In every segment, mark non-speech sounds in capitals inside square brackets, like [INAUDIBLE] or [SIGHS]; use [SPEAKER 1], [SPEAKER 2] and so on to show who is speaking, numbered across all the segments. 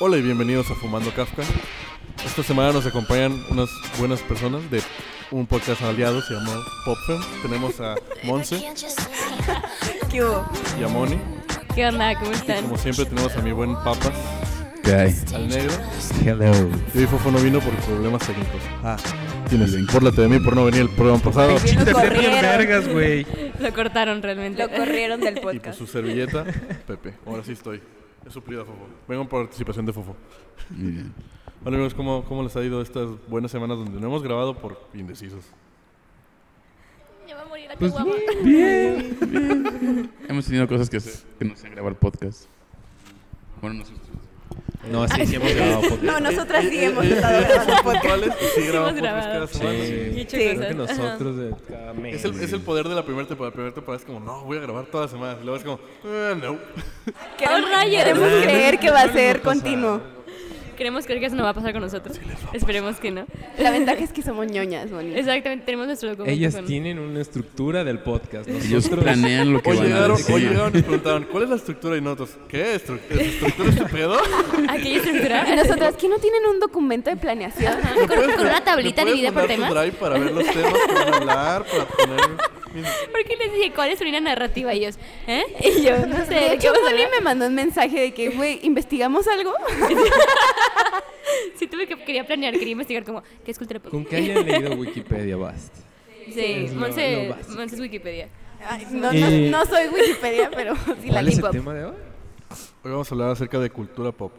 [SPEAKER 1] Hola y bienvenidos a Fumando Kafka. Esta semana nos acompañan unas buenas personas de un podcast aliado, se llama PopFilm. Tenemos a Monse
[SPEAKER 2] ¿Qué hubo?
[SPEAKER 1] y a Moni.
[SPEAKER 2] ¿Qué onda? ¿Cómo están?
[SPEAKER 1] Como siempre tenemos a mi buen Papas,
[SPEAKER 3] Okay.
[SPEAKER 1] al negro.
[SPEAKER 3] Hello.
[SPEAKER 1] Y hoy Fofo no vino por problemas técnicos. Ah, tienes, impórlate de mí por no venir el programa pasado.
[SPEAKER 2] Lo
[SPEAKER 4] Te bien
[SPEAKER 2] corrieron.
[SPEAKER 4] vergas, güey.
[SPEAKER 5] Lo cortaron realmente.
[SPEAKER 2] Lo corrieron del
[SPEAKER 1] [LAUGHS] Y pues
[SPEAKER 2] podcast.
[SPEAKER 1] su servilleta, Pepe. Ahora sí estoy. He suplido a Fofo. Vengo por participación de Fofo.
[SPEAKER 3] Muy bien.
[SPEAKER 1] Hola amigos, ¿cómo, ¿cómo les ha ido estas buenas semanas donde no hemos grabado por indecisos?
[SPEAKER 5] Ya va a morir la
[SPEAKER 3] Pues
[SPEAKER 5] caguama.
[SPEAKER 3] bien, bien. Hemos tenido cosas que, hacer, que no sé grabar podcast. Bueno, nosotros.
[SPEAKER 4] No, sí, sí
[SPEAKER 1] [LAUGHS]
[SPEAKER 4] hemos grabado
[SPEAKER 2] No,
[SPEAKER 4] podcast.
[SPEAKER 2] nosotras sí hemos
[SPEAKER 1] Eh, eh,
[SPEAKER 2] estado
[SPEAKER 1] eh,
[SPEAKER 2] grabando
[SPEAKER 1] son
[SPEAKER 2] podcast.
[SPEAKER 1] puntuales y sí grabamos
[SPEAKER 5] hemos
[SPEAKER 1] podcast cada
[SPEAKER 5] grabado.
[SPEAKER 1] semana.
[SPEAKER 4] Sí.
[SPEAKER 5] Y hecho
[SPEAKER 2] Sí.
[SPEAKER 5] cosas.
[SPEAKER 4] Creo que
[SPEAKER 5] Ajá.
[SPEAKER 4] nosotros de cada mes.
[SPEAKER 1] Es el, es el poder de la primera temporada. La primera temporada es como, no, voy a grabar todas las semanas. Y luego es como, eh, no.
[SPEAKER 2] Queremos,
[SPEAKER 5] Oh, rayos.
[SPEAKER 2] queremos
[SPEAKER 5] Ah,
[SPEAKER 2] creer que va a ser continuo.
[SPEAKER 5] Queremos creer que eso no va a pasar con nosotros. Esperemos que no.
[SPEAKER 2] La ventaja es que somos ñoñas, Moni. [LAUGHS]
[SPEAKER 5] Exactamente, tenemos nuestro documento.
[SPEAKER 4] Ellas
[SPEAKER 5] con- [LAUGHS]
[SPEAKER 4] tienen una estructura del podcast.
[SPEAKER 3] Ellos
[SPEAKER 4] Nosotros
[SPEAKER 3] planean lo que
[SPEAKER 1] Hoy
[SPEAKER 3] van a
[SPEAKER 1] llegaron,
[SPEAKER 3] decir.
[SPEAKER 1] hoy llegaron y preguntaron, ¿cuál es la estructura? Y nosotros, ¿qué estructura? ¿Estructura es tu pedo?
[SPEAKER 5] Aquella estructura.
[SPEAKER 2] [LAUGHS] Y nosotras, ¿qué no tienen un documento de planeación?
[SPEAKER 1] ¿Me
[SPEAKER 5] con
[SPEAKER 1] puedes-
[SPEAKER 5] una
[SPEAKER 1] me
[SPEAKER 5] tablita
[SPEAKER 1] puedes
[SPEAKER 5] dividida por
[SPEAKER 1] mandar tu
[SPEAKER 5] temas?
[SPEAKER 1] drive para ver los temas, para hablar, para poner...
[SPEAKER 5] Porque les dije, ¿cuál es una narrativa? Y ellos, ¿eh?
[SPEAKER 2] [LAUGHS] Y yo, no sé. De
[SPEAKER 5] ¿qué
[SPEAKER 2] hecho,
[SPEAKER 5] vas a
[SPEAKER 2] Moni
[SPEAKER 5] hablar?
[SPEAKER 2] me mandó un mensaje de que, güey, ¿investigamos algo? [LAUGHS]
[SPEAKER 5] Sí, tuve que quería planear, quería investigar como, ¿qué escultura pop?
[SPEAKER 4] Con que hayan leído Wikipedia, basta.
[SPEAKER 5] Sí,
[SPEAKER 4] Es lo-
[SPEAKER 5] Monse
[SPEAKER 4] lo básico.
[SPEAKER 5] Monse es Wikipedia.
[SPEAKER 2] Ay, No, no,
[SPEAKER 4] Y-
[SPEAKER 2] no soy Wikipedia, pero [LAUGHS] sí la
[SPEAKER 4] ¿Cuál es
[SPEAKER 2] lipo.
[SPEAKER 4] el tema de hoy?
[SPEAKER 1] Hoy vamos a hablar acerca de cultura pop.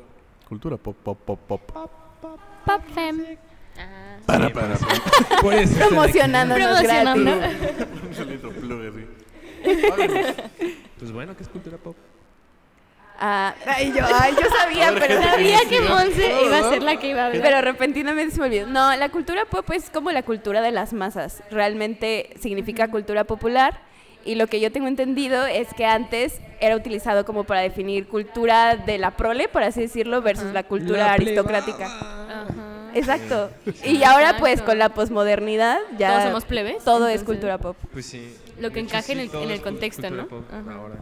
[SPEAKER 1] Cultura pop, pop, pop, pop.
[SPEAKER 5] Pop fem.
[SPEAKER 1] Para, para, para.
[SPEAKER 4] Por
[SPEAKER 5] [LAUGHS]
[SPEAKER 4] eso están aquí.
[SPEAKER 2] Promocionándonos
[SPEAKER 1] [LAUGHS]
[SPEAKER 5] Promocionando.
[SPEAKER 2] gratis.
[SPEAKER 1] Es el intro plug así.
[SPEAKER 4] Pues bueno, ¿qué es cultura pop?
[SPEAKER 2] Ah, ay, yo, ay, yo sabía, pero
[SPEAKER 5] Sabía que Monse iba a ser la que iba a hablar.
[SPEAKER 2] Pero repentinamente se me olvidó. No, la cultura pop es como la cultura de las masas. Realmente significa cultura popular. Y lo que yo tengo entendido es que antes era utilizado como para definir cultura de la prole, por así decirlo, versus la cultura
[SPEAKER 4] La
[SPEAKER 2] aristocrática.
[SPEAKER 4] plebada.
[SPEAKER 5] Ajá.
[SPEAKER 2] Exacto. Y ahora pues
[SPEAKER 5] Exacto.
[SPEAKER 2] con la posmodernidad ya
[SPEAKER 5] Todos somos plebes,
[SPEAKER 2] Todo es
[SPEAKER 5] entonces.
[SPEAKER 2] cultura pop.
[SPEAKER 4] Pues sí.
[SPEAKER 5] Lo que
[SPEAKER 4] De hecho,
[SPEAKER 5] encaje en el-
[SPEAKER 4] todo
[SPEAKER 5] en el
[SPEAKER 4] es
[SPEAKER 5] contexto,
[SPEAKER 4] cultura
[SPEAKER 5] ¿no?
[SPEAKER 4] pop
[SPEAKER 5] Ajá.
[SPEAKER 4] Ahora.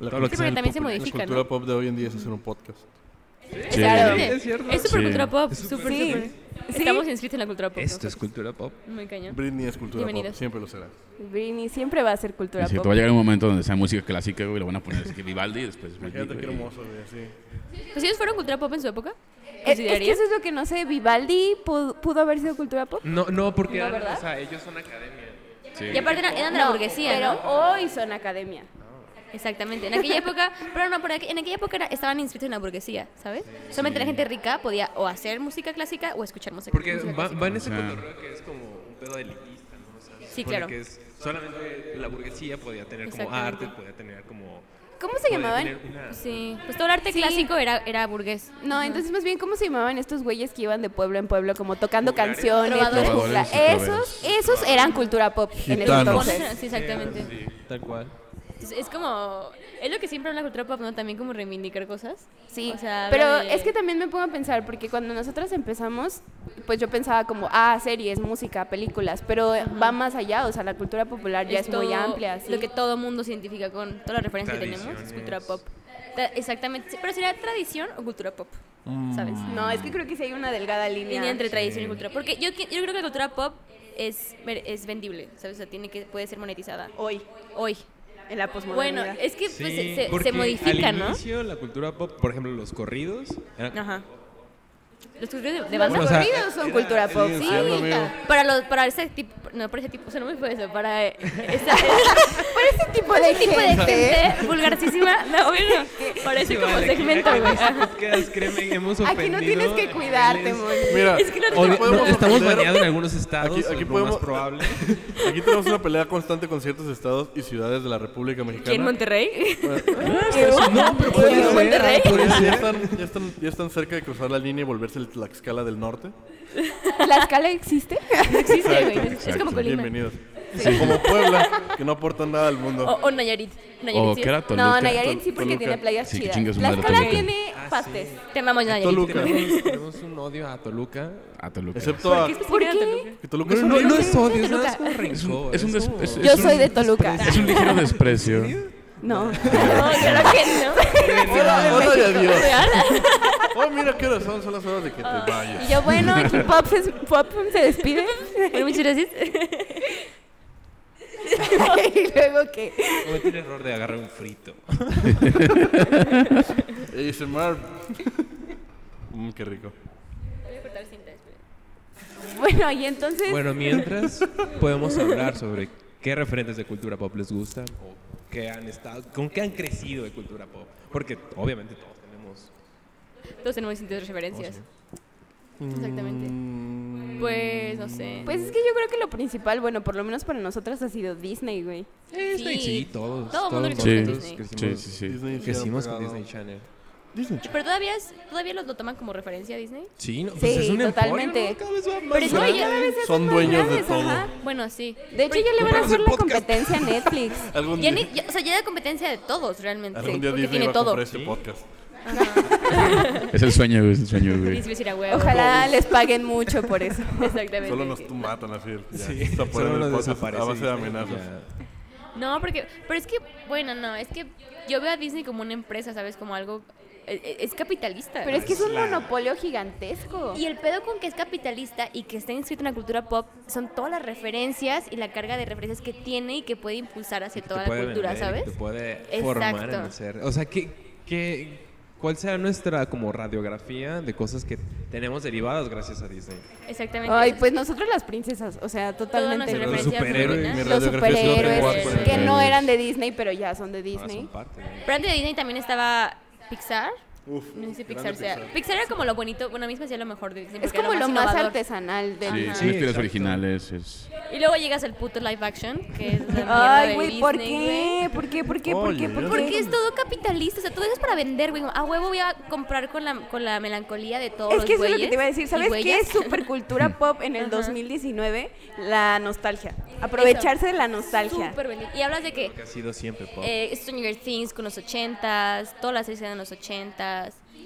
[SPEAKER 1] La
[SPEAKER 4] Todo lo que
[SPEAKER 5] Sí, porque
[SPEAKER 4] sea en el
[SPEAKER 5] también se
[SPEAKER 4] popular.
[SPEAKER 1] La
[SPEAKER 5] modifica,
[SPEAKER 1] cultura
[SPEAKER 5] ¿no?
[SPEAKER 1] pop de hoy en día es hacer un podcast.
[SPEAKER 3] Sí.
[SPEAKER 2] Claro.
[SPEAKER 5] Sí,
[SPEAKER 4] Es cierto.
[SPEAKER 5] Es super
[SPEAKER 3] Sí.
[SPEAKER 5] cultura pop. Super,
[SPEAKER 2] Sí.
[SPEAKER 5] super.
[SPEAKER 2] Sí.
[SPEAKER 5] Estamos inscritos en la cultura pop.
[SPEAKER 4] Esto
[SPEAKER 5] nosotros.
[SPEAKER 4] es cultura pop.
[SPEAKER 5] Muy cañón.
[SPEAKER 1] Britney es cultura pop,
[SPEAKER 5] Bienvenidos.
[SPEAKER 1] siempre lo será.
[SPEAKER 2] Britney siempre va a ser cultura
[SPEAKER 3] Es cierto,
[SPEAKER 2] pop. Eh,
[SPEAKER 3] va a llegar un momento donde sea música clásica, güey, lo van a poner así que Vivaldi y después.
[SPEAKER 1] Fíjate qué hermoso, güey, así.
[SPEAKER 5] Pues ellos fueron cultura pop en su época.
[SPEAKER 2] Es, Eh, es que
[SPEAKER 5] ¿Considerarías?
[SPEAKER 2] eso es lo que no sé. Vivaldi pudo, pudo haber sido cultura pop.
[SPEAKER 4] No, no, porque
[SPEAKER 2] No,
[SPEAKER 4] eran-
[SPEAKER 2] ¿verdad?
[SPEAKER 4] o sea, ellos son academia.
[SPEAKER 3] Sí.
[SPEAKER 5] Y aparte eran, eran de la burguesía,
[SPEAKER 2] pero
[SPEAKER 5] ¿no?
[SPEAKER 2] hoy son academia.
[SPEAKER 5] Exactamente. En aquella época, [LAUGHS] pero no, pero en aquella época era- estaban inscritos en la burguesía, ¿sabes? Solamente la gente rica podía o hacer música clásica o escuchar música,
[SPEAKER 4] Porque
[SPEAKER 5] música
[SPEAKER 4] va,
[SPEAKER 5] clásica.
[SPEAKER 4] va en ese
[SPEAKER 3] O sea.
[SPEAKER 4] cotorreo que es como un pedo elitista, ¿no? O sea, se
[SPEAKER 5] Sí,
[SPEAKER 4] supone
[SPEAKER 5] claro.
[SPEAKER 4] Que es solamente la burguesía podía tener como
[SPEAKER 5] Exactamente.
[SPEAKER 4] arte, podía tener como...
[SPEAKER 2] ¿Cómo se
[SPEAKER 4] podía
[SPEAKER 2] llamaban?
[SPEAKER 4] tener una-
[SPEAKER 5] Sí. Pues todo el arte
[SPEAKER 2] Sí.
[SPEAKER 5] clásico era, era burgués.
[SPEAKER 2] No, entonces más bien cómo se llamaban estos güeyes que iban de pueblo en pueblo como tocando
[SPEAKER 4] Juglares.
[SPEAKER 2] canciones,
[SPEAKER 5] Trovadores.
[SPEAKER 2] jugla-
[SPEAKER 3] Trovadores y
[SPEAKER 2] esos, esos eran cultura pop en ese
[SPEAKER 1] Gitanos.
[SPEAKER 2] entonces.
[SPEAKER 5] Sí, exactamente.
[SPEAKER 4] Tal cual.
[SPEAKER 5] Es, es como. Es lo que siempre habla la cultura pop, ¿no? También como reivindicar cosas.
[SPEAKER 2] Sí,
[SPEAKER 5] O sea, habla
[SPEAKER 2] pero
[SPEAKER 5] de-
[SPEAKER 2] es que también me pongo a pensar porque cuando nosotras empezamos, pues yo pensaba como ah series, música, películas, pero va más allá, o sea la cultura popular ya es, muy
[SPEAKER 5] todo
[SPEAKER 2] amplia. ¿sí?
[SPEAKER 5] Lo que todo mundo se identifica con, todas las referencias que tenemos es
[SPEAKER 4] Tradiciones.
[SPEAKER 5] cultura pop. Ta- Exactamente, sí, pero sería tradición o cultura pop, ¿sabes?
[SPEAKER 3] Mm,
[SPEAKER 2] No, es que creo que sí hay una delgada línea.
[SPEAKER 5] Línea entre tradición y cultura. Porque yo, qui- yo creo que la cultura pop es, ver- es vendible, ¿sabes? O sea, tiene que, puede ser monetizada
[SPEAKER 2] hoy
[SPEAKER 5] hoy.
[SPEAKER 2] en la
[SPEAKER 5] Bueno,
[SPEAKER 2] posmodernidad.
[SPEAKER 5] es que pues,
[SPEAKER 4] Sí,
[SPEAKER 5] se- se,
[SPEAKER 4] porque
[SPEAKER 5] se modifica,
[SPEAKER 4] al
[SPEAKER 5] ¿no?
[SPEAKER 4] inicio la cultura pop, por ejemplo, los corridos, eran- [LAUGHS]
[SPEAKER 5] Ajá. Los que de, de
[SPEAKER 2] los
[SPEAKER 5] banda.
[SPEAKER 4] Bueno, o sea,
[SPEAKER 2] corridos son cultura pop.
[SPEAKER 1] Sí,
[SPEAKER 2] Sí,
[SPEAKER 1] es lo mío.
[SPEAKER 5] Para los, para ese tipo, no, para ese tipo, o sea, no me fue eso, para eh,
[SPEAKER 2] [LAUGHS]
[SPEAKER 5] esa,
[SPEAKER 2] Para ese tipo de
[SPEAKER 5] ese tipo de
[SPEAKER 2] gente.
[SPEAKER 5] gente vulgarcísima, no, bueno, parece
[SPEAKER 4] Sí,
[SPEAKER 5] como
[SPEAKER 4] vale, aquí-
[SPEAKER 5] segmento,
[SPEAKER 4] aquí en
[SPEAKER 5] güey.
[SPEAKER 4] este
[SPEAKER 5] ajá.
[SPEAKER 4] podcast, créeme, hemos
[SPEAKER 2] Aquí no tienes
[SPEAKER 4] ofendido
[SPEAKER 2] que
[SPEAKER 4] a
[SPEAKER 2] cuidarte,
[SPEAKER 4] miles.
[SPEAKER 2] Moni.
[SPEAKER 1] Mira,
[SPEAKER 5] Es que no te
[SPEAKER 4] O-
[SPEAKER 1] hoy
[SPEAKER 5] Oye,
[SPEAKER 4] no,
[SPEAKER 1] podemos
[SPEAKER 4] estamos
[SPEAKER 1] ofender-
[SPEAKER 4] baneados en algunos estados,
[SPEAKER 1] Aquí- aquí
[SPEAKER 4] lo
[SPEAKER 1] podemos-
[SPEAKER 4] más probable.
[SPEAKER 1] Aquí tenemos una pelea constante con ciertos estados y ciudades de la República Mexicana.
[SPEAKER 5] ¿Quién Monterrey?
[SPEAKER 4] [LAUGHS]
[SPEAKER 5] [LAUGHS]
[SPEAKER 4] No, pero
[SPEAKER 2] puede ser,
[SPEAKER 5] Monterrey?
[SPEAKER 1] Pues ya,
[SPEAKER 4] [LAUGHS]
[SPEAKER 1] están, ya, están, ya están cerca de cruzar la línea y volverse el Tlaxcala del Norte.
[SPEAKER 2] ¿La escala existe?
[SPEAKER 5] No existe, güey.
[SPEAKER 3] Exacto,
[SPEAKER 5] Es- Es como
[SPEAKER 3] exacto.
[SPEAKER 5] Colima.
[SPEAKER 1] Bienvenidos. Como Puebla, que no aportan nada al mundo.
[SPEAKER 5] O, o Nayarit. Nayarit
[SPEAKER 3] O
[SPEAKER 5] sí
[SPEAKER 3] que era Toluca.
[SPEAKER 2] No, Nayarit sí porque
[SPEAKER 1] Toluca.
[SPEAKER 2] tiene playas
[SPEAKER 3] Sí, que
[SPEAKER 2] chidas. La
[SPEAKER 3] chingue su madre
[SPEAKER 2] escala
[SPEAKER 3] Toluca.
[SPEAKER 2] tiene pastes.
[SPEAKER 5] Ah, es- Te amamos Nayarit. [LAUGHS]
[SPEAKER 1] Toluca.
[SPEAKER 4] Tenemos, tenemos un odio a Toluca.
[SPEAKER 3] Ah, Toluca.
[SPEAKER 1] Excepto a...
[SPEAKER 5] ¿Qué es
[SPEAKER 2] ¿Por
[SPEAKER 5] que era
[SPEAKER 2] qué?
[SPEAKER 5] Toluca?
[SPEAKER 1] Que Toluca
[SPEAKER 4] No,
[SPEAKER 1] es
[SPEAKER 4] no,
[SPEAKER 1] horrible.
[SPEAKER 4] no es odio, es nada
[SPEAKER 5] Toluca.
[SPEAKER 4] más como
[SPEAKER 3] Es un-
[SPEAKER 4] rencor.
[SPEAKER 3] es un des-
[SPEAKER 4] como-
[SPEAKER 3] es-
[SPEAKER 2] Yo soy de Toluca.
[SPEAKER 3] Es un ligero desprecio.
[SPEAKER 2] No.
[SPEAKER 5] No, claro que no.
[SPEAKER 1] Hola,
[SPEAKER 2] En
[SPEAKER 1] hola y
[SPEAKER 2] México,
[SPEAKER 1] adiós.
[SPEAKER 2] real.
[SPEAKER 1] Oh, mira qué horas son, son las horas de que te vayas.
[SPEAKER 2] Y yo, bueno, aquí Pop se, Pop se despide.
[SPEAKER 5] Bueno, muchas gracias.
[SPEAKER 2] [LAUGHS] y luego que...
[SPEAKER 4] Cometí el error de agarrar un frito.
[SPEAKER 1] Y dice [LAUGHS] Mar. Mmm, qué rico.
[SPEAKER 2] Bueno, y entonces...
[SPEAKER 4] Bueno, mientras podemos hablar sobre qué referentes de cultura pop les gustan o qué han estado, con qué han crecido de cultura pop. Porque obviamente todos tenemos.
[SPEAKER 5] Todos tenemos distintas referencias.
[SPEAKER 1] Oh,
[SPEAKER 5] Exactamente.
[SPEAKER 1] Mm,
[SPEAKER 5] Pues, no sé.
[SPEAKER 2] Pues es que yo creo que lo principal, bueno, por lo menos para nosotras ha sido Disney, güey.
[SPEAKER 5] Sí.
[SPEAKER 4] sí, todos.
[SPEAKER 5] Todo mundo
[SPEAKER 4] todos
[SPEAKER 5] creció
[SPEAKER 3] Sí,
[SPEAKER 5] con
[SPEAKER 4] nosotros
[SPEAKER 5] Disney.
[SPEAKER 3] sí,
[SPEAKER 4] crecimos,
[SPEAKER 3] sí, sí.
[SPEAKER 1] Disney se ha
[SPEAKER 4] crecimos con
[SPEAKER 1] pegado.
[SPEAKER 4] Disney Channel.
[SPEAKER 1] Disney Channel.
[SPEAKER 5] Pero todavía, es- todavía los lo toman como referencia a Disney.
[SPEAKER 4] Sí, no,
[SPEAKER 2] Sí,
[SPEAKER 4] pues es un emporio,
[SPEAKER 2] totalmente.
[SPEAKER 4] ¿no? Cada vez va más
[SPEAKER 5] Pero es que
[SPEAKER 4] grande.
[SPEAKER 5] yo-
[SPEAKER 1] Son dueños de todo.
[SPEAKER 5] Bueno, sí.
[SPEAKER 2] De hecho, ya le van a
[SPEAKER 1] Compramos
[SPEAKER 2] hacer
[SPEAKER 1] el
[SPEAKER 2] la
[SPEAKER 1] podcast.
[SPEAKER 2] competencia a Netflix.
[SPEAKER 5] [LAUGHS]
[SPEAKER 1] Algún
[SPEAKER 5] Ya
[SPEAKER 1] día,
[SPEAKER 5] ni- ya- o sea, ya da competencia de todos realmente.
[SPEAKER 1] algún día
[SPEAKER 5] porque
[SPEAKER 1] Disney va a
[SPEAKER 5] tiene
[SPEAKER 1] comprar
[SPEAKER 5] todo.
[SPEAKER 1] este podcast.
[SPEAKER 3] Es el sueño, güey, es el sueño, güey.
[SPEAKER 5] Disney será huevo.
[SPEAKER 2] Ojalá les paguen mucho por eso.
[SPEAKER 5] [LAUGHS] Exactamente.
[SPEAKER 1] Solo nos tú matan así. el- Ya,
[SPEAKER 4] Sí,
[SPEAKER 1] está por
[SPEAKER 4] solo
[SPEAKER 1] el
[SPEAKER 4] nos
[SPEAKER 1] podcast
[SPEAKER 4] desaparece.
[SPEAKER 1] a base de
[SPEAKER 4] Disney,
[SPEAKER 1] amenazas.
[SPEAKER 4] ya.
[SPEAKER 5] No, porque, pero es que, bueno, no, es que yo veo a Disney como una empresa, ¿sabes? Como algo, e- e- es, capitalista.
[SPEAKER 2] Pero es que es un monopolio gigantesco.
[SPEAKER 5] Y el pedo con que es capitalista y que está inscrito en la cultura pop son todas las referencias y la carga de referencias que tiene y que puede impulsar hacia
[SPEAKER 4] Te
[SPEAKER 5] toda la
[SPEAKER 4] puede
[SPEAKER 5] cultura,
[SPEAKER 4] vender,
[SPEAKER 5] ¿sabes?
[SPEAKER 4] Te puede formar en
[SPEAKER 5] Exacto.
[SPEAKER 4] hacer. O sea, ¿qué, qué, ¿cuál será nuestra como radiografía de cosas que tenemos derivadas gracias a Disney?
[SPEAKER 5] Exactamente.
[SPEAKER 2] Ay, pues nosotros las princesas, o sea, totalmente.
[SPEAKER 5] Todas nuestras
[SPEAKER 4] Los
[SPEAKER 2] Los
[SPEAKER 5] referencias.
[SPEAKER 4] superhéroes,
[SPEAKER 5] femeninas.
[SPEAKER 1] mi radiografía es Logan
[SPEAKER 2] superhéroes
[SPEAKER 1] Watson.
[SPEAKER 2] que no eran de Disney, pero ya son de
[SPEAKER 4] Ah, son
[SPEAKER 2] Disney.
[SPEAKER 4] parte de-
[SPEAKER 5] Pero antes de Disney también estaba Pixar.
[SPEAKER 1] Uf,
[SPEAKER 5] No sé
[SPEAKER 1] grande
[SPEAKER 5] si Pixar sea. Pixar era como lo bonito, bueno, a mí se me hacía lo mejor de Disney.
[SPEAKER 2] Es
[SPEAKER 5] porque era
[SPEAKER 2] como lo más
[SPEAKER 5] innovador.
[SPEAKER 2] artesanal
[SPEAKER 3] Sí,
[SPEAKER 2] del
[SPEAKER 3] sí, las
[SPEAKER 4] Sí,
[SPEAKER 3] historias
[SPEAKER 4] exacto.
[SPEAKER 3] originales. Es...
[SPEAKER 5] Y luego llegas al puto live action, que es la mierda
[SPEAKER 2] Ay,
[SPEAKER 5] de
[SPEAKER 2] güey, ¿por
[SPEAKER 5] Disney, güey.
[SPEAKER 2] qué? ¿Por qué? ¿Por qué? ¿Por qué?
[SPEAKER 1] Oye,
[SPEAKER 2] ¿Por
[SPEAKER 1] ya.
[SPEAKER 5] Porque
[SPEAKER 2] qué?
[SPEAKER 5] es todo capitalista, o sea, todo eso es para vender, güey. A huevo voy a comprar con la, con la melancolía de todos
[SPEAKER 2] Es que
[SPEAKER 5] los
[SPEAKER 2] eso es lo que
[SPEAKER 5] güeyes
[SPEAKER 2] te iba a decir.
[SPEAKER 5] y
[SPEAKER 2] ¿Sabes qué
[SPEAKER 5] güeyas.
[SPEAKER 1] [LAUGHS]
[SPEAKER 5] [LAUGHS]
[SPEAKER 2] es supercultura pop en el
[SPEAKER 5] Ajá.
[SPEAKER 2] 2019? La nostalgia. Aprovecharse de la nostalgia.
[SPEAKER 5] Súper bien. Y hablas de que
[SPEAKER 4] que ha sido siempre pop.
[SPEAKER 5] eh, Stranger Things con los ochentas, todas las series eran los ochentas,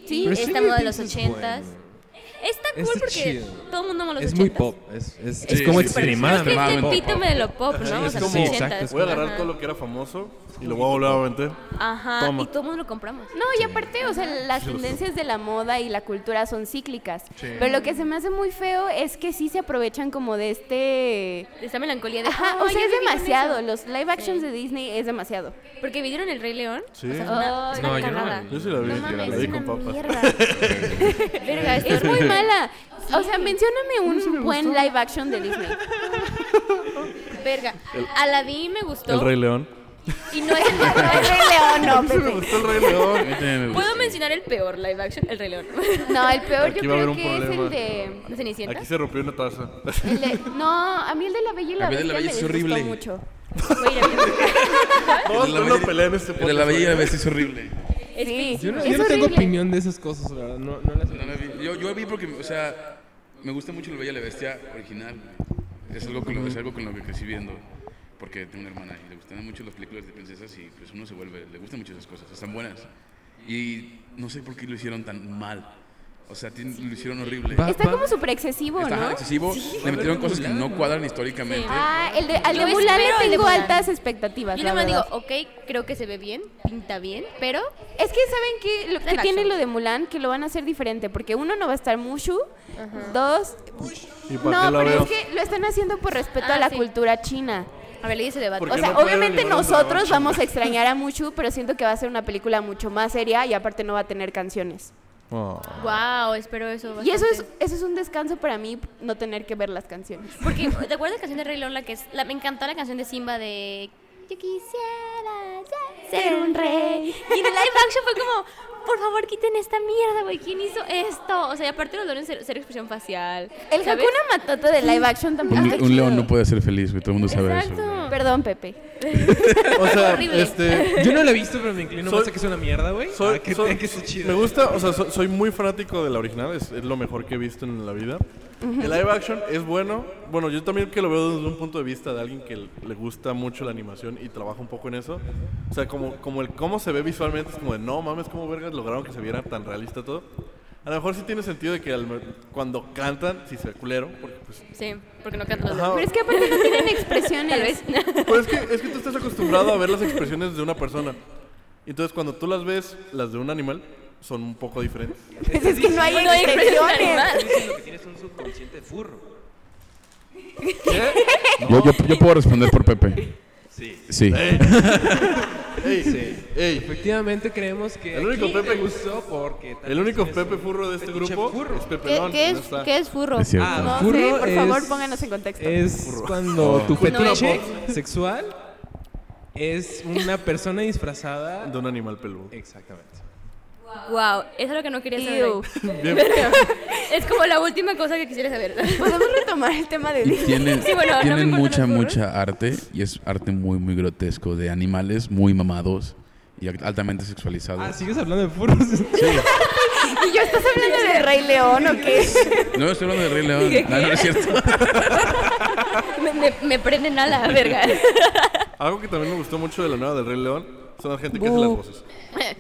[SPEAKER 5] sí,
[SPEAKER 4] Pero
[SPEAKER 5] esta
[SPEAKER 4] Stranger
[SPEAKER 5] moda de los
[SPEAKER 4] Things es
[SPEAKER 5] ochentas.
[SPEAKER 4] bueno.
[SPEAKER 5] Está cool
[SPEAKER 4] Está
[SPEAKER 5] porque
[SPEAKER 4] chido.
[SPEAKER 5] todo el mundo ama los
[SPEAKER 4] es
[SPEAKER 5] ochentas.
[SPEAKER 4] muy pop. Es, es, es
[SPEAKER 3] Sí,
[SPEAKER 4] como
[SPEAKER 3] sí, sí,
[SPEAKER 4] extremadamente
[SPEAKER 5] Es que
[SPEAKER 2] Este
[SPEAKER 5] es el
[SPEAKER 4] pop.
[SPEAKER 5] epítome de lo pop,
[SPEAKER 1] Ajá,
[SPEAKER 5] ¿no? O
[SPEAKER 1] es
[SPEAKER 5] sea, los
[SPEAKER 1] como,
[SPEAKER 5] ochentas.
[SPEAKER 1] voy a agarrar
[SPEAKER 5] Ajá.
[SPEAKER 1] todo lo que era famoso y lo voy a volver a vender.
[SPEAKER 5] Ajá,
[SPEAKER 1] Toma.
[SPEAKER 5] y todo el mundo lo compramos.
[SPEAKER 2] No, y aparte, o sea, las tendencias de la moda y la cultura son cíclicas. Pero lo que se me hace muy feo es que sí se aprovechan como de este...
[SPEAKER 5] Esta melancolía de.
[SPEAKER 2] Ajá,
[SPEAKER 5] "Oh,
[SPEAKER 2] o sea,
[SPEAKER 5] ya
[SPEAKER 2] es
[SPEAKER 5] viví con
[SPEAKER 2] demasiado.
[SPEAKER 5] eso".
[SPEAKER 2] Los live actions
[SPEAKER 5] Sí.
[SPEAKER 2] de Disney
[SPEAKER 1] [LAUGHS]
[SPEAKER 2] es demasiado.
[SPEAKER 5] Porque vivieron el Rey León.
[SPEAKER 1] Sí.
[SPEAKER 5] O sea, es una, es
[SPEAKER 4] No,
[SPEAKER 5] una
[SPEAKER 4] yo no la
[SPEAKER 5] cagada.
[SPEAKER 4] vi.
[SPEAKER 1] Yo sí la vi,
[SPEAKER 5] Pues, oh, No
[SPEAKER 1] yo la
[SPEAKER 5] mames,
[SPEAKER 1] vi
[SPEAKER 5] es una
[SPEAKER 1] con papas.
[SPEAKER 5] mierda. Verga, esto
[SPEAKER 2] Es
[SPEAKER 4] este-
[SPEAKER 2] muy mala. O sea, mencióname un buen live action de [LAUGHS] Disney.
[SPEAKER 5] Verga. Aladdin me
[SPEAKER 1] [LAUGHS]
[SPEAKER 5] gustó.
[SPEAKER 1] El Rey León.
[SPEAKER 5] Y no es el
[SPEAKER 1] [LAUGHS]
[SPEAKER 5] mejor.
[SPEAKER 2] El Rey León, no,
[SPEAKER 1] Sí, me
[SPEAKER 2] Pepe.
[SPEAKER 1] gustó el Rey León.
[SPEAKER 5] Puedo mencionar el peor live action, el Rey León. [LAUGHS]
[SPEAKER 2] No, el peor
[SPEAKER 1] Aquí
[SPEAKER 2] yo
[SPEAKER 1] va a haber
[SPEAKER 2] creo
[SPEAKER 1] un
[SPEAKER 2] que es
[SPEAKER 1] problema.
[SPEAKER 2] el de...
[SPEAKER 5] ¿No Cenicienta?
[SPEAKER 1] Aquí se rompió una taza.
[SPEAKER 2] el de- No, a mí el de La Bella y la,
[SPEAKER 3] La Bella y la
[SPEAKER 2] Bestia
[SPEAKER 3] Bella
[SPEAKER 2] me
[SPEAKER 3] es
[SPEAKER 2] disgustó
[SPEAKER 3] horrible.
[SPEAKER 2] mucho.
[SPEAKER 5] Güey, la verdad,
[SPEAKER 1] Vamos a tener una pelea en este podcast.
[SPEAKER 3] De la bella y la bestia es horrible.
[SPEAKER 5] es
[SPEAKER 2] Sí.
[SPEAKER 5] pésimo.
[SPEAKER 4] Yo no,
[SPEAKER 2] Es
[SPEAKER 4] yo no tengo
[SPEAKER 2] horrible.
[SPEAKER 4] opinión de esas cosas, la verdad. No, no las
[SPEAKER 3] No la vi. Yo, yo la vi porque, o sea, me gusta mucho la bella y la bestia original. Es algo con lo, es algo con lo que crecí viendo. Porque tengo una hermana y le gustan mucho las películas de princesas y pues uno se vuelve, le gustan mucho esas cosas, están buenas. Y no sé por qué lo hicieron tan mal. O sea, tiene- lo hicieron horrible.
[SPEAKER 4] Va-
[SPEAKER 2] Está como súper excesivo,
[SPEAKER 3] Está
[SPEAKER 2] ¿no?
[SPEAKER 3] excesivo, le metieron cosas que no cuadran históricamente.
[SPEAKER 2] Ah, el de, al de
[SPEAKER 5] Yo
[SPEAKER 2] Mulan le
[SPEAKER 5] espero el de
[SPEAKER 2] tengo
[SPEAKER 5] Mulan.
[SPEAKER 2] altas expectativas.
[SPEAKER 5] Yo
[SPEAKER 2] la
[SPEAKER 5] nada más digo, oh.
[SPEAKER 2] verdad.
[SPEAKER 5] ok, creo que se ve bien, pinta bien, pero
[SPEAKER 2] Es que saben que lo que
[SPEAKER 5] Live
[SPEAKER 2] tiene
[SPEAKER 5] action.
[SPEAKER 2] lo de Mulan que lo van a hacer diferente, porque uno no va a estar Mushu, dos,
[SPEAKER 1] ¿Y para
[SPEAKER 2] no,
[SPEAKER 1] qué la
[SPEAKER 2] pero
[SPEAKER 1] veo?
[SPEAKER 2] es que lo están haciendo por respeto
[SPEAKER 5] Ah,
[SPEAKER 2] a la
[SPEAKER 5] sí.
[SPEAKER 2] cultura china.
[SPEAKER 5] a ver, le dice debate.
[SPEAKER 1] ¿Por
[SPEAKER 2] O
[SPEAKER 1] qué
[SPEAKER 2] sea,
[SPEAKER 1] no puede
[SPEAKER 2] obviamente
[SPEAKER 1] llevar un
[SPEAKER 2] nosotros
[SPEAKER 1] dragón?
[SPEAKER 2] vamos a extrañar a Mushu, pero siento que va a ser una película mucho más seria y aparte no va a tener canciones.
[SPEAKER 1] Oh.
[SPEAKER 5] Wow, espero eso.
[SPEAKER 2] Y eso es
[SPEAKER 5] bastante.
[SPEAKER 2] eso es un descanso para mí no tener que ver las canciones.
[SPEAKER 5] Porque, ¿te acuerdas la canción de Rey León? La que es, la, me encantó la canción de Simba de... Yo quisiera ya ser un rey. Y en el live action fue como, por favor, quiten esta mierda, güey. ¿Quién hizo esto? O sea, y aparte los leones ser, ser expresión facial.
[SPEAKER 2] El
[SPEAKER 5] ¿sabes?
[SPEAKER 2] Hakuna Matata de live action también. Ah, está chido.
[SPEAKER 3] puede ser feliz, todo el mundo
[SPEAKER 5] Exacto.
[SPEAKER 2] Perdón, Pepe.
[SPEAKER 1] O
[SPEAKER 2] [LAUGHS]
[SPEAKER 1] sea,
[SPEAKER 5] Horrible.
[SPEAKER 1] este.
[SPEAKER 4] Yo no la he visto, pero me inclino
[SPEAKER 1] Soy-
[SPEAKER 4] más a que es una mierda, güey.
[SPEAKER 1] Soy-
[SPEAKER 4] a que,
[SPEAKER 1] soy-
[SPEAKER 4] a Ah, que esté chido.
[SPEAKER 1] Me gusta, o sea, so- soy muy fanático de la original, es, es lo mejor que he visto en la vida. El live action es bueno. Bueno, yo también que lo veo desde un punto de vista de alguien que l- le gusta mucho la animación y trabaja un poco en eso. O sea, como, como el cómo se ve visualmente es como de no mames, cómo vergas lograron que se viera tan realista todo. A lo mejor sí tiene sentido de que al- cuando cantan, si se culero, porque pues...
[SPEAKER 5] Sí, porque no canto los
[SPEAKER 1] Ajá.
[SPEAKER 2] Pero es que aparte no [LAUGHS] tienen expresiones.
[SPEAKER 5] Tal vez.
[SPEAKER 1] Pero Pues es que, es que tú estás acostumbrado a ver las expresiones de una persona. Entonces cuando tú las ves, las de un animal, son un poco diferentes.
[SPEAKER 2] Pues es que no hay
[SPEAKER 5] No hay expresión
[SPEAKER 2] expresiones.
[SPEAKER 5] animal.
[SPEAKER 4] Dices lo que tienes un subconsciente furro.
[SPEAKER 3] Yo, yo, yo puedo responder por Pepe.
[SPEAKER 4] Sí.
[SPEAKER 3] Sí.
[SPEAKER 1] Ey,
[SPEAKER 4] Sí.
[SPEAKER 1] ey,
[SPEAKER 4] Efectivamente creemos que
[SPEAKER 1] El único
[SPEAKER 4] aquí
[SPEAKER 1] Pepe-
[SPEAKER 4] me gustó porque tal
[SPEAKER 1] el
[SPEAKER 4] vez
[SPEAKER 1] único
[SPEAKER 4] tienes
[SPEAKER 1] Pepe
[SPEAKER 4] un
[SPEAKER 1] Furro de este
[SPEAKER 4] fetiche
[SPEAKER 1] grupo
[SPEAKER 4] furro.
[SPEAKER 1] es Pepe
[SPEAKER 5] ¿Qué,
[SPEAKER 1] Lon,
[SPEAKER 5] qué
[SPEAKER 1] no
[SPEAKER 5] es,
[SPEAKER 1] está.
[SPEAKER 5] ¿Qué es furro?
[SPEAKER 3] Es cierto.
[SPEAKER 4] Ah,
[SPEAKER 2] No
[SPEAKER 4] furro
[SPEAKER 2] sé, por favor,
[SPEAKER 4] es-
[SPEAKER 2] pónganos en contexto.
[SPEAKER 4] Es cuando tu
[SPEAKER 5] Cultura
[SPEAKER 4] fetiche sexual es una persona
[SPEAKER 1] [LAUGHS]
[SPEAKER 4] disfrazada.
[SPEAKER 1] De un animal peludo.
[SPEAKER 4] Exactamente.
[SPEAKER 5] Wow, eso es lo que no quería saber. [LAUGHS]
[SPEAKER 2] Ew.
[SPEAKER 1] Bien.
[SPEAKER 5] Es como la última cosa que quisiera saber.
[SPEAKER 2] Podemos retomar el tema de
[SPEAKER 3] Y
[SPEAKER 2] Disney.
[SPEAKER 5] [LAUGHS]
[SPEAKER 3] tienen,
[SPEAKER 5] Sí, bueno, no me
[SPEAKER 3] tienen
[SPEAKER 5] importan
[SPEAKER 3] mucha,
[SPEAKER 5] los burros.
[SPEAKER 3] mucha arte. Y es arte muy, muy grotesco. De animales muy mamados y alt- altamente sexualizados.
[SPEAKER 4] Ah, sigues hablando de furros. [LAUGHS]
[SPEAKER 2] ¿Y yo estás hablando de Rey León o qué?
[SPEAKER 3] No, estoy hablando de Rey León.
[SPEAKER 5] Dije,
[SPEAKER 3] No, no,
[SPEAKER 5] ¿qué?
[SPEAKER 3] no es cierto.
[SPEAKER 5] [LAUGHS] Me, me, me prenden a la verga.
[SPEAKER 1] Algo que también me gustó mucho de la nueva del Rey León son la gente que hace las voces.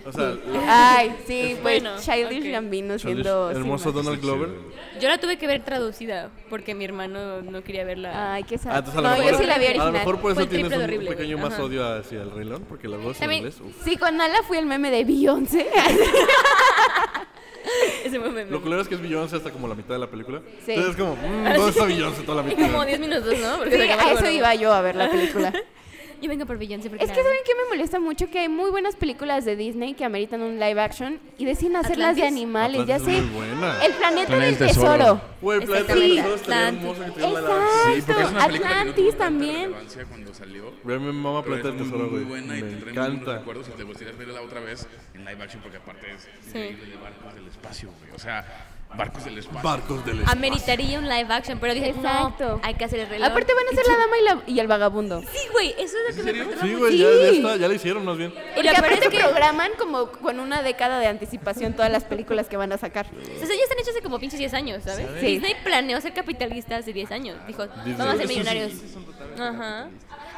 [SPEAKER 1] O
[SPEAKER 5] [LAUGHS]
[SPEAKER 1] sea, lo-
[SPEAKER 2] Ay, sí, pues
[SPEAKER 5] Bueno,
[SPEAKER 2] Childish
[SPEAKER 5] ok.
[SPEAKER 2] Gambino
[SPEAKER 1] el
[SPEAKER 2] siendo
[SPEAKER 1] hermoso
[SPEAKER 2] Simba.
[SPEAKER 1] Donald Glover.
[SPEAKER 5] [LAUGHS] Yo la tuve que ver traducida porque mi hermano no quería verla.
[SPEAKER 2] Ay, qué sad.
[SPEAKER 1] Ah, entonces a lo
[SPEAKER 2] no,
[SPEAKER 1] mejor,
[SPEAKER 2] yo sí la vi
[SPEAKER 1] a lo
[SPEAKER 2] original.
[SPEAKER 1] mejor por
[SPEAKER 5] Fue
[SPEAKER 1] eso
[SPEAKER 5] el
[SPEAKER 1] tienes
[SPEAKER 5] triple
[SPEAKER 1] un,
[SPEAKER 5] de
[SPEAKER 1] un
[SPEAKER 5] horrible,
[SPEAKER 1] pequeño
[SPEAKER 5] güey.
[SPEAKER 1] más
[SPEAKER 5] Ajá.
[SPEAKER 1] odio hacia el Rey León porque la voz en
[SPEAKER 5] También-
[SPEAKER 1] inglés. uf.
[SPEAKER 2] Sí, con Ala fui el meme
[SPEAKER 1] [LAUGHS]
[SPEAKER 2] de Beyoncé.
[SPEAKER 5] [LAUGHS] Ese momento.
[SPEAKER 1] Lo culero es que es Beyoncé hasta como la mitad de la película.
[SPEAKER 2] Sí.
[SPEAKER 1] Entonces es como,
[SPEAKER 2] [LAUGHS]
[SPEAKER 1] mm, ¿dónde está Beyoncé toda la
[SPEAKER 5] Como
[SPEAKER 1] mitad?
[SPEAKER 5] 10 minutos, ¿no? Porque
[SPEAKER 2] Sí,
[SPEAKER 5] se acabó
[SPEAKER 2] a
[SPEAKER 5] el
[SPEAKER 2] eso
[SPEAKER 5] programa.
[SPEAKER 2] iba yo a ver
[SPEAKER 1] [LAUGHS]
[SPEAKER 2] la película.
[SPEAKER 5] Yo vengo por Beyoncé porque
[SPEAKER 2] Es que
[SPEAKER 5] nada.
[SPEAKER 2] saben que me molesta mucho que hay muy buenas películas de Disney que ameritan un live action y deciden hacerlas de
[SPEAKER 5] Atlantis.
[SPEAKER 2] animales,
[SPEAKER 1] Atlantis
[SPEAKER 2] ya
[SPEAKER 1] es
[SPEAKER 2] sé.
[SPEAKER 1] muy buena.
[SPEAKER 2] El planeta
[SPEAKER 3] Planeta
[SPEAKER 2] del
[SPEAKER 3] del
[SPEAKER 2] tesoro.
[SPEAKER 3] Tesoro.
[SPEAKER 1] Güey, Planeta
[SPEAKER 5] Exactamente.
[SPEAKER 1] Tesoro estaría
[SPEAKER 5] Atlantis.
[SPEAKER 1] hermoso que tuviera la
[SPEAKER 2] Exacto.
[SPEAKER 3] Sí, porque es una película que no tuvo
[SPEAKER 2] Atlantis
[SPEAKER 3] tanta
[SPEAKER 2] también.
[SPEAKER 3] relevancia cuando salió.
[SPEAKER 1] Güey, mi mamá
[SPEAKER 3] Pero
[SPEAKER 1] Planeta del
[SPEAKER 3] es muy,
[SPEAKER 1] este Tesoro,
[SPEAKER 3] muy
[SPEAKER 1] güey.
[SPEAKER 3] buena y
[SPEAKER 1] Me
[SPEAKER 3] te trae muy buenos
[SPEAKER 1] encanta.
[SPEAKER 3] recuerdos y te gustaría verla otra vez en live action porque aparte es increíble de barcos del espacio, güey. O sea, barcos del espacio.
[SPEAKER 1] Barcos del espacio.
[SPEAKER 5] Ameritaría un live action, pero dije,
[SPEAKER 2] Exacto.
[SPEAKER 5] no, hay que hacer el reloj.
[SPEAKER 2] Aparte van a ser la dama y, la- y el vagabundo.
[SPEAKER 5] Sí, güey, eso es lo que me perturba
[SPEAKER 1] Sí,
[SPEAKER 5] mucho.
[SPEAKER 1] güey, ya, ya
[SPEAKER 2] Sí.
[SPEAKER 1] está, ya la hicieron más bien.
[SPEAKER 5] Y
[SPEAKER 2] Porque
[SPEAKER 5] lo peor
[SPEAKER 2] aparte
[SPEAKER 5] es que, o
[SPEAKER 2] programan como con una década de anticipación todas las películas que van a sacar.
[SPEAKER 5] sea, ya están hechos hace como pinches 10 años, ¿sabes? Ah,
[SPEAKER 2] Sí.
[SPEAKER 5] Disney planeó ser capitalista hace 10 años. Dijo, vamos a ser millonarios. Ajá.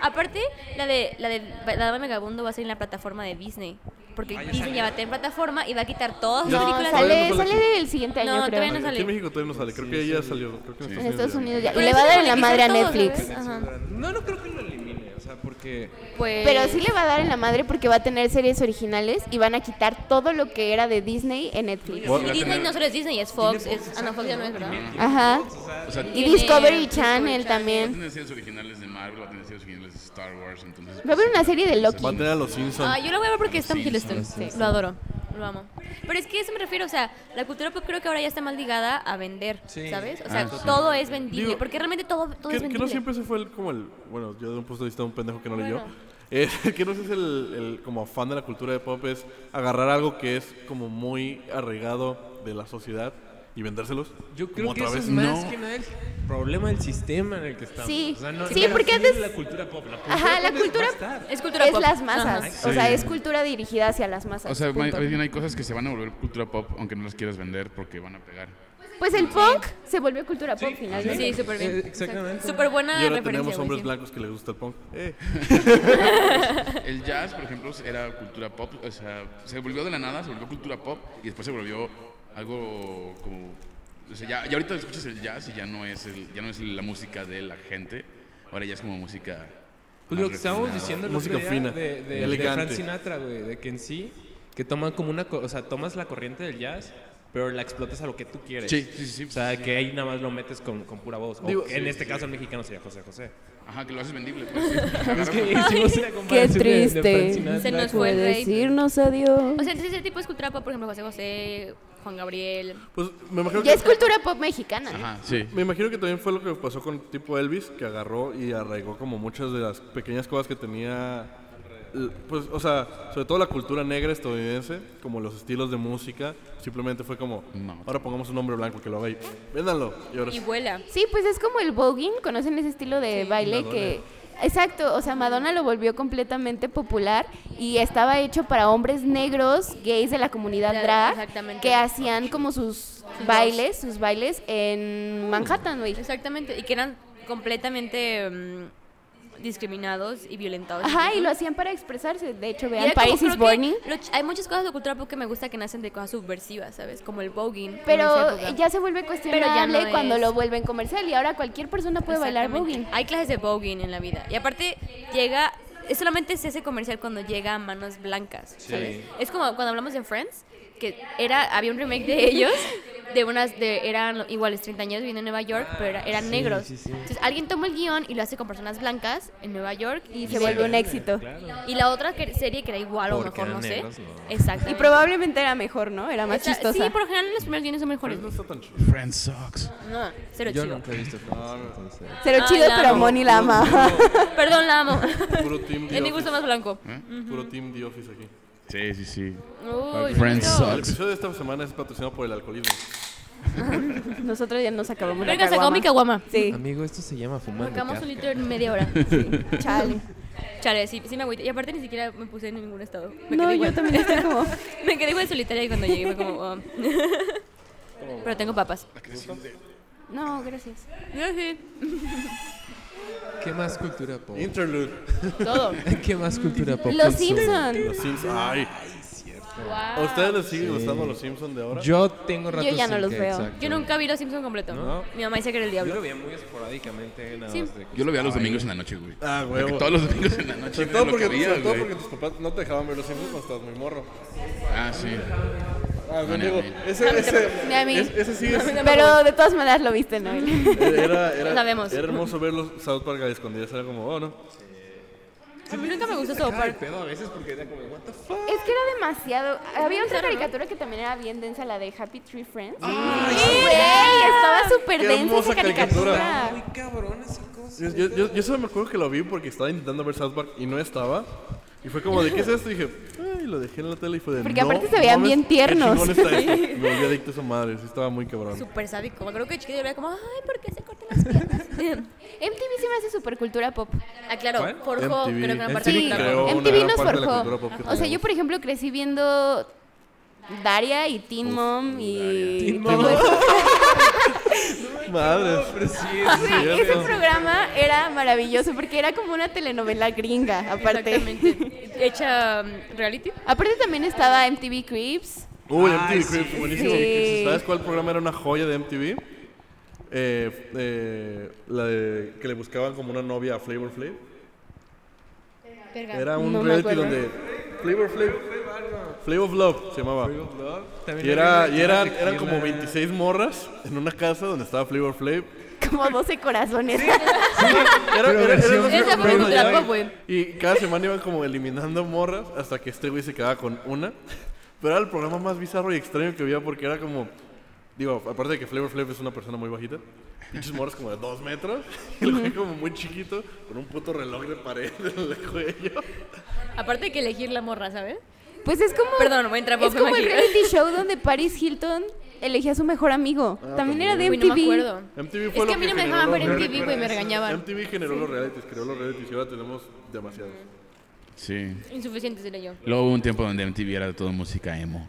[SPEAKER 5] Aparte, la de la de la Dama Megabundo va a ser en la plataforma de Disney. Porque Disney Ah, ya va a tener plataforma y va a quitar todas las
[SPEAKER 1] No,
[SPEAKER 5] películas.
[SPEAKER 1] sale-
[SPEAKER 2] sale,
[SPEAKER 1] no sale
[SPEAKER 2] sale
[SPEAKER 1] aquí.
[SPEAKER 2] del siguiente año,
[SPEAKER 5] No,
[SPEAKER 2] creo.
[SPEAKER 5] todavía no sale.
[SPEAKER 1] Aquí en México todavía no sale, creo que ella salió. Creo que
[SPEAKER 2] En Estados Unidos ya.
[SPEAKER 5] Por
[SPEAKER 2] Y le
[SPEAKER 5] eso
[SPEAKER 2] va a dar en la
[SPEAKER 5] monetizan
[SPEAKER 2] madre a
[SPEAKER 5] todo,
[SPEAKER 2] Netflix.
[SPEAKER 5] ¿sabes? Ajá.
[SPEAKER 4] No, no creo que lo elimine. O sea, porque.
[SPEAKER 5] Pues-
[SPEAKER 2] Pero sí le va a dar en la madre porque va a tener series originales y van a quitar todo lo que era de Disney en Netflix.
[SPEAKER 1] What?
[SPEAKER 5] Disney no solo es Disney, es Fox. Es, ah, no, Fox ya no es, ¿verdad?
[SPEAKER 2] Ajá.
[SPEAKER 3] O sea,
[SPEAKER 5] Tiene
[SPEAKER 2] Y Discovery
[SPEAKER 5] Discovery
[SPEAKER 2] Channel
[SPEAKER 5] Channel.
[SPEAKER 3] va a
[SPEAKER 2] también.
[SPEAKER 3] tener series originales de Marvel, va a tener series originales de Star Wars, entonces...
[SPEAKER 2] Va a haber una serie de Loki.
[SPEAKER 1] Va a tener a los Simpsons.
[SPEAKER 5] Ah, yo lo voy a ver porque es Tom
[SPEAKER 3] Sí,
[SPEAKER 5] Hiddleston.
[SPEAKER 3] sí,
[SPEAKER 5] Lo adoro. Lo amo. Pero es que a eso me refiero, o sea, la cultura pop creo que ahora ya está más ligada a vender,
[SPEAKER 4] Sí.
[SPEAKER 5] ¿sabes? O sea,
[SPEAKER 3] Ah, sí.
[SPEAKER 5] todo es vendible,
[SPEAKER 1] Digo,
[SPEAKER 5] porque realmente todo, todo es
[SPEAKER 1] que, que no
[SPEAKER 5] vendible.
[SPEAKER 1] siempre se fue el, como el. Bueno, yo de un punto de vista de un pendejo que no leyó.
[SPEAKER 5] Bueno.
[SPEAKER 1] [LAUGHS] eh, que no sé si el, el como fan de la cultura de pop es agarrar algo que es como muy arraigado de la sociedad y vendérselos.
[SPEAKER 4] Yo
[SPEAKER 1] como
[SPEAKER 4] creo que
[SPEAKER 1] otra
[SPEAKER 4] eso
[SPEAKER 1] vez.
[SPEAKER 4] es más
[SPEAKER 3] No.
[SPEAKER 4] que nada el problema del sistema en el que estamos.
[SPEAKER 2] Sí.
[SPEAKER 4] O sea, no-
[SPEAKER 2] Sí,
[SPEAKER 4] no
[SPEAKER 2] porque
[SPEAKER 4] es
[SPEAKER 2] antes-
[SPEAKER 4] La cultura pop. La cultura
[SPEAKER 2] Ajá, la
[SPEAKER 4] pop es-
[SPEAKER 2] cultura
[SPEAKER 4] va a estar.
[SPEAKER 5] Es cultura
[SPEAKER 2] es
[SPEAKER 5] pop.
[SPEAKER 2] las masas.
[SPEAKER 5] Ajá.
[SPEAKER 2] O sea, es cultura dirigida hacia las masas.
[SPEAKER 3] O sea, más
[SPEAKER 2] punto.
[SPEAKER 3] más bien hay cosas que se van a volver cultura pop aunque no las quieras vender porque van a pegar.
[SPEAKER 2] Pues el punk se volvió cultura pop finalmente.
[SPEAKER 5] Sí, súper bien.
[SPEAKER 4] Eh, exactamente.
[SPEAKER 5] Súper buena
[SPEAKER 1] Y ahora
[SPEAKER 5] referencia.
[SPEAKER 1] tenemos
[SPEAKER 5] Ah, güey,
[SPEAKER 1] hombres
[SPEAKER 5] sí.
[SPEAKER 1] blancos que les gusta el punk. Eh,
[SPEAKER 3] El jazz, por ejemplo, era cultura pop, o sea, se volvió de la nada, se volvió cultura pop y después se volvió algo como o sea, ya, ya ahorita escuchas el jazz y ya no es el, ya no es la música de la gente, ahora ya es como música
[SPEAKER 4] Pues lo que
[SPEAKER 3] más
[SPEAKER 4] estábamos
[SPEAKER 3] refinada.
[SPEAKER 4] diciendo el
[SPEAKER 1] Música
[SPEAKER 4] otro día
[SPEAKER 1] fina,
[SPEAKER 4] de, de, de
[SPEAKER 1] elegante.
[SPEAKER 4] Frank Sinatra, güey, de que en sí, que toman como una, co- o sea, tomas la corriente del jazz, pero la explotas a lo que tú quieres.
[SPEAKER 3] Sí, sí, sí, sí.
[SPEAKER 4] O sea, que ahí nada más lo metes con, con pura voz. O
[SPEAKER 1] Digo-
[SPEAKER 4] que en este caso el mexicano sería José José.
[SPEAKER 3] Ajá, que lo haces vendible. pues.
[SPEAKER 4] Es que hicimos una
[SPEAKER 2] [LAUGHS] Qué
[SPEAKER 4] comparación de- de Frank
[SPEAKER 2] triste.
[SPEAKER 4] Sinatra
[SPEAKER 5] Se nos
[SPEAKER 4] con-
[SPEAKER 5] fue el rey.
[SPEAKER 2] decirnos adiós.
[SPEAKER 5] O sea, entonces ese tipo es cultura pop, por ejemplo, José José, Juan Gabriel.
[SPEAKER 1] pues me imagino
[SPEAKER 2] Ya
[SPEAKER 1] que.
[SPEAKER 2] es cultura pop mexicana, ¿no?
[SPEAKER 3] Ajá, sí.
[SPEAKER 1] Me imagino que también fue lo que pasó con tipo Elvis, que agarró y arraigó como muchas de las pequeñas cosas que tenía, eh, pues, o sea, sobre todo la cultura negra estadounidense, como los estilos de música, simplemente fue como,
[SPEAKER 3] No.
[SPEAKER 1] ahora pongamos un hombre blanco que lo haga y véndanlo. Y ahora
[SPEAKER 5] Y
[SPEAKER 1] sí.
[SPEAKER 5] vuela.
[SPEAKER 2] Sí, pues es como el voguing, conocen ese estilo de baile
[SPEAKER 1] Madonna.
[SPEAKER 2] que... Exacto, o sea, Madonna lo volvió completamente popular y estaba hecho para hombres negros, gays de la comunidad
[SPEAKER 5] Claro,
[SPEAKER 2] drag,
[SPEAKER 5] exactamente.
[SPEAKER 2] que hacían como sus bailes, sus bailes en Manhattan, güey.
[SPEAKER 5] Exactamente. Y que eran completamente mm, discriminados y violentados.
[SPEAKER 2] Ajá, y
[SPEAKER 5] incluso.
[SPEAKER 2] lo hacían para expresarse. De hecho,
[SPEAKER 5] Y
[SPEAKER 2] vean
[SPEAKER 5] era como-
[SPEAKER 2] Paris is
[SPEAKER 5] creo que
[SPEAKER 2] Burning.
[SPEAKER 5] lo ch- hay muchas cosas de cultura pop que me gusta que nacen de cosas subversivas, ¿sabes? Como el voguing. en esa
[SPEAKER 2] Pero
[SPEAKER 5] época.
[SPEAKER 2] ya se vuelve cuestionable
[SPEAKER 5] no
[SPEAKER 2] cuando
[SPEAKER 5] es.
[SPEAKER 2] lo vuelven comercial y ahora cualquier persona puede bailar
[SPEAKER 5] Exactamente. Ah,
[SPEAKER 2] voguing.
[SPEAKER 5] Hay clases de voguing en la vida. Y aparte, llega. es solamente se hace comercial cuando llega a manos blancas. ¿sabes?
[SPEAKER 4] Sí.
[SPEAKER 5] Es como cuando hablamos de Friends, que era había un remake
[SPEAKER 2] [LAUGHS]
[SPEAKER 5] de ellos. De unas, de, eran iguales 30 años viviendo en Nueva York, pero era- eran
[SPEAKER 4] Ah, sí,
[SPEAKER 5] negros.
[SPEAKER 4] sí, sí.
[SPEAKER 5] Entonces alguien toma el guión y lo hace con personas blancas en Nueva York y,
[SPEAKER 2] Y se vuelve un éxito.
[SPEAKER 4] Claro.
[SPEAKER 5] Y la otra que- serie que era igual o
[SPEAKER 4] Porque
[SPEAKER 5] mejor, no
[SPEAKER 4] eran
[SPEAKER 5] sé.
[SPEAKER 4] negros, no.
[SPEAKER 5] Exacto.
[SPEAKER 2] Y probablemente era mejor, ¿no? Era más
[SPEAKER 5] Esa-
[SPEAKER 2] chistosa.
[SPEAKER 5] Sí, por lo general los primeros guiones son mejores.
[SPEAKER 1] Friends no está tan chido.
[SPEAKER 3] Friends sucks.
[SPEAKER 5] No, cero
[SPEAKER 4] Yo
[SPEAKER 5] chido.
[SPEAKER 4] nunca he visto Friends, entonces.
[SPEAKER 2] Pero
[SPEAKER 5] Ah,
[SPEAKER 2] chido,
[SPEAKER 5] la
[SPEAKER 2] pero
[SPEAKER 5] amo.
[SPEAKER 2] Moni la ama.
[SPEAKER 5] [LAUGHS] Perdón, la amo.
[SPEAKER 1] Puro ¿Eh? team The
[SPEAKER 5] [LAUGHS] es mi
[SPEAKER 1] Office.
[SPEAKER 5] gusto más blanco.
[SPEAKER 1] Puro team The Office aquí.
[SPEAKER 3] Sí, sí, sí.
[SPEAKER 5] Uy,
[SPEAKER 3] Friends
[SPEAKER 5] no.
[SPEAKER 1] El
[SPEAKER 3] sucks.
[SPEAKER 1] episodio de esta semana es patrocinado por el alcoholismo.
[SPEAKER 2] [LAUGHS] Nosotros ya nos acabamos la
[SPEAKER 5] Venga, sacó mi caguama.
[SPEAKER 1] [LAUGHS]
[SPEAKER 2] Sí,
[SPEAKER 4] Amigo, esto se llama fumando.
[SPEAKER 5] Sacamos un litro
[SPEAKER 4] Kafka.
[SPEAKER 5] en media hora.
[SPEAKER 2] chale.
[SPEAKER 5] Chale, sí, sí me agüité. Y aparte ni siquiera me puse en ningún estado. Me
[SPEAKER 2] No,
[SPEAKER 5] quedé
[SPEAKER 2] yo
[SPEAKER 5] igual.
[SPEAKER 2] también estoy como...
[SPEAKER 5] [LAUGHS] me quedé igual solitaria y cuando llegué fue como... oh. [LAUGHS] Pero tengo papas.
[SPEAKER 2] [LAUGHS] No, gracias.
[SPEAKER 4] ¿Qué más cultura pop?
[SPEAKER 1] Interlude.
[SPEAKER 2] Todo.
[SPEAKER 4] [LAUGHS] ¿Qué más cultura pop?
[SPEAKER 2] Los
[SPEAKER 4] consume?
[SPEAKER 2] Simpson.
[SPEAKER 1] Los Simpsons. Ay. ¿A ustedes les sigue gustando los Simpsons de ahora?
[SPEAKER 4] Yo tengo ratos
[SPEAKER 2] Yo ya no
[SPEAKER 4] sin
[SPEAKER 2] los
[SPEAKER 4] que-
[SPEAKER 2] veo.
[SPEAKER 4] exacto.
[SPEAKER 5] Yo nunca vi Los Simpsons completo.
[SPEAKER 4] No.
[SPEAKER 5] Mi mamá dice que era el
[SPEAKER 4] Yo
[SPEAKER 5] diablo.
[SPEAKER 4] lo veía muy esporádicamente. nada
[SPEAKER 5] Sí.
[SPEAKER 4] más de que
[SPEAKER 3] Yo lo veía los
[SPEAKER 4] estaba ahí.
[SPEAKER 3] domingos en la noche, güey.
[SPEAKER 1] Ah,
[SPEAKER 3] De que
[SPEAKER 1] huevo.
[SPEAKER 3] Todos los domingos en la noche.
[SPEAKER 1] Sobre
[SPEAKER 3] era
[SPEAKER 1] todo,
[SPEAKER 3] lo
[SPEAKER 1] porque,
[SPEAKER 3] que había,
[SPEAKER 1] sobre todo
[SPEAKER 3] güey.
[SPEAKER 1] porque tus papás no te dejaban ver los Simpsons cuando estabas muy morro.
[SPEAKER 3] Ah, sí.
[SPEAKER 1] Ah,
[SPEAKER 3] No, ni
[SPEAKER 1] digo,
[SPEAKER 3] a mí.
[SPEAKER 1] ese, ese,
[SPEAKER 2] Ni a mí.
[SPEAKER 1] es- ese sí es,
[SPEAKER 2] Pero de todas maneras lo viste, [LAUGHS] ¿no?
[SPEAKER 1] era,
[SPEAKER 5] No
[SPEAKER 1] era,
[SPEAKER 5] la vemos.
[SPEAKER 1] era hermoso ver los South Park a escondidas, era como, oh, no.
[SPEAKER 5] A mí nunca me gustó South
[SPEAKER 4] Ay,
[SPEAKER 5] Park.
[SPEAKER 4] pedo a veces porque era como, what the fuck.
[SPEAKER 2] Es que era demasiado. Había otra caricatura que también era bien densa, la de Happy Tree Friends.
[SPEAKER 1] Ah,
[SPEAKER 2] ¡Sí! Güey, estaba súper
[SPEAKER 1] Qué
[SPEAKER 2] densa
[SPEAKER 1] hermosa
[SPEAKER 2] esa caricatura.
[SPEAKER 1] caricatura.
[SPEAKER 4] Muy cabrón esa cosa.
[SPEAKER 1] Yo, yo, yo- yo solo me acuerdo que lo vi porque estaba intentando ver South Park y no estaba. Y fue como, ¿de qué es esto? Y dije, ay, lo dejé en la tele y fue de
[SPEAKER 2] Porque
[SPEAKER 1] no
[SPEAKER 2] aparte se veían
[SPEAKER 1] mames,
[SPEAKER 2] bien tiernos.
[SPEAKER 1] qué chingón está
[SPEAKER 2] [LAUGHS]
[SPEAKER 1] esto. Me volví adicto a esa madre, sí estaba muy cabrón.
[SPEAKER 5] Súper sádico. Me acuerdo que chiquita yo era como, ay, ¿por qué se cortan
[SPEAKER 1] [LAUGHS]
[SPEAKER 5] las piernas?
[SPEAKER 2] MTV se me hace súper cultura pop.
[SPEAKER 5] ah, claro,
[SPEAKER 4] ¿Cuál?
[SPEAKER 5] forjó,
[SPEAKER 1] MTV.
[SPEAKER 5] creo que una
[SPEAKER 4] Sí,
[SPEAKER 5] parte
[SPEAKER 1] Sí,
[SPEAKER 5] de la
[SPEAKER 1] creo. una
[SPEAKER 2] MTV
[SPEAKER 1] gran
[SPEAKER 2] nos
[SPEAKER 1] parte de la cultura pop
[SPEAKER 2] forjó.
[SPEAKER 1] que
[SPEAKER 2] O sea, yo,
[SPEAKER 1] tenemos.
[SPEAKER 2] por ejemplo, crecí viendo Daria y Teen Mom y.
[SPEAKER 4] Teen
[SPEAKER 2] todo
[SPEAKER 4] Mom.
[SPEAKER 2] eso.
[SPEAKER 1] Madres.
[SPEAKER 4] Pero
[SPEAKER 2] [LAUGHS]
[SPEAKER 4] sí,
[SPEAKER 2] O sea, ese programa era maravilloso porque era como una telenovela gringa, aparte.
[SPEAKER 5] Exactamente. [LAUGHS] Hecha um, reality.
[SPEAKER 2] Aparte también estaba MTV Creeps.
[SPEAKER 1] Uy,
[SPEAKER 4] Ay,
[SPEAKER 1] MTV
[SPEAKER 4] sí.
[SPEAKER 1] Cribs, buenísimo.
[SPEAKER 2] Sí.
[SPEAKER 1] ¿Sabes cuál programa era una joya de MTV? Eh, eh, la de que le buscaban como una novia a Flavor Flav. Era un
[SPEAKER 2] No me
[SPEAKER 1] reality
[SPEAKER 2] acuerdo.
[SPEAKER 1] donde Flavor Flav, Flavor of Love se llamaba.
[SPEAKER 4] También
[SPEAKER 1] Y era,
[SPEAKER 4] había
[SPEAKER 1] y eran,
[SPEAKER 4] tequila.
[SPEAKER 1] eran como 26 morras en una casa donde estaba Flavor Flav.
[SPEAKER 2] Como 12 corazones.
[SPEAKER 1] Era, era- era-
[SPEAKER 4] versión-
[SPEAKER 1] era-
[SPEAKER 5] Esa fue
[SPEAKER 1] era-
[SPEAKER 5] cultura
[SPEAKER 1] era-
[SPEAKER 5] pop, güey.
[SPEAKER 1] Y cada semana iban como eliminando morras hasta que este güey se quedaba con una. Pero era el programa más bizarro y extraño que había porque era como. Digo, aparte de que Flavor Flav es una persona muy bajita, pinches morras como de dos metros, y el güey como muy chiquito, con un puto reloj de pared en el cuello.
[SPEAKER 5] Aparte de que elegir la morra, ¿sabes?
[SPEAKER 2] Pues es como.
[SPEAKER 5] Perdón, voy a entrar
[SPEAKER 2] Es
[SPEAKER 5] poco,
[SPEAKER 2] como el
[SPEAKER 5] imagino.
[SPEAKER 2] reality show donde Paris Hilton elegía a su mejor amigo.
[SPEAKER 1] Ah,
[SPEAKER 2] también era de
[SPEAKER 5] Uy,
[SPEAKER 2] MTV.
[SPEAKER 5] no me acuerdo.
[SPEAKER 1] MTV fue
[SPEAKER 5] Es
[SPEAKER 1] lo
[SPEAKER 5] que a mí no me
[SPEAKER 1] generó
[SPEAKER 5] dejaban ver
[SPEAKER 1] los
[SPEAKER 5] MTV, güey, me
[SPEAKER 1] realities.
[SPEAKER 5] regañaban.
[SPEAKER 1] MTV generó los realities, creó los realities y ahora tenemos demasiados.
[SPEAKER 3] Sí.
[SPEAKER 5] Insuficiente sería yo.
[SPEAKER 3] Luego hubo un tiempo donde MTV era todo música emo.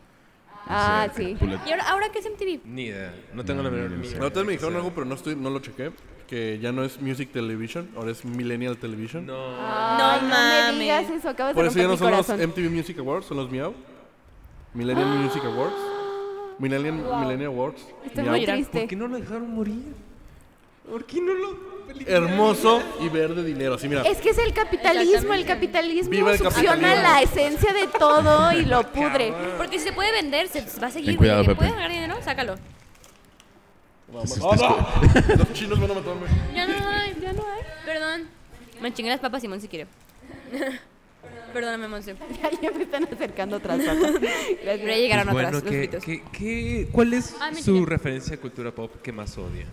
[SPEAKER 2] Ah,
[SPEAKER 3] O sea,
[SPEAKER 2] sí.
[SPEAKER 3] Bullet-
[SPEAKER 5] ¿Y ahora, ahora qué es MTV?
[SPEAKER 4] Ni idea. No tengo la menor idea.
[SPEAKER 1] La otra vez me dijeron algo, pero no, estoy, no lo chequé, que ya no es Music Television, ahora es Millennial Television.
[SPEAKER 2] Ay,
[SPEAKER 5] No
[SPEAKER 2] No
[SPEAKER 5] mames.
[SPEAKER 2] me digas eso, acabas
[SPEAKER 1] Por
[SPEAKER 2] de
[SPEAKER 1] eso ya
[SPEAKER 2] romper
[SPEAKER 1] no
[SPEAKER 2] mi
[SPEAKER 1] son los
[SPEAKER 2] corazón. Ah.
[SPEAKER 1] MTV Music Awards, son los Miau. Millennial Music Awards. Millennium- Millennial Awards.
[SPEAKER 2] Estoy
[SPEAKER 1] Miau.
[SPEAKER 2] muy
[SPEAKER 4] ¿Por
[SPEAKER 2] triste.
[SPEAKER 4] qué no lo dejaron morir?
[SPEAKER 2] Pues
[SPEAKER 4] ¿Por qué no lo.?
[SPEAKER 1] Hermoso y verde dinero. Así mira.
[SPEAKER 2] Es que es el capitalismo, el capitalismo
[SPEAKER 1] Viva el
[SPEAKER 2] succiona
[SPEAKER 1] capitalismo.
[SPEAKER 2] la esencia de todo y lo pudre. [LAUGHS]
[SPEAKER 5] Porque si se puede vender, se va a seguir.
[SPEAKER 3] Ten cuidado,
[SPEAKER 5] güey. ¿Le
[SPEAKER 3] Pepe.
[SPEAKER 5] puedes ganar dinero? Sácalo.
[SPEAKER 1] ¡Ah, no! Los chinos van a matarme.
[SPEAKER 5] Ya no hay, ya no hay. Perdón. Me chingué las papas, Simón, si
[SPEAKER 2] [LAUGHS]
[SPEAKER 5] quiere. Perdóname, Monse.
[SPEAKER 2] Ya, ya me están acercando atrás.
[SPEAKER 5] [LAUGHS]
[SPEAKER 2] papá.
[SPEAKER 5] Pero ya llegaron
[SPEAKER 4] Pues
[SPEAKER 5] atrás los
[SPEAKER 4] ¿qué-
[SPEAKER 5] pitos.
[SPEAKER 4] qué- qué- ¿Cuál es
[SPEAKER 5] Ah, me
[SPEAKER 4] su
[SPEAKER 5] chingué.
[SPEAKER 4] referencia de cultura pop que más odia?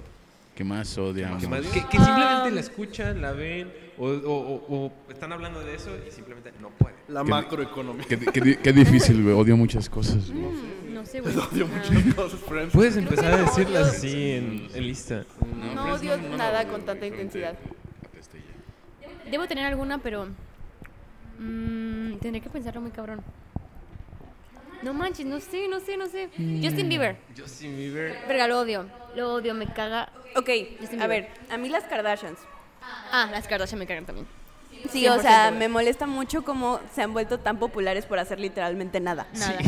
[SPEAKER 3] ¿Qué más odiamos?
[SPEAKER 4] Que, más- que-
[SPEAKER 2] Ah.
[SPEAKER 4] que simplemente la escuchan, la ven, o, o- o- o están hablando de eso y simplemente no pueden.
[SPEAKER 1] La
[SPEAKER 3] ¿Qué-
[SPEAKER 1] macroeconomía. [LAUGHS]
[SPEAKER 3] Qué, qué di- qué difícil, güey. Odio muchas cosas,
[SPEAKER 2] Mm,
[SPEAKER 3] güey.
[SPEAKER 5] Mm, No sé, güey.
[SPEAKER 1] Odio
[SPEAKER 2] Ah.
[SPEAKER 1] muchas cosas, friends.
[SPEAKER 2] Pues,
[SPEAKER 4] Puedes empezar a decirlas así en, en lista.
[SPEAKER 2] No odio nada con tanta intensidad.
[SPEAKER 3] Apesté ya.
[SPEAKER 5] Debo tener alguna, pero. mm, tendré que pensarlo muy cabrón. No manches, no sé, no sé, no sé. Justin Bieber.
[SPEAKER 4] Justin Bieber.
[SPEAKER 5] Verga, lo odio. Lo odio, me caga.
[SPEAKER 2] Ok,
[SPEAKER 5] Justin
[SPEAKER 2] a
[SPEAKER 5] Bieber.
[SPEAKER 2] ver, a mí las Kardashians.
[SPEAKER 5] Ah, las Kardashian me cagan también.
[SPEAKER 2] Sí, o
[SPEAKER 5] 100%,
[SPEAKER 2] sea,
[SPEAKER 5] güey.
[SPEAKER 2] me molesta mucho cómo se han vuelto tan populares por hacer literalmente nada.
[SPEAKER 5] Nada. [LAUGHS]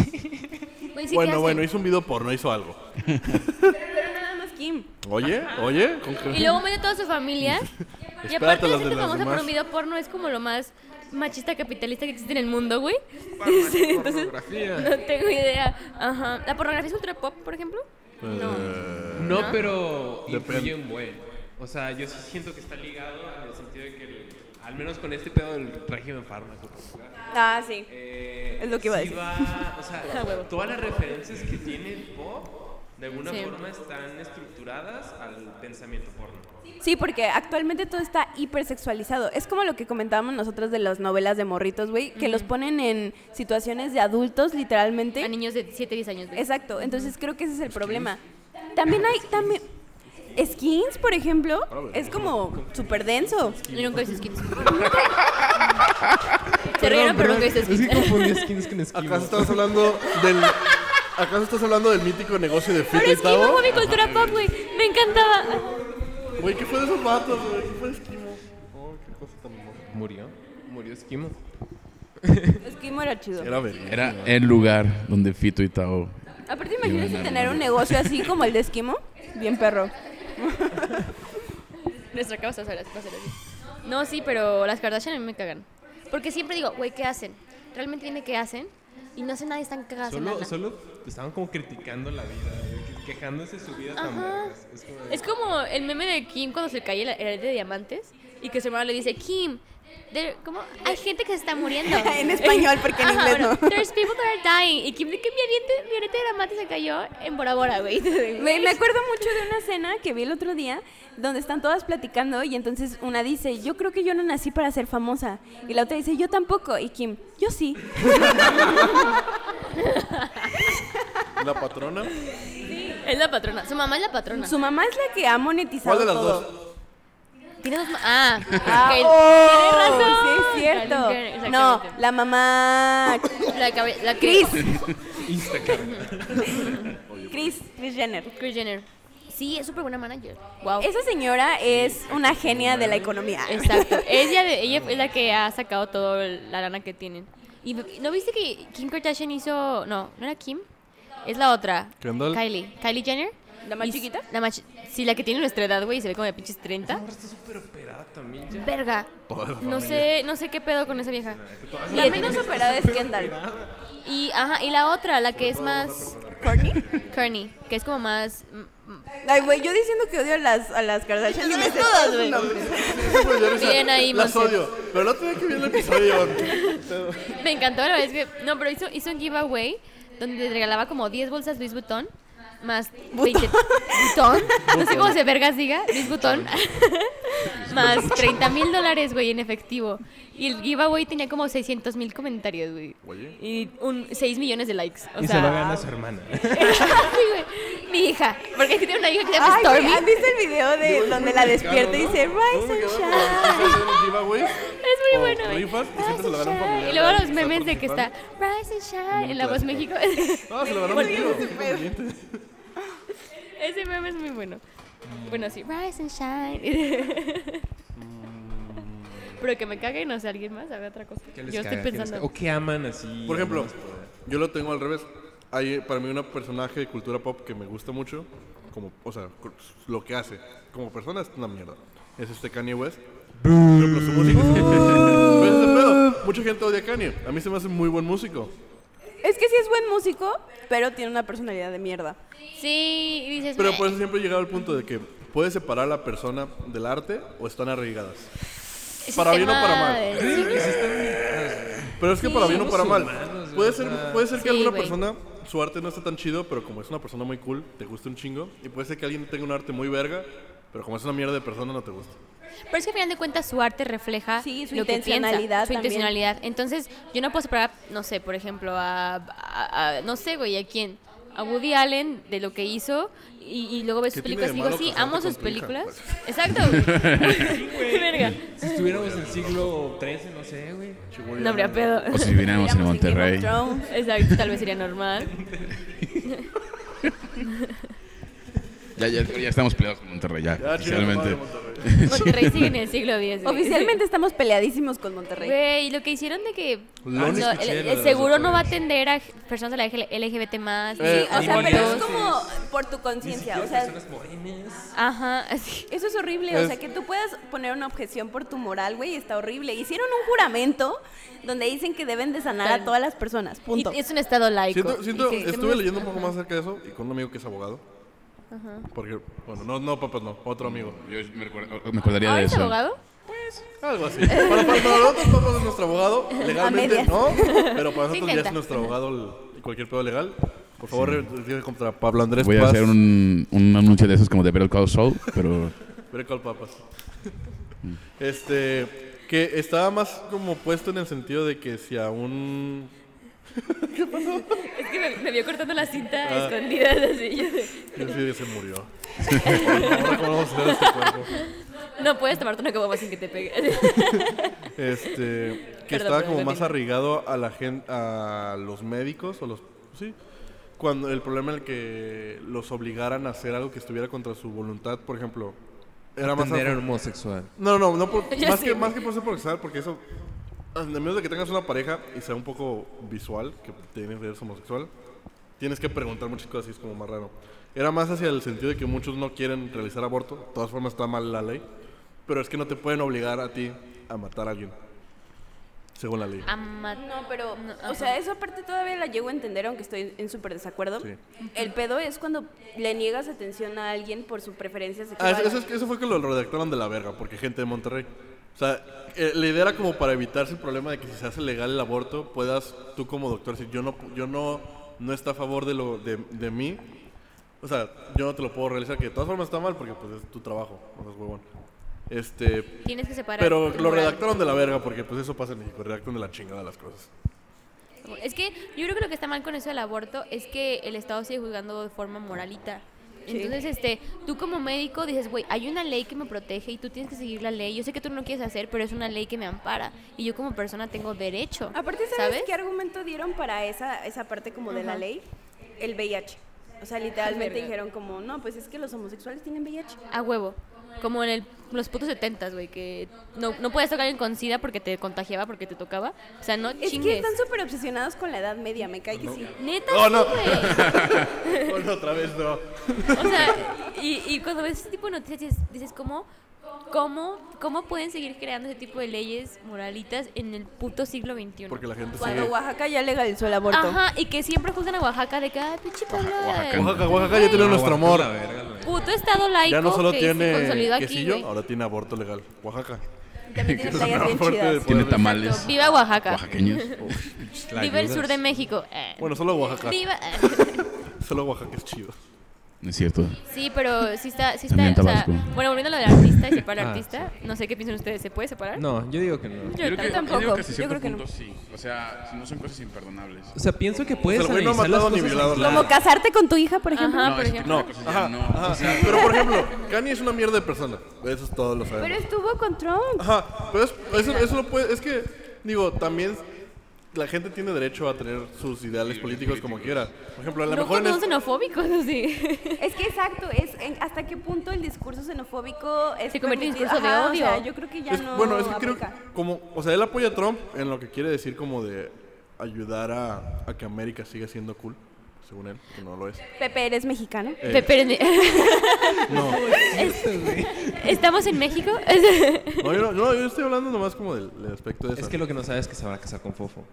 [SPEAKER 5] Güey, sí, ¿qué
[SPEAKER 1] bueno,
[SPEAKER 5] hacen?
[SPEAKER 1] bueno, hizo un video porno, hizo algo.
[SPEAKER 2] [LAUGHS]
[SPEAKER 1] [LAUGHS]
[SPEAKER 2] Pero nada más Kim.
[SPEAKER 1] Oye, oye, ¿con qué?
[SPEAKER 5] Y luego mete a toda su familia. y
[SPEAKER 1] Espérate
[SPEAKER 5] aparte
[SPEAKER 1] las
[SPEAKER 5] de
[SPEAKER 1] de
[SPEAKER 5] ser
[SPEAKER 1] las
[SPEAKER 5] famosa por
[SPEAKER 1] demás.
[SPEAKER 5] un video porno, es como lo más machista capitalista que existe en el mundo, güey. [LAUGHS] Sí, Entonces, no tengo idea. Ajá. ¿La pornografía es ultra pop, por ejemplo?
[SPEAKER 1] Eh,
[SPEAKER 4] No, pero
[SPEAKER 1] Depende.
[SPEAKER 4] influye un buen. O sea, yo sí siento que está ligado en el sentido de que, el- al menos con este pedo del régimen fármaco popular,
[SPEAKER 2] Ah, sí.
[SPEAKER 4] eh,
[SPEAKER 2] Es lo que iba a
[SPEAKER 4] sí
[SPEAKER 2] decir.
[SPEAKER 4] va- o sea,
[SPEAKER 2] A huevo.
[SPEAKER 4] todas las referencias que tiene el pop, de alguna
[SPEAKER 5] Sí.
[SPEAKER 4] forma, están estructuradas al pensamiento porno.
[SPEAKER 2] Sí, porque actualmente todo está hipersexualizado. Es como lo que comentábamos nosotros de las novelas de morritos, güey, que los ponen en situaciones de adultos, literalmente.
[SPEAKER 5] A niños de 7, 10 años, güey.
[SPEAKER 2] Exacto, entonces creo que ese es el problema. También hay, también... Skins, por ejemplo,
[SPEAKER 1] Ah,
[SPEAKER 2] es como súper denso.
[SPEAKER 5] Yo nunca he visto
[SPEAKER 2] [LAUGHS]
[SPEAKER 5] skins. Se rieron, pero nunca
[SPEAKER 2] pues
[SPEAKER 5] he visto skins.
[SPEAKER 4] confundí skins con
[SPEAKER 1] ¿Acaso estás hablando del. ¿Acaso estás hablando del mítico negocio de Fito
[SPEAKER 5] Pero
[SPEAKER 1] y
[SPEAKER 5] es que yo
[SPEAKER 1] Tavo?
[SPEAKER 5] amo mi cultura pop, güey. Me encantaba.
[SPEAKER 1] Güey, ¿qué fue de esos vatos, güey? ¿Qué fue de Esquimo? Oh, qué cosa tan hermosa.
[SPEAKER 4] Murió. Murió Esquimo.
[SPEAKER 2] Esquimo era chido.
[SPEAKER 1] Era ver.
[SPEAKER 3] Era el lugar donde Fito y Tao.
[SPEAKER 2] Aparte, imagínense tener un negocio así como el de Esquimo. Bien perro.
[SPEAKER 5] Nuestra causa será va a ser así. No, sí, pero las Kardashian a mí me cagan. Porque siempre digo, güey, ¿qué hacen? Realmente dime qué hacen. Y no hacen nada y están cagadas en
[SPEAKER 4] Solo,
[SPEAKER 5] lana.
[SPEAKER 4] solo estaban como criticando la vida, eh, que- quejándose de su vida tan
[SPEAKER 5] Ajá.
[SPEAKER 4] vergas. Es como de-
[SPEAKER 5] Es como el meme de Kim cuando se cae el arete de diamantes y que su hermano le dice, Kim, there- ¿cómo? Hay gente que se está muriendo.
[SPEAKER 2] [LAUGHS] En español, porque en
[SPEAKER 5] Ajá,
[SPEAKER 2] inglés
[SPEAKER 5] bueno,
[SPEAKER 2] no.
[SPEAKER 5] There's people that are dying. Y Kim de que mi arete, mi arete de diamantes se cayó en Bora Bora,
[SPEAKER 2] [LAUGHS]
[SPEAKER 5] güey.
[SPEAKER 2] Me, me acuerdo mucho de una cena que vi el otro día donde están todas platicando y entonces una dice, yo creo que yo no nací para ser famosa. Y la otra dice, yo tampoco. Y Kim, yo sí.
[SPEAKER 1] La
[SPEAKER 5] [LAUGHS]
[SPEAKER 1] patrona.
[SPEAKER 5] Es la patrona. Su mamá es la patrona.
[SPEAKER 2] Su mamá es la que ha monetizado
[SPEAKER 1] ¿Cuál de las
[SPEAKER 2] todo.
[SPEAKER 1] dos?
[SPEAKER 5] Tiene dos ma- Ah,
[SPEAKER 2] Ah,
[SPEAKER 5] ok.
[SPEAKER 2] oh,
[SPEAKER 5] Tienes razón.
[SPEAKER 2] Sí, es cierto.
[SPEAKER 5] Exactamente.
[SPEAKER 2] No, la mamá...
[SPEAKER 5] La, cabe- la [LAUGHS]
[SPEAKER 2] Chris.
[SPEAKER 4] Instagram.
[SPEAKER 2] Chris, [LAUGHS] Chris Jenner.
[SPEAKER 5] Chris Jenner. Sí, es súper buena manager. Wow.
[SPEAKER 2] Esa señora es una genia de la economía.
[SPEAKER 1] [LAUGHS]
[SPEAKER 5] Exacto. ella, de- ella es la que ha sacado toda la lana que tienen. ¿Y no viste que Kim Kardashian hizo... No, no era Kim. Es la otra.
[SPEAKER 1] Kendall.
[SPEAKER 5] Kylie. Kylie Jenner.
[SPEAKER 2] ¿La más
[SPEAKER 5] Y-
[SPEAKER 2] chiquita?
[SPEAKER 5] La más chi- sí, la que tiene nuestra edad, güey, y se ve como de pinches 30.
[SPEAKER 4] Ahora está súper operada también ya.
[SPEAKER 5] Verga. No sé, no sé qué pedo con esa vieja.
[SPEAKER 2] La [LAUGHS] menos operada es Kendall.
[SPEAKER 5] Y, ajá, y la otra, la que es más...
[SPEAKER 2] ¿Courtney?
[SPEAKER 5] Kearney, que es como más... mm, mm,
[SPEAKER 2] Ay, güey, yo diciendo que odio a las, a las Kardashian. Yo me sé todos sus
[SPEAKER 5] [LAUGHS]
[SPEAKER 2] nombres.
[SPEAKER 5] Bien ahí,
[SPEAKER 1] pues, Las
[SPEAKER 5] Monse.
[SPEAKER 1] odio. Pero no tenía que ver el
[SPEAKER 5] [LAUGHS]
[SPEAKER 1] episodio.
[SPEAKER 5] Me encantó la vez que... No, pero hizo, hizo un giveaway donde regalaba como 10 bolsas Luis Vuitton más 20... Vuitton. No sé cómo se vergas diga. Luis Vuitton. [LAUGHS] más 30 mil dólares, güey, en efectivo. Y el giveaway tenía como 600 mil comentarios, güey.
[SPEAKER 1] Oye.
[SPEAKER 5] Y un 6 millones de likes. O
[SPEAKER 4] Y
[SPEAKER 5] sea, [LAUGHS]
[SPEAKER 4] se lo gana su hermana.
[SPEAKER 5] sí, güey. Mi hija. Porque tiene una hija que se llama
[SPEAKER 2] Ay,
[SPEAKER 5] Stormy.
[SPEAKER 2] güey, ¿han visto el video de donde la despierta y dice
[SPEAKER 1] ¿Cómo
[SPEAKER 2] Rise
[SPEAKER 1] que
[SPEAKER 2] and
[SPEAKER 1] van
[SPEAKER 2] Shine?
[SPEAKER 1] a hacer un giveaway?
[SPEAKER 5] Es muy
[SPEAKER 1] O
[SPEAKER 5] bueno. güey.
[SPEAKER 1] Oh, rifas y siempre se lo gana un familiar,
[SPEAKER 5] Y luego
[SPEAKER 1] ¿no?
[SPEAKER 5] los memes de que está Rise and Shine en La Voz México.
[SPEAKER 1] No, se lo ganó un tío. qué conveniente.
[SPEAKER 5] Ese meme es muy bueno.
[SPEAKER 4] Mm.
[SPEAKER 5] Bueno, sí, Rise and Shine. Pero que me cague y no sé, alguien más haga otra cosa.
[SPEAKER 4] ¿Qué Mm. les
[SPEAKER 5] Yo
[SPEAKER 4] caga?
[SPEAKER 5] estoy
[SPEAKER 4] ¿Qué les caga?
[SPEAKER 5] pensando.
[SPEAKER 4] O que aman así.
[SPEAKER 1] Por ejemplo,
[SPEAKER 4] no sé.
[SPEAKER 1] yo lo tengo al revés. Hay para mí un personaje de cultura pop que me gusta mucho, como, o sea, cr- lo que hace como persona es una mierda. Es este Kanye West. Pero por su música. [LAUGHS] Pero ese es el pedo. Mucha gente odia a Kanye. A mí se me hace muy buen músico.
[SPEAKER 2] Es que sí es buen músico, pero tiene una personalidad de mierda.
[SPEAKER 5] Sí, y dices.
[SPEAKER 1] Pero
[SPEAKER 5] "Meh".
[SPEAKER 1] por eso siempre he llegado al punto de que puedes separar a la persona del arte o están arraigadas.
[SPEAKER 5] Ese
[SPEAKER 1] para bien o
[SPEAKER 5] tema
[SPEAKER 1] para mal.
[SPEAKER 5] de-
[SPEAKER 1] [LAUGHS] Pero es que para bien o para mal.
[SPEAKER 4] humanos,
[SPEAKER 1] Puede ser, puede ser que
[SPEAKER 5] Sí,
[SPEAKER 1] alguna
[SPEAKER 5] güey.
[SPEAKER 1] persona, su arte no esté tan chido, pero como es una persona muy cool, te gusta un chingo. Y puede ser que alguien tenga un arte muy verga, pero como es una mierda de persona, no te gusta.
[SPEAKER 5] Pero es que al final de cuentas su arte refleja
[SPEAKER 2] Sí, su
[SPEAKER 5] lo que piensa,
[SPEAKER 2] intencionalidad
[SPEAKER 5] su
[SPEAKER 2] también.
[SPEAKER 5] intencionalidad. Entonces, yo no puedo separar, no sé, por ejemplo, a, a- a- no sé, güey, a quién, a Woody Allen de lo que hizo y, y luego ves
[SPEAKER 1] ¿Qué
[SPEAKER 5] sus
[SPEAKER 1] tiene de
[SPEAKER 5] películas
[SPEAKER 1] malo
[SPEAKER 5] y digo, sí,
[SPEAKER 1] casarte
[SPEAKER 5] amo
[SPEAKER 1] con
[SPEAKER 5] sus
[SPEAKER 1] tu hija?
[SPEAKER 5] películas.
[SPEAKER 1] Pues.
[SPEAKER 5] Exacto,
[SPEAKER 1] [LAUGHS]
[SPEAKER 5] güey. Verga.
[SPEAKER 4] Si estuviéramos en el siglo XIII, no sé, güey.
[SPEAKER 5] No habría pedo. [LAUGHS]
[SPEAKER 3] O si viviéramos en
[SPEAKER 2] Digamos en Game of
[SPEAKER 3] Monterrey.
[SPEAKER 2] Thrones.
[SPEAKER 5] Exacto, tal vez sería normal.
[SPEAKER 3] Ya, ya, ya estamos peleados con Monterrey, ya.
[SPEAKER 1] Ya, chinga tu madre,
[SPEAKER 3] oficialmente.
[SPEAKER 1] Monterrey.
[SPEAKER 3] [LAUGHS]
[SPEAKER 5] Monterrey sigue en el siglo X. güey.
[SPEAKER 2] [LAUGHS] Oficialmente estamos peleadísimos con
[SPEAKER 5] [LAUGHS]
[SPEAKER 2] Monterrey.
[SPEAKER 5] Güey, lo que hicieron de que
[SPEAKER 1] Lo
[SPEAKER 5] ah,
[SPEAKER 1] no
[SPEAKER 5] no,
[SPEAKER 1] escuché,
[SPEAKER 5] el-
[SPEAKER 1] lo
[SPEAKER 5] el
[SPEAKER 1] de
[SPEAKER 5] seguro
[SPEAKER 1] los
[SPEAKER 5] no va a
[SPEAKER 1] doctores.
[SPEAKER 5] atender a personas de la LGBT más.
[SPEAKER 1] pues. Eh,
[SPEAKER 2] Sí, o sea,
[SPEAKER 4] ni
[SPEAKER 2] pero es
[SPEAKER 4] monedas.
[SPEAKER 2] como por tu conciencia. O sea,
[SPEAKER 5] Ajá, [LAUGHS] así.
[SPEAKER 2] eso es horrible. O
[SPEAKER 1] Es-
[SPEAKER 2] sea, que tú puedas poner una objeción por tu moral, güey, está horrible. Hicieron un juramento donde dicen que deben de sanar a
[SPEAKER 5] Tal.
[SPEAKER 2] todas las personas. Punto.
[SPEAKER 5] Y es un estado laico.
[SPEAKER 1] Siento, siento-
[SPEAKER 2] Y que-
[SPEAKER 1] estuve leyendo un poco más acerca de eso y con un amigo que es abogado. Porque, bueno, no, no, papá, no, otro amigo.
[SPEAKER 3] Yo me, recuerda- me acordaría
[SPEAKER 5] ¿Ah,
[SPEAKER 3] de
[SPEAKER 5] es
[SPEAKER 3] eso.
[SPEAKER 5] abogado?
[SPEAKER 1] Algo así. Para, para- para nosotros papá es nuestro abogado, legalmente
[SPEAKER 2] medias.
[SPEAKER 1] no, pero para nosotros ya
[SPEAKER 5] intenta.
[SPEAKER 1] es nuestro abogado el- cualquier pedo legal. Por favor, retire contra Pablo Andrés
[SPEAKER 3] Voy a
[SPEAKER 1] Paz.
[SPEAKER 3] hacer un, un anuncio de esos como de Better Call Saul, pero
[SPEAKER 1] Veré cuál papas. Este, que estaba más como puesto en el sentido de que si a un...
[SPEAKER 5] Es que me, me vio cortando la cinta
[SPEAKER 1] Ah.
[SPEAKER 5] a escondidas [LAUGHS] así. yo de-
[SPEAKER 1] Yo sí, se murió. Por favor, ¿cómo vamos a hacer este cuerpo?
[SPEAKER 5] No puedes tomarte una copa sin que te [LAUGHS] pegue.
[SPEAKER 1] Este, que
[SPEAKER 5] Perdón,
[SPEAKER 1] estaba
[SPEAKER 5] perdón,
[SPEAKER 1] como más
[SPEAKER 5] continúa.
[SPEAKER 1] arraigado a la gente, a los médicos o los, sí, cuando el problema en el que los obligaran a hacer algo que estuviera contra su voluntad, por ejemplo, era más,
[SPEAKER 4] Atender a
[SPEAKER 1] a-
[SPEAKER 4] un homosexual.
[SPEAKER 1] no, no, no, por-
[SPEAKER 5] [LAUGHS] Ya
[SPEAKER 1] más
[SPEAKER 5] sé,
[SPEAKER 1] que
[SPEAKER 5] güey.
[SPEAKER 1] más que por ser profesional, porque eso, a menos de que tengas una pareja y sea un poco visual, que tienes que eres homosexual, tienes que preguntar muchas cosas y es como más raro. Era más hacia el sentido de que muchos no quieren realizar aborto, de todas formas está mal la ley, pero es que no te pueden obligar a ti a matar a alguien, según la ley.
[SPEAKER 5] Ama-
[SPEAKER 2] No, pero,
[SPEAKER 5] No,
[SPEAKER 2] o
[SPEAKER 5] ajá.
[SPEAKER 2] sea, eso aparte todavía la llego a entender, aunque estoy en súper desacuerdo.
[SPEAKER 1] Sí.
[SPEAKER 2] El pedo es cuando le niegas atención a alguien por su preferencia
[SPEAKER 1] Ah,
[SPEAKER 2] sexual.
[SPEAKER 1] eso, eso es que- eso fue que lo redactaron de la verga, porque gente de Monterrey. O sea, eh, la idea era como para evitarse el problema de que si se hace legal el aborto, puedas tú como doctor decir, yo no, yo no, no está a favor de, lo, de, de mí. O sea, yo no te lo puedo realizar, que de todas formas está mal porque pues es tu trabajo, o sea, es huevón. Este,
[SPEAKER 5] Tienes que separar.
[SPEAKER 1] pero
[SPEAKER 5] tu
[SPEAKER 1] lo
[SPEAKER 5] moral.
[SPEAKER 1] redactaron de la verga porque pues eso pasa en México, redactan de la chingada las cosas.
[SPEAKER 5] Es que yo creo que lo que está mal con eso del aborto es que el Estado sigue juzgando de forma moralita. Entonces, este, tú como médico dices, güey, hay una ley que me protege y tú tienes que seguir la ley. Yo sé que tú no lo quieres hacer, pero es una ley que me ampara. Y yo como persona tengo derecho.
[SPEAKER 2] Aparte, ¿sabes,
[SPEAKER 5] ¿sabes?
[SPEAKER 2] qué argumento dieron para esa, esa parte como de la
[SPEAKER 5] Ajá.
[SPEAKER 2] ley? El VIH. O sea, literalmente
[SPEAKER 5] Verga.
[SPEAKER 2] dijeron como, no, pues es que los homosexuales tienen VIH.
[SPEAKER 5] A huevo. Como en el, los putos setentas, güey, que no, no puedes tocar a alguien con SIDA porque te contagiaba, porque te tocaba. O sea, no
[SPEAKER 2] Es que
[SPEAKER 5] chingues.
[SPEAKER 2] están súper obsesionados con la edad media, me cae que sí.
[SPEAKER 5] Neta,
[SPEAKER 1] ¡Oh,
[SPEAKER 5] sí,
[SPEAKER 1] no! [LAUGHS]
[SPEAKER 5] güey.
[SPEAKER 1] Bueno, otra vez no.
[SPEAKER 5] O sea, y, y cuando ves ese tipo de noticias dices, dices, ¿cómo, cómo, ¿cómo pueden seguir creando ese tipo de leyes moralitas en el puto siglo XXI?
[SPEAKER 1] Porque la gente
[SPEAKER 2] Cuando
[SPEAKER 1] sigue...
[SPEAKER 2] Oaxaca ya legalizó el aborto.
[SPEAKER 5] Ajá, y que siempre juzgan a Oaxaca de que, ay, pinche pueblo de-
[SPEAKER 3] Oaxaca.
[SPEAKER 1] Oaxaca, Oaxaca ya tiene nuestro amor.
[SPEAKER 4] La verga, la verga.
[SPEAKER 5] Puto estado laico
[SPEAKER 1] Ya no solo
[SPEAKER 5] que se
[SPEAKER 1] tiene
[SPEAKER 5] consolidó aquí,
[SPEAKER 1] quesillo,
[SPEAKER 5] güey.
[SPEAKER 1] ahora tiene aborto legal. Oaxaca.
[SPEAKER 2] También
[SPEAKER 1] [LAUGHS]
[SPEAKER 2] tienen playas bien
[SPEAKER 1] Fuerte
[SPEAKER 2] chidas.
[SPEAKER 1] del
[SPEAKER 3] tiene
[SPEAKER 1] poder.
[SPEAKER 3] tamales
[SPEAKER 5] Viva Oaxaca.
[SPEAKER 3] oaxaqueños.
[SPEAKER 4] La
[SPEAKER 5] Viva el
[SPEAKER 4] ayudas.
[SPEAKER 5] sur de México. Eh.
[SPEAKER 1] Bueno, solo Oaxaca.
[SPEAKER 5] Viva.
[SPEAKER 1] Solo Oaxaca es chido.
[SPEAKER 3] No es cierto.
[SPEAKER 5] Sí, pero sí está, sí
[SPEAKER 3] También
[SPEAKER 5] está, o sea,
[SPEAKER 3] Tabasco.
[SPEAKER 5] bueno, volviendo a lo del
[SPEAKER 1] [LAUGHS]
[SPEAKER 5] artista y separar al
[SPEAKER 4] Ah,
[SPEAKER 5] artista, no sé qué piensan ustedes, ¿se puede separar?
[SPEAKER 4] No, yo digo que no.
[SPEAKER 5] Yo,
[SPEAKER 3] creo que,
[SPEAKER 5] tampoco.
[SPEAKER 3] Yo creo que hasta
[SPEAKER 2] yo
[SPEAKER 3] cierto
[SPEAKER 2] creo que no.
[SPEAKER 3] punto sí. O sea, si no son cosas imperdonables.
[SPEAKER 4] O sea, pienso que puedes
[SPEAKER 1] O sea, el güey no ha matado
[SPEAKER 4] analizar las
[SPEAKER 1] ni
[SPEAKER 4] cosas
[SPEAKER 1] violado
[SPEAKER 4] en
[SPEAKER 1] nada.
[SPEAKER 2] Como casarte con tu hija, por ejemplo.
[SPEAKER 5] Ajá,
[SPEAKER 3] no,
[SPEAKER 5] Ah, por
[SPEAKER 3] ese tipo
[SPEAKER 5] ejemplo.
[SPEAKER 3] de cosas ya
[SPEAKER 1] Ajá,
[SPEAKER 3] no.
[SPEAKER 1] ajá.
[SPEAKER 3] O sea,
[SPEAKER 1] Pero por ejemplo, Kanye es una mierda de persona. Eso es todo lo
[SPEAKER 2] Pero
[SPEAKER 1] sabemos.
[SPEAKER 2] estuvo con Trump.
[SPEAKER 1] Ajá, pero es- eso, eso lo puede. Es que, digo, también la gente tiene derecho a tener sus ideales políticos como quiera. Por ejemplo, a lo
[SPEAKER 5] No
[SPEAKER 1] mejor
[SPEAKER 5] con
[SPEAKER 1] en
[SPEAKER 5] todos
[SPEAKER 1] este-
[SPEAKER 5] xenofóbicos, así.
[SPEAKER 1] [LAUGHS]
[SPEAKER 2] Es que exacto, es en- hasta qué punto el discurso xenofóbico es
[SPEAKER 5] Se convierte en
[SPEAKER 2] permitido.
[SPEAKER 5] discurso de
[SPEAKER 2] Ajá, o sea,
[SPEAKER 5] odio.
[SPEAKER 2] yo creo que ya
[SPEAKER 1] es-
[SPEAKER 2] no
[SPEAKER 1] bueno, es que creo que
[SPEAKER 2] aplica.
[SPEAKER 1] como, o sea, él apoya a Trump en lo que quiere decir como de ayudar a, a que América siga siendo cool, según él, que no lo es.
[SPEAKER 2] Pepe, ¿eres mexicano?
[SPEAKER 1] Eh,
[SPEAKER 5] Pepe, eres-
[SPEAKER 1] No,
[SPEAKER 5] e- [LAUGHS] estamos en México. [LAUGHS]
[SPEAKER 1] no, yo, no- no, yo estoy hablando nomás como del, del aspecto de eso.
[SPEAKER 4] Es que lo que no sabes es que se van a casar con Fofo.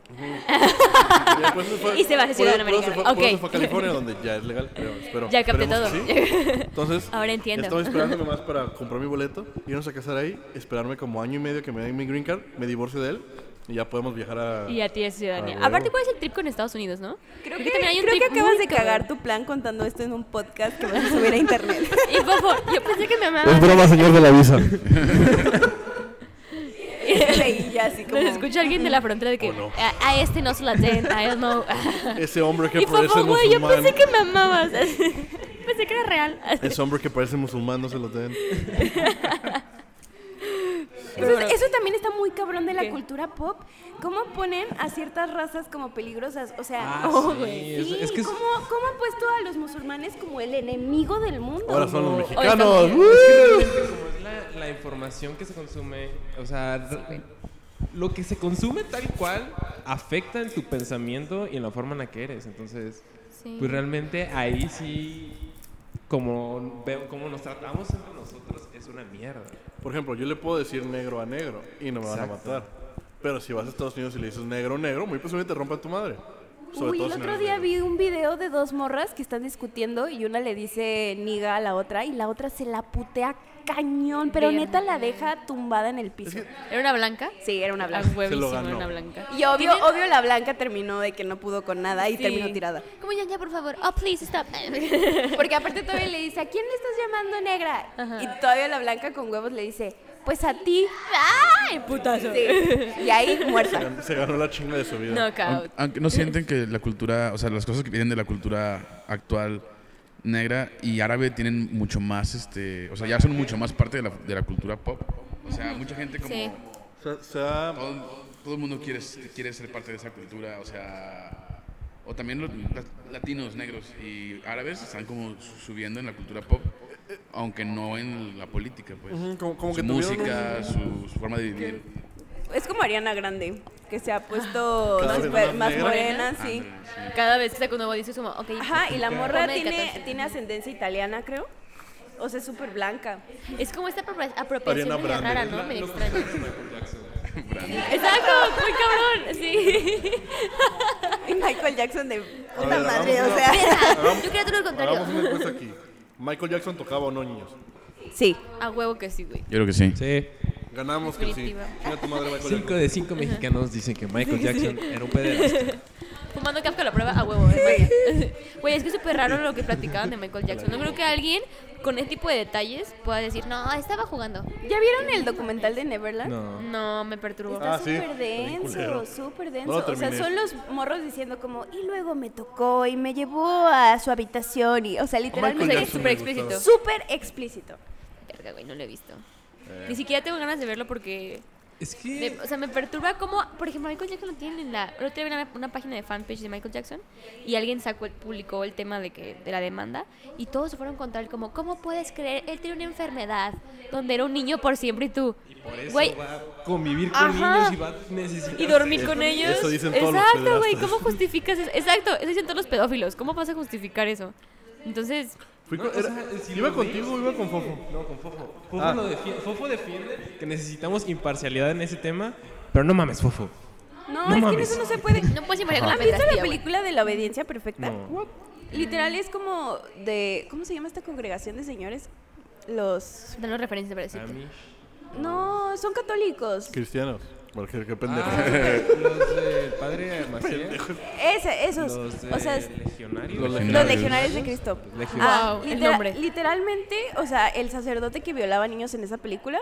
[SPEAKER 1] Ya, pues, fue-
[SPEAKER 5] Y se va a
[SPEAKER 1] por-
[SPEAKER 5] Ciudad
[SPEAKER 1] por eso
[SPEAKER 5] Americana.
[SPEAKER 1] fue- por
[SPEAKER 5] Ok.
[SPEAKER 1] eso fue a California, donde ya es legal, pero espero.
[SPEAKER 5] Ya capté
[SPEAKER 1] esperemos
[SPEAKER 5] todo.
[SPEAKER 1] que sí. Entonces,
[SPEAKER 5] Ahora entiendo.
[SPEAKER 1] ya Estoy esperando nomás para comprar mi boleto, irnos a casar ahí, esperarme como año y medio que me den mi green card, me divorcio de él y ya podemos viajar a.
[SPEAKER 5] y a ti es ciudadanía.
[SPEAKER 1] Ah, bueno.
[SPEAKER 5] Aparte, ¿cuál es el trip con Estados Unidos, no?
[SPEAKER 2] Creo que, creo que acabas de cagar tu plan contando esto en un podcast que vas a subir a internet.
[SPEAKER 5] [LAUGHS]
[SPEAKER 2] [LAUGHS]
[SPEAKER 5] Y Fofo, yo pensé que me amaba.
[SPEAKER 1] broma, señor de la visa.
[SPEAKER 2] y ya así
[SPEAKER 5] [LAUGHS]
[SPEAKER 2] como...
[SPEAKER 5] Nos escucha alguien de la
[SPEAKER 1] [LAUGHS]
[SPEAKER 5] frontera de que
[SPEAKER 1] no.
[SPEAKER 5] a, a este no se la den, a él
[SPEAKER 1] [LAUGHS]
[SPEAKER 5] no.
[SPEAKER 1] Ese hombre que
[SPEAKER 5] [LAUGHS] y
[SPEAKER 1] parece
[SPEAKER 5] Fofo, güey, yo
[SPEAKER 1] musulmán.
[SPEAKER 5] pensé que me amabas. [LAUGHS] pensé que era real.
[SPEAKER 1] [LAUGHS] Ese hombre que parece musulmán, no se lo den.
[SPEAKER 2] Eso, es- eso también está muy cabrón de la
[SPEAKER 5] ¿Qué?
[SPEAKER 2] cultura pop. ¿Cómo ponen a ciertas razas como peligrosas? O sea,
[SPEAKER 4] Ah,
[SPEAKER 2] oh,
[SPEAKER 4] sí,
[SPEAKER 2] güey,
[SPEAKER 4] es-
[SPEAKER 2] sí,
[SPEAKER 4] es que es-
[SPEAKER 2] ¿cómo, cómo han puesto a los musulmanes como el enemigo del mundo?
[SPEAKER 1] Ahora son los
[SPEAKER 2] güey?
[SPEAKER 1] mexicanos. ¡Uh!
[SPEAKER 5] Oye,
[SPEAKER 4] Como es la, la información que se consume, o sea, lo que se consume tal cual afecta en tu pensamiento y en la forma en la que eres. Entonces,
[SPEAKER 5] Sí.
[SPEAKER 4] pues realmente ahí sí, como, veo, como nos tratamos entre nosotros, es una mierda.
[SPEAKER 1] Por ejemplo, yo le puedo decir negro a negro y no me van a
[SPEAKER 4] Exacto.
[SPEAKER 1] matar. Pero si vas a Estados Unidos y le dices negro negro, muy posiblemente te rompa tu madre. Sobre
[SPEAKER 2] Uy,
[SPEAKER 1] todo
[SPEAKER 2] el
[SPEAKER 1] si no
[SPEAKER 2] otro
[SPEAKER 1] eres
[SPEAKER 2] día
[SPEAKER 1] negro.
[SPEAKER 2] vi un video de dos morras que están discutiendo y una le dice niga a la otra y la otra se la putea cañón, pero
[SPEAKER 5] Verga.
[SPEAKER 2] neta la deja tumbada en el piso.
[SPEAKER 5] ¿Era una blanca?
[SPEAKER 2] Sí, era una
[SPEAKER 6] A
[SPEAKER 2] blanca.
[SPEAKER 6] huevísimo,
[SPEAKER 1] ganó.
[SPEAKER 6] una blanca.
[SPEAKER 2] Y obvio, obvio la blanca terminó de que no pudo con nada y
[SPEAKER 6] Sí.
[SPEAKER 2] terminó tirada.
[SPEAKER 5] Como ya, ya, por favor. Oh, please, stop. [LAUGHS]
[SPEAKER 2] Porque aparte todavía le dice, ¿a quién le estás llamando negra? Y todavía la blanca con huevos le dice, pues a ti.
[SPEAKER 5] ¡Ay, putazo!
[SPEAKER 2] [LAUGHS] Sí. Y ahí muerta.
[SPEAKER 1] Se ganó la chinga de su vida.
[SPEAKER 6] Knockout.
[SPEAKER 3] Aunque no sienten que la cultura, o sea, las cosas que vienen de la cultura actual negra y árabe tienen mucho más, este, o sea, ya son mucho más parte de la, de la cultura pop. O sea, mucha gente como...
[SPEAKER 5] Sí.
[SPEAKER 1] O sea, se ha-
[SPEAKER 3] Todo, todo el mundo quiere, quiere ser parte de esa cultura, o sea... O también los lat- latinos, negros y árabes están como su- subiendo en la cultura pop, aunque no en la política, pues.
[SPEAKER 1] Ujú, como- como
[SPEAKER 3] su
[SPEAKER 1] que tuvieron
[SPEAKER 3] música, su, su forma de vivir.
[SPEAKER 2] Es como Ariana Grande, que se ha puesto
[SPEAKER 1] Cada
[SPEAKER 2] más,
[SPEAKER 1] vez
[SPEAKER 2] ver-
[SPEAKER 1] más
[SPEAKER 2] más
[SPEAKER 1] Ah. negra.
[SPEAKER 2] morena, sí.
[SPEAKER 3] Ándale, sí.
[SPEAKER 5] Cada vez que saco un nuevo disco es como, ok.
[SPEAKER 2] Ajá, y la morra
[SPEAKER 5] Ponme el
[SPEAKER 2] tiene,
[SPEAKER 5] 14.
[SPEAKER 2] tiene ascendencia italiana, creo. O sea, es súper blanca. [LAUGHS]
[SPEAKER 5] Es como esta apropia- apropiación
[SPEAKER 1] Ariana
[SPEAKER 5] media
[SPEAKER 1] Grande.
[SPEAKER 5] rara,
[SPEAKER 1] es
[SPEAKER 5] ¿no?
[SPEAKER 1] la-
[SPEAKER 5] Medio
[SPEAKER 1] lo
[SPEAKER 5] extraña.
[SPEAKER 1] contrario de Michael Jackson.
[SPEAKER 5] [LAUGHS] Exacto, muy cabrón. Sí.
[SPEAKER 2] Y Michael Jackson de
[SPEAKER 1] A
[SPEAKER 2] puta
[SPEAKER 1] ver,
[SPEAKER 2] madre,
[SPEAKER 1] hagamos
[SPEAKER 2] o
[SPEAKER 1] una-
[SPEAKER 2] sea.
[SPEAKER 1] hagamos-
[SPEAKER 5] Yo creo todo lo contrario.
[SPEAKER 1] Hagamos una encuesta aquí. ¿Michael Jackson tocaba o no, niños?
[SPEAKER 2] Sí.
[SPEAKER 6] A huevo que sí, güey.
[SPEAKER 3] Yo creo que sí.
[SPEAKER 4] Sí.
[SPEAKER 1] Ganamos que sí.
[SPEAKER 5] Definitiva.
[SPEAKER 1] Chinga tu madre, Michael
[SPEAKER 4] Cinco
[SPEAKER 1] Jackson.
[SPEAKER 4] de cinco mexicanos dicen que Michael Jackson era un pederasta.
[SPEAKER 5] Fumando Kafka la prueba a huevo. es Michael. [LAUGHS] Güey, es que es súper raro lo que platicaban de Michael Jackson. No creo que alguien con este tipo de detalles pueda decir, no, estaba jugando.
[SPEAKER 2] ¿Ya vieron el documental de Neverland?
[SPEAKER 4] No.
[SPEAKER 5] No, me perturbó.
[SPEAKER 2] Está
[SPEAKER 1] Ah, sí.
[SPEAKER 2] súper denso,
[SPEAKER 1] culero.
[SPEAKER 2] súper
[SPEAKER 1] No
[SPEAKER 2] denso.
[SPEAKER 1] lo
[SPEAKER 2] o sea,
[SPEAKER 1] terminé.
[SPEAKER 2] son los morros diciendo como, y luego me tocó y me llevó a su habitación y, o sea,
[SPEAKER 1] Michael
[SPEAKER 2] literalmente es
[SPEAKER 1] Jackson
[SPEAKER 5] súper
[SPEAKER 1] me
[SPEAKER 5] explícito.
[SPEAKER 1] gustaba.
[SPEAKER 2] súper explícito.
[SPEAKER 5] Verga, güey, no lo he visto. Ni siquiera tengo ganas de verlo porque...
[SPEAKER 4] Eh. Es
[SPEAKER 5] me-
[SPEAKER 4] que...
[SPEAKER 5] o sea, me perturba cómo... Por ejemplo, Michael Jackson lo tienen en la... El otro día vi una, una página de fanpage de Michael Jackson y alguien sacó, publicó el tema de, que, de la demanda y todos se fueron contra él como, ¿cómo puedes creer? Él tiene una enfermedad donde era un niño por siempre y tú...
[SPEAKER 4] Por eso
[SPEAKER 5] Güey,
[SPEAKER 4] va a convivir con
[SPEAKER 5] Ajá.
[SPEAKER 4] niños y va a necesitar...
[SPEAKER 5] y dormir con
[SPEAKER 1] Eso-
[SPEAKER 5] ellos.
[SPEAKER 1] eso dicen todos los
[SPEAKER 5] Exacto, güey,
[SPEAKER 1] pederastas.
[SPEAKER 5] ¿cómo justificas eso? Exacto, eso dicen todos los pedófilos. ¿Cómo vas a justificar eso? Entonces,
[SPEAKER 1] Fui
[SPEAKER 4] No,
[SPEAKER 1] con-
[SPEAKER 4] o sea,
[SPEAKER 1] era-
[SPEAKER 4] si
[SPEAKER 1] ¿Iba
[SPEAKER 4] lo
[SPEAKER 1] contigo o
[SPEAKER 4] ves-
[SPEAKER 1] iba con Fofo?
[SPEAKER 4] No, con Fofo. Fofo,
[SPEAKER 1] Ah.
[SPEAKER 4] lo defi- Fofo defiende que necesitamos imparcialidad en ese tema, pero no mames, Fofo.
[SPEAKER 2] No,
[SPEAKER 4] No
[SPEAKER 2] es que en
[SPEAKER 4] mames.
[SPEAKER 2] eso no se puede.
[SPEAKER 5] no puedes imaginar con la
[SPEAKER 2] ¿Han visto la
[SPEAKER 5] pedastía, güey.
[SPEAKER 2] película de la obediencia perfecta?
[SPEAKER 4] No.
[SPEAKER 2] What? Literal es como de, ¿cómo se llama esta congregación de señores? Los...
[SPEAKER 5] Danos referencias para decirte.
[SPEAKER 4] Amish.
[SPEAKER 2] No, son católicos.
[SPEAKER 1] Cristianos. Porque qué pendejo.
[SPEAKER 4] Ah,
[SPEAKER 1] [LAUGHS]
[SPEAKER 4] los del padre Maciel.
[SPEAKER 2] Ese, esos.
[SPEAKER 4] Los de
[SPEAKER 2] o sea, es-
[SPEAKER 4] legionarios.
[SPEAKER 3] Los
[SPEAKER 2] Los
[SPEAKER 3] legionarios.
[SPEAKER 2] legionarios de Cristo.
[SPEAKER 4] Los legionarios.
[SPEAKER 2] Ah,
[SPEAKER 5] Wow, el
[SPEAKER 2] litera-
[SPEAKER 5] nombre.
[SPEAKER 2] Literalmente, o sea, el sacerdote que violaba niños en esa película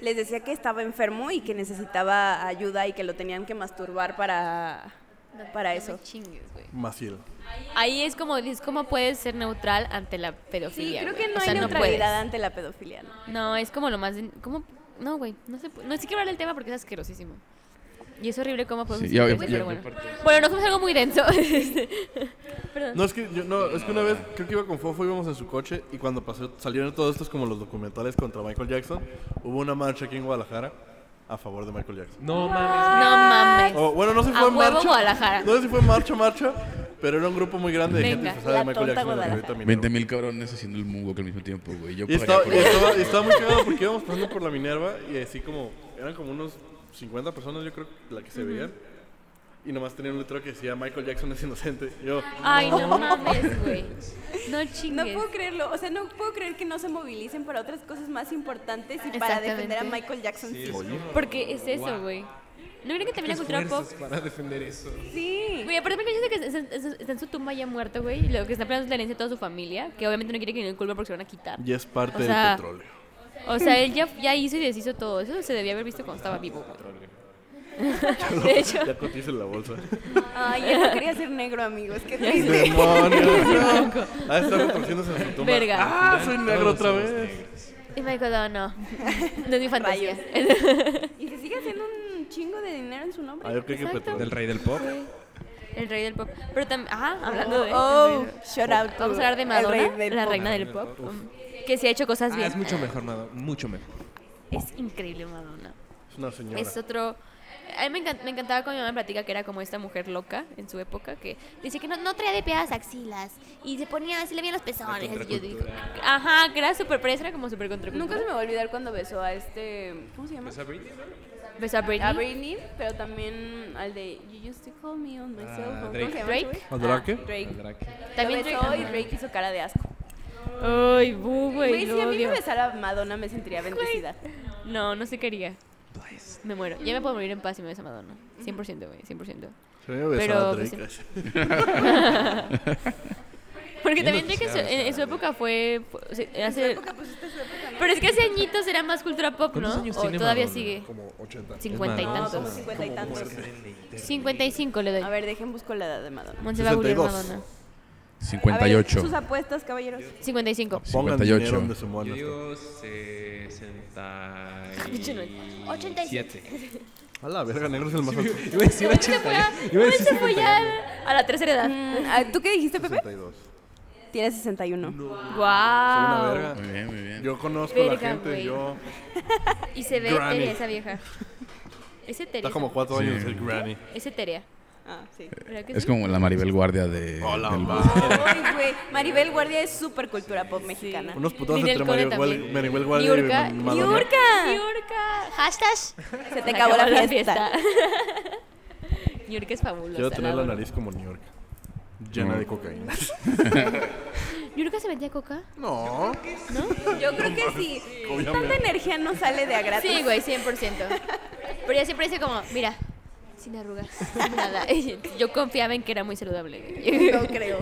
[SPEAKER 2] les decía que estaba enfermo y que necesitaba ayuda y que lo tenían que masturbar para, para eso.
[SPEAKER 5] chingues, güey.
[SPEAKER 1] Maciel.
[SPEAKER 5] Ahí es como dices, ¿cómo puedes ser neutral ante la
[SPEAKER 2] Sí,
[SPEAKER 5] pedofilia?
[SPEAKER 2] creo
[SPEAKER 5] güey?
[SPEAKER 2] que no
[SPEAKER 5] O
[SPEAKER 2] hay
[SPEAKER 5] sea,
[SPEAKER 2] neutralidad ante la pedofilia. ¿no?
[SPEAKER 5] puedes. No, es como lo más... de- ¿Cómo? No, güey, no se puede. No, sí quiero hablar del tema porque es asquerosísimo. Y es horrible cómo podemos...
[SPEAKER 3] Sí, ya-
[SPEAKER 5] decirlo, güey,
[SPEAKER 3] ya-
[SPEAKER 5] pero
[SPEAKER 3] ya-
[SPEAKER 5] bueno. bueno, nos fuimos a algo muy denso. [LAUGHS]
[SPEAKER 1] No, es que, yo, no, es que una vez, creo que iba con Fofo, íbamos en su coche y cuando pasó, salieron todos estos como los documentales contra Michael Jackson, hubo una marcha aquí en Guadalajara a favor de Michael Jackson.
[SPEAKER 4] No mames.
[SPEAKER 5] no
[SPEAKER 2] Ah.
[SPEAKER 5] mames.
[SPEAKER 1] O, bueno, no se
[SPEAKER 5] A
[SPEAKER 1] fue
[SPEAKER 5] huevo
[SPEAKER 1] marcha.
[SPEAKER 5] Guadalajara.
[SPEAKER 1] No sé si fue marcha, marcha, pero era un grupo muy grande de gente
[SPEAKER 5] Venga,
[SPEAKER 1] disfrazada de
[SPEAKER 2] la
[SPEAKER 1] Michael
[SPEAKER 2] tonta
[SPEAKER 1] Jackson. en la
[SPEAKER 2] Guadalajara.
[SPEAKER 1] Glorieta Minerva.
[SPEAKER 3] 20 mil cabrones haciendo el moonwalk al mismo tiempo, güey. Yo
[SPEAKER 1] Y
[SPEAKER 3] pagaría
[SPEAKER 1] estaba,
[SPEAKER 3] por
[SPEAKER 1] y
[SPEAKER 3] eso.
[SPEAKER 1] estaba- y estaba muy cagado porque íbamos pasando por la Minerva y así como, eran como unos 50 personas, yo creo, la que se veían. Y nomás tenían un letrero que decía Michael Jackson es inocente. Y yo,
[SPEAKER 5] Ay,
[SPEAKER 2] [LAUGHS]
[SPEAKER 5] no mames, güey. No chingues.
[SPEAKER 2] No puedo creerlo, o sea, no puedo creer que no se movilicen para otras cosas más importantes y para defender a
[SPEAKER 5] Exactamente.
[SPEAKER 2] Michael Jackson. Sí,
[SPEAKER 5] Porque es eso, güey. ¿No creen que también la cultura pop?
[SPEAKER 4] Esfuerzos para defender eso.
[SPEAKER 2] sí.
[SPEAKER 5] Güey, aparte me parece que está- está- está en su tumba ya muerto, güey. Y lo que está planeando es la herencia de toda su familia. Que obviamente no quiere que ningún culpa porque se van a quitar.
[SPEAKER 1] y es parte
[SPEAKER 5] O sea,
[SPEAKER 1] del petróleo.
[SPEAKER 5] O sea, él ya, ya hizo y deshizo todo. Eso se debía haber visto cuando estaba vivo, güey. [LAUGHS] De hecho,
[SPEAKER 1] Ya cotiza en la
[SPEAKER 5] [LAUGHS]
[SPEAKER 1] bolsa. [LAUGHS]
[SPEAKER 2] Ay, yo no quería ser negro, amigos, qué triste.
[SPEAKER 1] ¡Demonios! No. Ah, está retorciéndose en su tumba.
[SPEAKER 5] Verga.
[SPEAKER 1] ¡Ah, soy negro
[SPEAKER 4] Todos
[SPEAKER 1] otra
[SPEAKER 4] somos
[SPEAKER 1] vez!
[SPEAKER 4] negros.
[SPEAKER 5] y Michael, no, no. No es mi fantasía. [LAUGHS]
[SPEAKER 2] Y se sigue haciendo un chingo de dinero en su nombre.
[SPEAKER 1] Ah, yo creo que
[SPEAKER 5] Exacto.
[SPEAKER 1] petróleo.
[SPEAKER 4] Del rey del pop. Ah,
[SPEAKER 5] El rey del pop. Pero también, ajá, hablando de.
[SPEAKER 2] Oh, shout out. to
[SPEAKER 5] Vamos a hablar de
[SPEAKER 2] el
[SPEAKER 5] Madonna,
[SPEAKER 2] rey del
[SPEAKER 5] la
[SPEAKER 2] pop.
[SPEAKER 5] reina del pop. Que sí ha hecho cosas
[SPEAKER 4] Ah,
[SPEAKER 5] bien.
[SPEAKER 4] es mucho mejor, Madonna. Mucho mejor.
[SPEAKER 5] es increíble Madonna.
[SPEAKER 1] Es una señora.
[SPEAKER 5] Es otro... A mí me, encan- me encantaba cuando mi mamá me platica que era como esta mujer loca en su época, que dice que no, no traía de las axilas y se ponía así, le veían los pezones. Y yo digo, ajá, que era súper, pero esa era como súper contra
[SPEAKER 6] Nunca se me va a olvidar cuando besó a este. ¿Cómo se llama?
[SPEAKER 4] ¿Es Pues, a Britney, no?
[SPEAKER 5] Besó a Britney.
[SPEAKER 6] A Britney, pero también al de You used to call me on my
[SPEAKER 4] Ah,
[SPEAKER 6] cell phone. ¿Cómo
[SPEAKER 4] Drake.
[SPEAKER 6] se llama
[SPEAKER 5] Drake.
[SPEAKER 6] ese güey?
[SPEAKER 1] ¿A
[SPEAKER 2] Ah,
[SPEAKER 1] Drake?
[SPEAKER 4] Al
[SPEAKER 6] Ah, Drake.
[SPEAKER 4] Drake.
[SPEAKER 5] También
[SPEAKER 6] También besó
[SPEAKER 5] Drake.
[SPEAKER 6] y Drake hizo cara de asco.
[SPEAKER 5] Ay, bu,
[SPEAKER 6] Güey,
[SPEAKER 5] güey,
[SPEAKER 6] si
[SPEAKER 5] lo
[SPEAKER 6] a mí me
[SPEAKER 5] odio.
[SPEAKER 6] besara Madonna me sentiría bendecida.
[SPEAKER 5] No, no se quería.
[SPEAKER 1] Pues.
[SPEAKER 5] Me muero. Ya me puedo morir en paz si me besa Madonna. 100%, güey,
[SPEAKER 1] [LAUGHS]
[SPEAKER 5] 100%.
[SPEAKER 1] Se me besaba
[SPEAKER 5] Pero,
[SPEAKER 1] Drake.
[SPEAKER 5] pues, Porque
[SPEAKER 4] Yo
[SPEAKER 5] también
[SPEAKER 4] no
[SPEAKER 5] Drake en su,
[SPEAKER 4] quisiera
[SPEAKER 5] en- en su
[SPEAKER 4] besar.
[SPEAKER 5] época fue... fue- o sea, hace- Pero es que hace añitos era más cultura pop, ¿no?
[SPEAKER 4] ¿Cuántos años
[SPEAKER 5] o
[SPEAKER 4] tiene
[SPEAKER 5] todavía
[SPEAKER 4] Madonna?
[SPEAKER 5] sigue.
[SPEAKER 1] Como 80.
[SPEAKER 5] 50 y
[SPEAKER 4] Es
[SPEAKER 6] No,
[SPEAKER 4] Madonna.
[SPEAKER 6] como
[SPEAKER 5] tantos.
[SPEAKER 6] cincuenta y tantos.
[SPEAKER 5] 55 le doy.
[SPEAKER 6] A ver, dejen busco la edad de Madonna.
[SPEAKER 5] Monse va a googlear
[SPEAKER 1] 62.
[SPEAKER 5] Madonna.
[SPEAKER 6] A ver,
[SPEAKER 3] 58.
[SPEAKER 6] sus apuestas, caballeros.
[SPEAKER 5] 55.
[SPEAKER 1] Pongan
[SPEAKER 3] 58.
[SPEAKER 1] dinero donde se
[SPEAKER 4] Yo
[SPEAKER 1] muevan.
[SPEAKER 4] digo [LAUGHS] 67.
[SPEAKER 1] A la verga, negro es el más alto.
[SPEAKER 4] Iba a decir
[SPEAKER 5] Monse se fue a-
[SPEAKER 4] 80. Iba a decir
[SPEAKER 5] Monse fue
[SPEAKER 4] 70.
[SPEAKER 5] ya a la tercera edad.
[SPEAKER 6] Mm, ah, ¿Tú qué dijiste, Pepe?
[SPEAKER 1] 62.
[SPEAKER 6] Tiene 61.
[SPEAKER 1] Una
[SPEAKER 5] ¡Guau!
[SPEAKER 1] verga.
[SPEAKER 3] Muy bien, muy bien.
[SPEAKER 1] Yo conozco a la
[SPEAKER 5] Verga,
[SPEAKER 1] gente,
[SPEAKER 5] güey.
[SPEAKER 1] yo.
[SPEAKER 5] Y se ve
[SPEAKER 1] Granny.
[SPEAKER 5] etérea
[SPEAKER 1] [LAUGHS]
[SPEAKER 5] esa vieja. Es etérea.
[SPEAKER 1] Está como 4 años
[SPEAKER 3] Sí.
[SPEAKER 1] el granny.
[SPEAKER 5] Es etérea.
[SPEAKER 6] Ah, [LAUGHS] sí.
[SPEAKER 5] ¿Verdad que
[SPEAKER 3] Es
[SPEAKER 5] sí?
[SPEAKER 3] como la Maribel Guardia de.
[SPEAKER 1] Hola,
[SPEAKER 3] del-
[SPEAKER 1] mamá.
[SPEAKER 6] Ay, güey. Maribel Guardia es súper cultura pop mexicana.
[SPEAKER 1] Unos putazos
[SPEAKER 5] Ninel
[SPEAKER 1] entre
[SPEAKER 5] Conde
[SPEAKER 1] Maribel
[SPEAKER 5] también.
[SPEAKER 1] Gual- Maribel Guardia
[SPEAKER 5] Niurka.
[SPEAKER 1] y Madonna.
[SPEAKER 5] Niurka. Niurka. Hashtag.
[SPEAKER 6] Se te acabó la fiesta.
[SPEAKER 5] [LAUGHS] Niurka es fabulosa.
[SPEAKER 1] Quiero tener la
[SPEAKER 5] adoro.
[SPEAKER 1] nariz como New York. Llena
[SPEAKER 3] No.
[SPEAKER 1] de
[SPEAKER 5] [LAUGHS]
[SPEAKER 1] cocaína.
[SPEAKER 5] ¿Niurka se vendía coca?
[SPEAKER 1] No.
[SPEAKER 6] Yo creo que sí. Tanta
[SPEAKER 1] Obviamente.
[SPEAKER 6] energía no sale de a gratis.
[SPEAKER 5] Sí, güey, 100%. Pero ella siempre dice como, mira, sin arrugas, nada. [LAUGHS] Yo confiaba en que era muy saludable. güey.
[SPEAKER 6] No creo.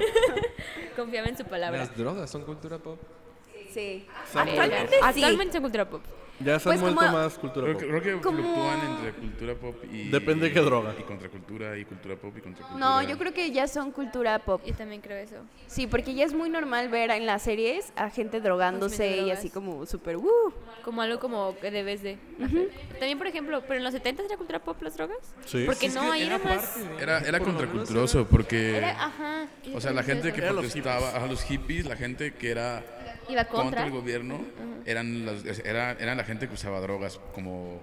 [SPEAKER 5] Confiaba en su palabra.
[SPEAKER 4] Las drogas son cultura pop.
[SPEAKER 6] Sí.
[SPEAKER 1] Samuel.
[SPEAKER 6] Actualmente sí.
[SPEAKER 5] Actualmente son cultura pop.
[SPEAKER 1] Ya se han
[SPEAKER 6] Pues
[SPEAKER 1] vuelto
[SPEAKER 6] como-
[SPEAKER 1] más cultura
[SPEAKER 3] Creo
[SPEAKER 1] pop.
[SPEAKER 3] que, creo que
[SPEAKER 6] Como-
[SPEAKER 3] fluctúan entre cultura pop y.
[SPEAKER 1] Depende de qué droga.
[SPEAKER 3] Y contracultura, y cultura pop, y contracultura.
[SPEAKER 6] No, yo creo que ya son cultura pop.
[SPEAKER 5] Yo también creo eso.
[SPEAKER 6] Sí, porque ya es muy normal ver en las series a gente drogándose y
[SPEAKER 5] Consumiendo
[SPEAKER 6] así
[SPEAKER 5] drogas.
[SPEAKER 6] como súper uh.
[SPEAKER 5] Como algo como que debes de. También, por ejemplo, pero en los 70 era cultura pop las drogas.
[SPEAKER 1] Sí.
[SPEAKER 5] Porque no, ahí era más.
[SPEAKER 3] Era, era contraculturoso porque.
[SPEAKER 5] Era, ajá.
[SPEAKER 3] o sea, la gente que
[SPEAKER 1] Era los
[SPEAKER 3] protestaba, a los hippies, la gente que era
[SPEAKER 5] iba
[SPEAKER 3] contra
[SPEAKER 5] contra.
[SPEAKER 3] el gobierno, eran, las, era, eran la gente que usaba drogas como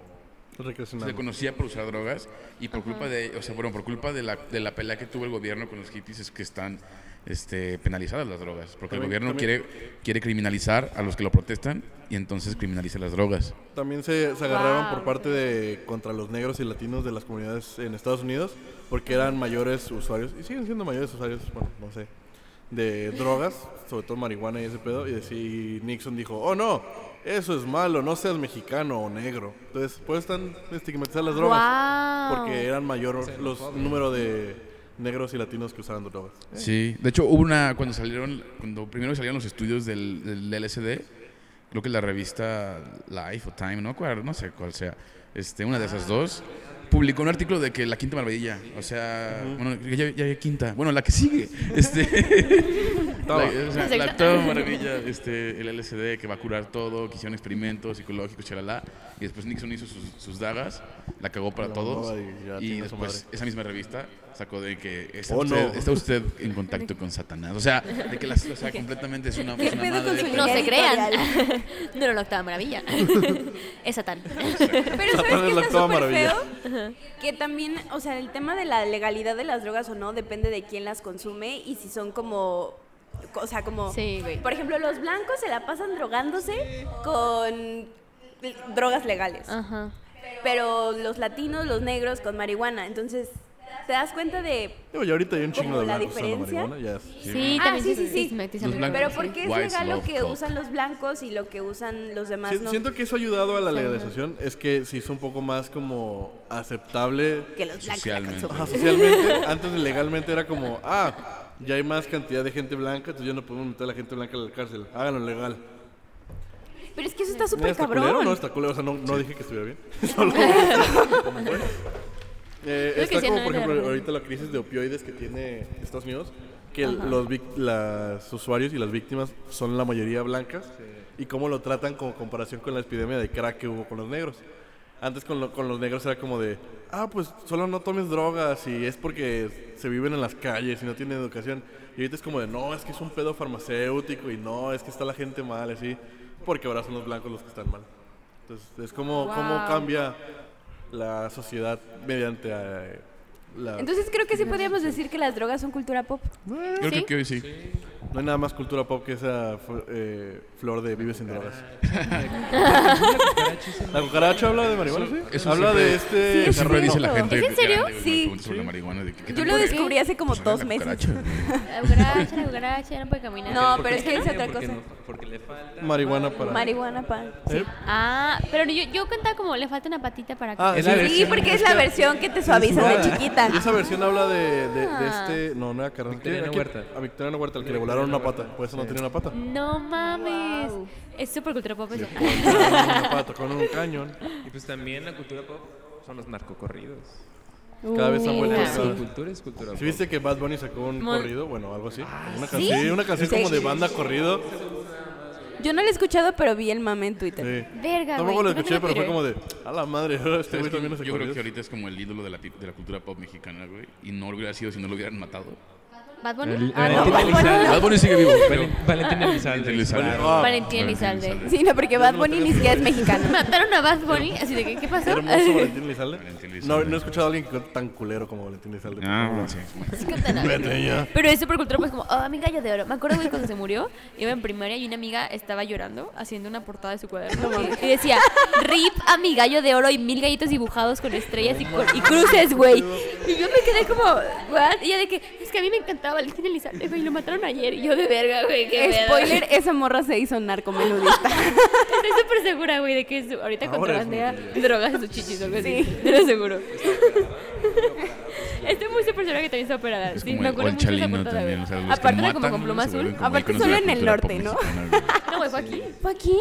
[SPEAKER 3] se
[SPEAKER 1] Recreacional.
[SPEAKER 3] conocía por usar drogas y por culpa de, o sea, bueno, por culpa de la, de la pelea que tuvo el gobierno con los hippies es que están este, penalizadas las drogas, porque el
[SPEAKER 1] También-
[SPEAKER 3] gobierno
[SPEAKER 1] también-
[SPEAKER 3] quiere quiere criminalizar a los que lo protestan y entonces criminaliza las drogas.
[SPEAKER 1] También se, se agarraron
[SPEAKER 5] Wow.
[SPEAKER 1] por parte de contra los negros y latinos de las comunidades en Estados Unidos porque eran mayores usuarios y siguen siendo mayores usuarios, bueno, no sé, de drogas, sobre todo marihuana y ese pedo. Y así Nixon dijo, oh no, eso es malo, no seas mexicano o negro. Entonces, pues están estigmatizadas las drogas
[SPEAKER 5] Wow.
[SPEAKER 1] porque eran mayor los número de negros y latinos que usaban drogas.
[SPEAKER 3] Sí, de hecho hubo una, cuando salieron, cuando primero salieron los estudios del, del LSD, creo que la revista Life o Time, no, Cuál- no sé cuál sea, este, una de esas dos, publicó un artículo de que la quinta maravilla, o sea, bueno, ya, ya había quinta, bueno, la que sigue, [LAUGHS] este,
[SPEAKER 1] Octava.
[SPEAKER 3] la, o
[SPEAKER 5] La
[SPEAKER 3] sea, la
[SPEAKER 5] sexta.
[SPEAKER 3] octava maravilla, este, el LSD que va a curar todo, que hicieron experimentos psicológicos, chalala, y después Nixon hizo sus, sus dagas, la cagó para
[SPEAKER 1] La
[SPEAKER 3] todos,
[SPEAKER 1] mamaba y ya
[SPEAKER 3] y
[SPEAKER 1] tiene su
[SPEAKER 3] después
[SPEAKER 1] madre.
[SPEAKER 3] esa misma revista sacó de que está,
[SPEAKER 1] Oh, no.
[SPEAKER 3] usted, está usted en contacto con Satanás. O sea, de que las, o sea, completamente es una,
[SPEAKER 6] ¿Qué
[SPEAKER 3] es una
[SPEAKER 6] pedo con
[SPEAKER 3] madre.
[SPEAKER 6] su
[SPEAKER 5] No
[SPEAKER 6] línea
[SPEAKER 5] se crean.
[SPEAKER 6] editorial?
[SPEAKER 5] [LAUGHS] no era la octava maravilla. es Satán.
[SPEAKER 1] [LAUGHS]
[SPEAKER 6] Pero
[SPEAKER 1] Satán
[SPEAKER 6] ¿sabes
[SPEAKER 1] es
[SPEAKER 6] qué
[SPEAKER 1] la
[SPEAKER 6] está
[SPEAKER 1] octava
[SPEAKER 6] súper
[SPEAKER 1] maravilla.
[SPEAKER 6] feo? Que también, o sea, el tema de la legalidad de las drogas o no depende de quién las consume y si son como... O sea, como...
[SPEAKER 5] Sí, güey.
[SPEAKER 6] Por ejemplo, los blancos se la pasan drogándose con drogas legales.
[SPEAKER 5] Ajá.
[SPEAKER 6] Pero los latinos, los negros con marihuana. Entonces, ¿te das cuenta de
[SPEAKER 1] Digo, ya ahorita hay un chingo de
[SPEAKER 6] Como la
[SPEAKER 1] blancos usando
[SPEAKER 6] diferencia.
[SPEAKER 1] marihuana, ya es-
[SPEAKER 5] Sí,
[SPEAKER 6] Ah,
[SPEAKER 5] también
[SPEAKER 6] sí,
[SPEAKER 5] se-
[SPEAKER 6] sí, sí.
[SPEAKER 5] me- te-
[SPEAKER 3] Los blancos.
[SPEAKER 6] Pero ¿por qué es
[SPEAKER 3] Wise
[SPEAKER 6] legal lo
[SPEAKER 3] love
[SPEAKER 6] que
[SPEAKER 3] coke.
[SPEAKER 6] usan los blancos y lo que usan los demás
[SPEAKER 1] Si-
[SPEAKER 6] no?
[SPEAKER 1] Siento que eso ha ayudado a la legalización, es que se hizo un poco más como aceptable
[SPEAKER 6] Que los blancos la
[SPEAKER 3] Socialmente.
[SPEAKER 1] Ajá,
[SPEAKER 6] consumen.
[SPEAKER 1] socialmente. antes legalmente era como, ah, ya hay más cantidad de gente blanca, entonces ya no podemos meter a la gente blanca a la cárcel, háganlo legal.
[SPEAKER 6] Pero es que eso está
[SPEAKER 1] Mira,
[SPEAKER 6] súper
[SPEAKER 1] está culero,
[SPEAKER 6] cabrón.
[SPEAKER 1] no, está culero, o sea, no, no dije que estuviera bien. [LAUGHS]
[SPEAKER 6] [LAUGHS]
[SPEAKER 1] Solo- como fue. Eh,
[SPEAKER 5] Creo que
[SPEAKER 1] está
[SPEAKER 5] sí,
[SPEAKER 1] como,
[SPEAKER 5] no
[SPEAKER 1] por
[SPEAKER 5] era
[SPEAKER 1] ejemplo,
[SPEAKER 5] bueno.
[SPEAKER 1] ahorita la crisis de opioides que tiene Estados Unidos, que el- los vic- las usuarios y las víctimas son la mayoría blancas, y cómo lo tratan como comparación con la epidemia de crack que hubo con los negros. Antes con, lo- con los negros era como de, ah, pues solo no tomes drogas y es porque se viven en las calles y no tienen educación. Y ahorita es como de, no, es que es un pedo farmacéutico y no, es que está la gente mal, así, porque ahora son los blancos los que están mal. Entonces, es como
[SPEAKER 2] Wow.
[SPEAKER 1] cómo cambia la sociedad mediante eh, la...
[SPEAKER 2] Entonces creo que sí podríamos decir que las drogas son cultura pop.
[SPEAKER 3] Yo
[SPEAKER 5] ¿Sí?
[SPEAKER 3] creo que hoy sí.
[SPEAKER 1] No hay nada más cultura pop que esa fl- eh, flor de Vives sin drogas. La cucaracha habla de marihuana, ¿sí?
[SPEAKER 3] eso
[SPEAKER 1] habla
[SPEAKER 3] siempre-
[SPEAKER 1] de este...
[SPEAKER 2] Sí, es
[SPEAKER 1] Harry-
[SPEAKER 3] Siempre dice la
[SPEAKER 2] cierto.
[SPEAKER 3] gente.
[SPEAKER 5] ¿Es en serio?
[SPEAKER 3] grande, güey,
[SPEAKER 2] Sí.
[SPEAKER 3] Me pregunta sobre la marihuana. de que- ¿qué
[SPEAKER 2] Yo
[SPEAKER 3] te
[SPEAKER 2] lo
[SPEAKER 3] pone?
[SPEAKER 2] descubrí hace como
[SPEAKER 3] Pues habla de
[SPEAKER 2] dos
[SPEAKER 3] la
[SPEAKER 2] meses.
[SPEAKER 3] cucaracha.
[SPEAKER 5] La cucaracha, la cucaracha, Ah, ya no puede caminar.
[SPEAKER 2] No,
[SPEAKER 4] ¿Por
[SPEAKER 2] pero
[SPEAKER 4] qué
[SPEAKER 2] es que es
[SPEAKER 4] tiene?
[SPEAKER 2] otra
[SPEAKER 4] Porque
[SPEAKER 2] cosa.
[SPEAKER 4] no- porque le falta.
[SPEAKER 1] Marihuana para...
[SPEAKER 2] Marihuana pan.
[SPEAKER 1] ¿Eh?
[SPEAKER 5] Ah, pero yo, yo contaba como le falta una patita para que...
[SPEAKER 1] Ah,
[SPEAKER 4] Es la
[SPEAKER 2] Sí,
[SPEAKER 4] versión-
[SPEAKER 2] porque es la versión que te suaviza de chiquita. Ah.
[SPEAKER 1] Y esa versión habla de, de- de este... No, nada, carnal.
[SPEAKER 4] Victoriano
[SPEAKER 1] ¿Quién- a quién-
[SPEAKER 4] Huerta.
[SPEAKER 1] A Victoriano Huerta, al que le volaron una pata. Por eso no tenía una
[SPEAKER 2] [LAUGHS]
[SPEAKER 1] pata.
[SPEAKER 5] No mames. Es súper cultura pop eso. Ah,
[SPEAKER 1] Una pata con un cañón.
[SPEAKER 4] Y pues también la cultura pop son los narcocorridos.
[SPEAKER 1] Cada vez
[SPEAKER 5] Uy,
[SPEAKER 1] son
[SPEAKER 5] la-
[SPEAKER 1] buenas.
[SPEAKER 4] Esa cultura es cultura
[SPEAKER 1] Ah, ¿Sí
[SPEAKER 4] pop.
[SPEAKER 1] viste que Bad Bunny sacó un
[SPEAKER 5] Mon-
[SPEAKER 1] corrido? Bueno, algo así.
[SPEAKER 5] Ah,
[SPEAKER 1] Una canción, sí, una canción como de banda corrido.
[SPEAKER 2] Yo no la he escuchado, pero vi el mame en Twitter.
[SPEAKER 1] Sí.
[SPEAKER 5] Verga,
[SPEAKER 1] Tampoco lo
[SPEAKER 5] güey, ¿por qué
[SPEAKER 1] escuché,
[SPEAKER 5] no
[SPEAKER 1] pero fue
[SPEAKER 5] tiré?
[SPEAKER 1] como de, a la madre, [LAUGHS] [LAUGHS] este
[SPEAKER 3] ¿Sabes
[SPEAKER 1] güey también
[SPEAKER 3] quién?
[SPEAKER 1] hace
[SPEAKER 3] Yo creo que
[SPEAKER 1] corridos.
[SPEAKER 3] ahorita es como el ídolo de la, pi- de la cultura pop mexicana, güey. Y no lo hubiera sido si no lo hubieran matado.
[SPEAKER 5] ¿Bad Bunny?
[SPEAKER 4] El-
[SPEAKER 5] Ah,
[SPEAKER 4] el-
[SPEAKER 5] no.
[SPEAKER 4] Valentín Elizalde.
[SPEAKER 3] Bad Bunny sigue vivo. creo.
[SPEAKER 4] Valen- Valentín Elizalde.
[SPEAKER 3] Elizalde.
[SPEAKER 1] Vale, ah.
[SPEAKER 5] Valentín Elizalde.
[SPEAKER 2] Sí, no, porque Bad Bunny ni siquiera es mexicano.
[SPEAKER 5] Mataron a Bad Bunny, así de que, ¿qué pasó?
[SPEAKER 1] Hermoso Valentín Elizalde.
[SPEAKER 3] Valentín
[SPEAKER 1] No,
[SPEAKER 3] Elizalde.
[SPEAKER 1] no he escuchado a alguien que cante tan culero como Valentín Elizalde.
[SPEAKER 3] Ah, bueno, sí.
[SPEAKER 5] Sí, contaron.
[SPEAKER 1] Vete ya.
[SPEAKER 5] Pero es súper cultura, pues como, ah, mi gallo de oro. Me acuerdo, güey, cuando se murió, iba en primaria y una amiga estaba llorando haciendo una portada de su cuaderno. y decía, rip a mi gallo de oro y mil gallitos dibujados con estrellas y, cor- y cruces, güey. Y yo me quedé como, what? Y ella de que, es que a mí me encantaba Valentín Elizalde, güey, lo mataron ayer. Y yo de verga, güey, qué pedo".
[SPEAKER 2] Spoiler, esa morra se hizo
[SPEAKER 5] [LAUGHS]
[SPEAKER 2] narcomeludista.
[SPEAKER 5] Estoy súper segura, güey, de que su- ahorita
[SPEAKER 1] Ahora es
[SPEAKER 5] contrabandea drogas en sus chichis o algo así. Te lo aseguro. Estoy Este muy súper segura que también está operada.
[SPEAKER 3] Es
[SPEAKER 5] Sí,
[SPEAKER 3] como
[SPEAKER 5] me
[SPEAKER 3] el, o
[SPEAKER 5] acuerdo
[SPEAKER 3] el
[SPEAKER 5] mucho de esa
[SPEAKER 3] Chalino
[SPEAKER 5] portada,
[SPEAKER 3] también.
[SPEAKER 5] güey.
[SPEAKER 3] O sea, los que
[SPEAKER 5] Aparte de
[SPEAKER 3] matan,
[SPEAKER 5] como con pluma
[SPEAKER 3] se vuelven
[SPEAKER 5] azul.
[SPEAKER 3] como
[SPEAKER 2] Aparte
[SPEAKER 3] iconos de la
[SPEAKER 2] solo en el
[SPEAKER 3] cultura
[SPEAKER 2] norte,
[SPEAKER 3] pop
[SPEAKER 2] ¿no?
[SPEAKER 3] mexicana,
[SPEAKER 5] [LAUGHS]
[SPEAKER 3] güey.
[SPEAKER 5] No, güey, fue aquí. ¿Fue aquí?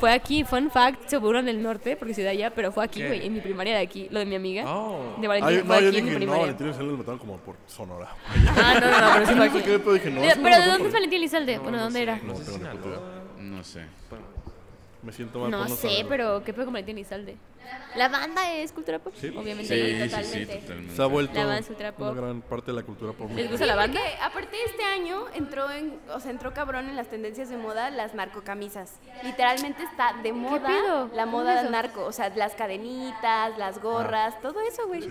[SPEAKER 5] Fue aquí, fun fact, seguro en el norte, porque soy de allá, pero fue aquí,
[SPEAKER 4] ¿Qué?
[SPEAKER 5] güey, en mi primaria de aquí, lo de mi amiga.
[SPEAKER 4] Oh.
[SPEAKER 5] De
[SPEAKER 1] Ah,
[SPEAKER 5] Valentín,
[SPEAKER 1] yo-
[SPEAKER 5] fue
[SPEAKER 1] no, yo
[SPEAKER 5] aquí en mi
[SPEAKER 1] dije, no,
[SPEAKER 5] primaria.
[SPEAKER 1] Valentín Elizalde lo mataron como por
[SPEAKER 5] [LAUGHS]
[SPEAKER 1] Sonora.
[SPEAKER 5] Ah, no, no, no, pero sí fue aquí.
[SPEAKER 1] ¿Qué pedo? dije, [LAUGHS] no,
[SPEAKER 5] Pero,
[SPEAKER 1] sí,
[SPEAKER 5] pero
[SPEAKER 1] no,
[SPEAKER 5] ¿de
[SPEAKER 1] no,
[SPEAKER 5] dónde es
[SPEAKER 1] no,
[SPEAKER 5] Valentín Elizalde? Bueno, ¿dónde era?
[SPEAKER 4] No sé si
[SPEAKER 1] tengo ni puta idea.
[SPEAKER 3] No sé.
[SPEAKER 1] Me siento mal por
[SPEAKER 5] No sé,
[SPEAKER 1] saberlo.
[SPEAKER 5] pero ¿qué pedo con Valentín Elizalde? La banda es cultura pop, obviamente,
[SPEAKER 3] Sí, sí, sí,
[SPEAKER 5] totalmente.
[SPEAKER 3] totalmente.
[SPEAKER 1] Se ha vuelto
[SPEAKER 5] La banda ultra
[SPEAKER 1] una
[SPEAKER 5] pop.
[SPEAKER 1] gran parte de la cultura pop.
[SPEAKER 5] ¿Les gusta la banda?
[SPEAKER 2] aparte este año entró en, o sea, entró cabrón en las tendencias de moda las narcocamisas. Literalmente está de moda
[SPEAKER 5] pedo?
[SPEAKER 2] la
[SPEAKER 5] ¿Cómo
[SPEAKER 2] moda
[SPEAKER 5] eso?
[SPEAKER 2] narco, o sea, las cadenitas, las gorras, todo eso, güey.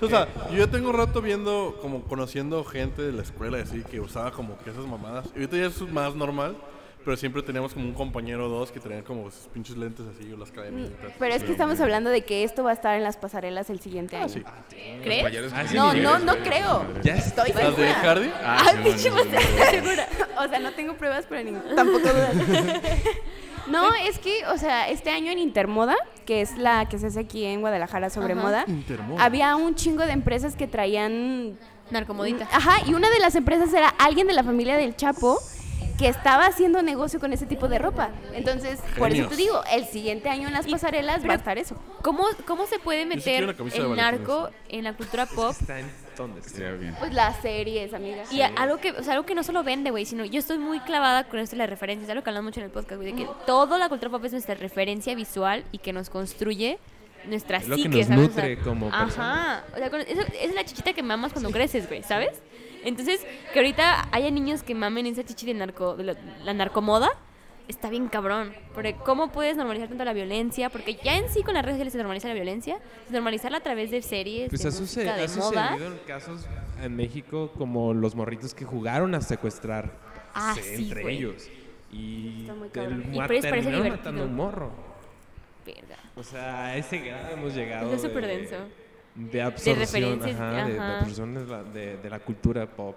[SPEAKER 1] O sea, yo ya tengo rato viendo, como conociendo gente de la escuela, y así, que usaba como que esas mamadas. Y ahorita ya es más normal, pero siempre teníamos como un compañero o dos que tenían como sus pinches lentes así o las cadenitas.
[SPEAKER 2] Pero es que estamos hablando de que esto va a estar en las pasarelas el siguiente año.
[SPEAKER 1] sí.
[SPEAKER 5] ¿Crees?
[SPEAKER 3] Payares
[SPEAKER 4] Ah, sí,
[SPEAKER 2] No,
[SPEAKER 4] sí,
[SPEAKER 2] no,
[SPEAKER 4] sí.
[SPEAKER 2] no creo.
[SPEAKER 4] Ya está.
[SPEAKER 2] Estoy
[SPEAKER 1] ¿Las de Ed
[SPEAKER 2] segura.
[SPEAKER 1] Hardy?
[SPEAKER 3] Ah, sí,
[SPEAKER 5] pinche
[SPEAKER 3] bueno,
[SPEAKER 5] bastardo.
[SPEAKER 3] bueno.
[SPEAKER 2] segura. [LAUGHS] O sea, no tengo pruebas, pero
[SPEAKER 5] [LAUGHS]
[SPEAKER 2] ni- tampoco dudas. [LAUGHS] No, es que, o sea, este año en Intermoda, que es la que se hace aquí en Guadalajara sobre
[SPEAKER 5] Ajá.
[SPEAKER 2] moda,
[SPEAKER 1] Intermoda.
[SPEAKER 2] había un chingo de empresas que traían...
[SPEAKER 5] Narcomodita.
[SPEAKER 2] Ajá, y una de las empresas era alguien de la familia del Chapo que estaba haciendo negocio con ese tipo de ropa. Entonces, por eso
[SPEAKER 1] Genios.
[SPEAKER 2] te digo, el siguiente año en las pasarelas va
[SPEAKER 5] pero-
[SPEAKER 2] a estar eso.
[SPEAKER 5] ¿Cómo, ¿Cómo se puede
[SPEAKER 1] sí quiero
[SPEAKER 5] meter
[SPEAKER 1] una camisa de
[SPEAKER 5] el
[SPEAKER 1] Valentín
[SPEAKER 5] narco en la cultura pop?
[SPEAKER 4] Está en dónde está.
[SPEAKER 3] Estaría bien.
[SPEAKER 2] Pues las series, amiga.
[SPEAKER 5] Y a- algo que, o sea, algo que no solo vende, güey, sino yo estoy muy clavada con esto de las referencias, algo que hablamos mucho en el podcast, güey, de que toda la cultura pop es nuestra referencia visual y que nos construye nuestra
[SPEAKER 4] Es lo que
[SPEAKER 5] psique,
[SPEAKER 4] nos
[SPEAKER 5] ¿sabes? O
[SPEAKER 4] nutre
[SPEAKER 5] sea,
[SPEAKER 4] como
[SPEAKER 5] ajá,
[SPEAKER 4] personas.
[SPEAKER 5] o sea, con- eso- esa es la chichita que mamas cuando creces, güey, ¿sabes? Entonces, que ahorita haya niños que mamen esa chichi de narco, de la, la narcomoda, está bien cabrón. Porque ¿cómo puedes normalizar tanto la violencia? Porque ya en sí con las redes sociales se normaliza la violencia, normalizarla a través de series,
[SPEAKER 4] Pues
[SPEAKER 5] de
[SPEAKER 4] ha,
[SPEAKER 5] música,
[SPEAKER 4] suce-
[SPEAKER 5] de
[SPEAKER 4] ha
[SPEAKER 5] moda.
[SPEAKER 4] sucedido en casos en México como los morritos que jugaron a secuestrar
[SPEAKER 5] Ah,
[SPEAKER 4] se-
[SPEAKER 5] sí,
[SPEAKER 4] entre
[SPEAKER 5] güey.
[SPEAKER 4] ellos. Y,
[SPEAKER 2] Está muy
[SPEAKER 4] el,
[SPEAKER 2] cabrón.
[SPEAKER 5] Y
[SPEAKER 4] ma-
[SPEAKER 5] pero es- parece
[SPEAKER 4] terminaron
[SPEAKER 5] divertido.
[SPEAKER 4] matando a un morro.
[SPEAKER 5] Verga.
[SPEAKER 4] O sea, a ese grado hemos llegado.
[SPEAKER 5] Está súper
[SPEAKER 4] de-
[SPEAKER 5] denso.
[SPEAKER 4] De absorción,
[SPEAKER 5] referencias,
[SPEAKER 4] ajá, de- de
[SPEAKER 5] ajá.
[SPEAKER 4] absorción de la- de- de la cultura pop.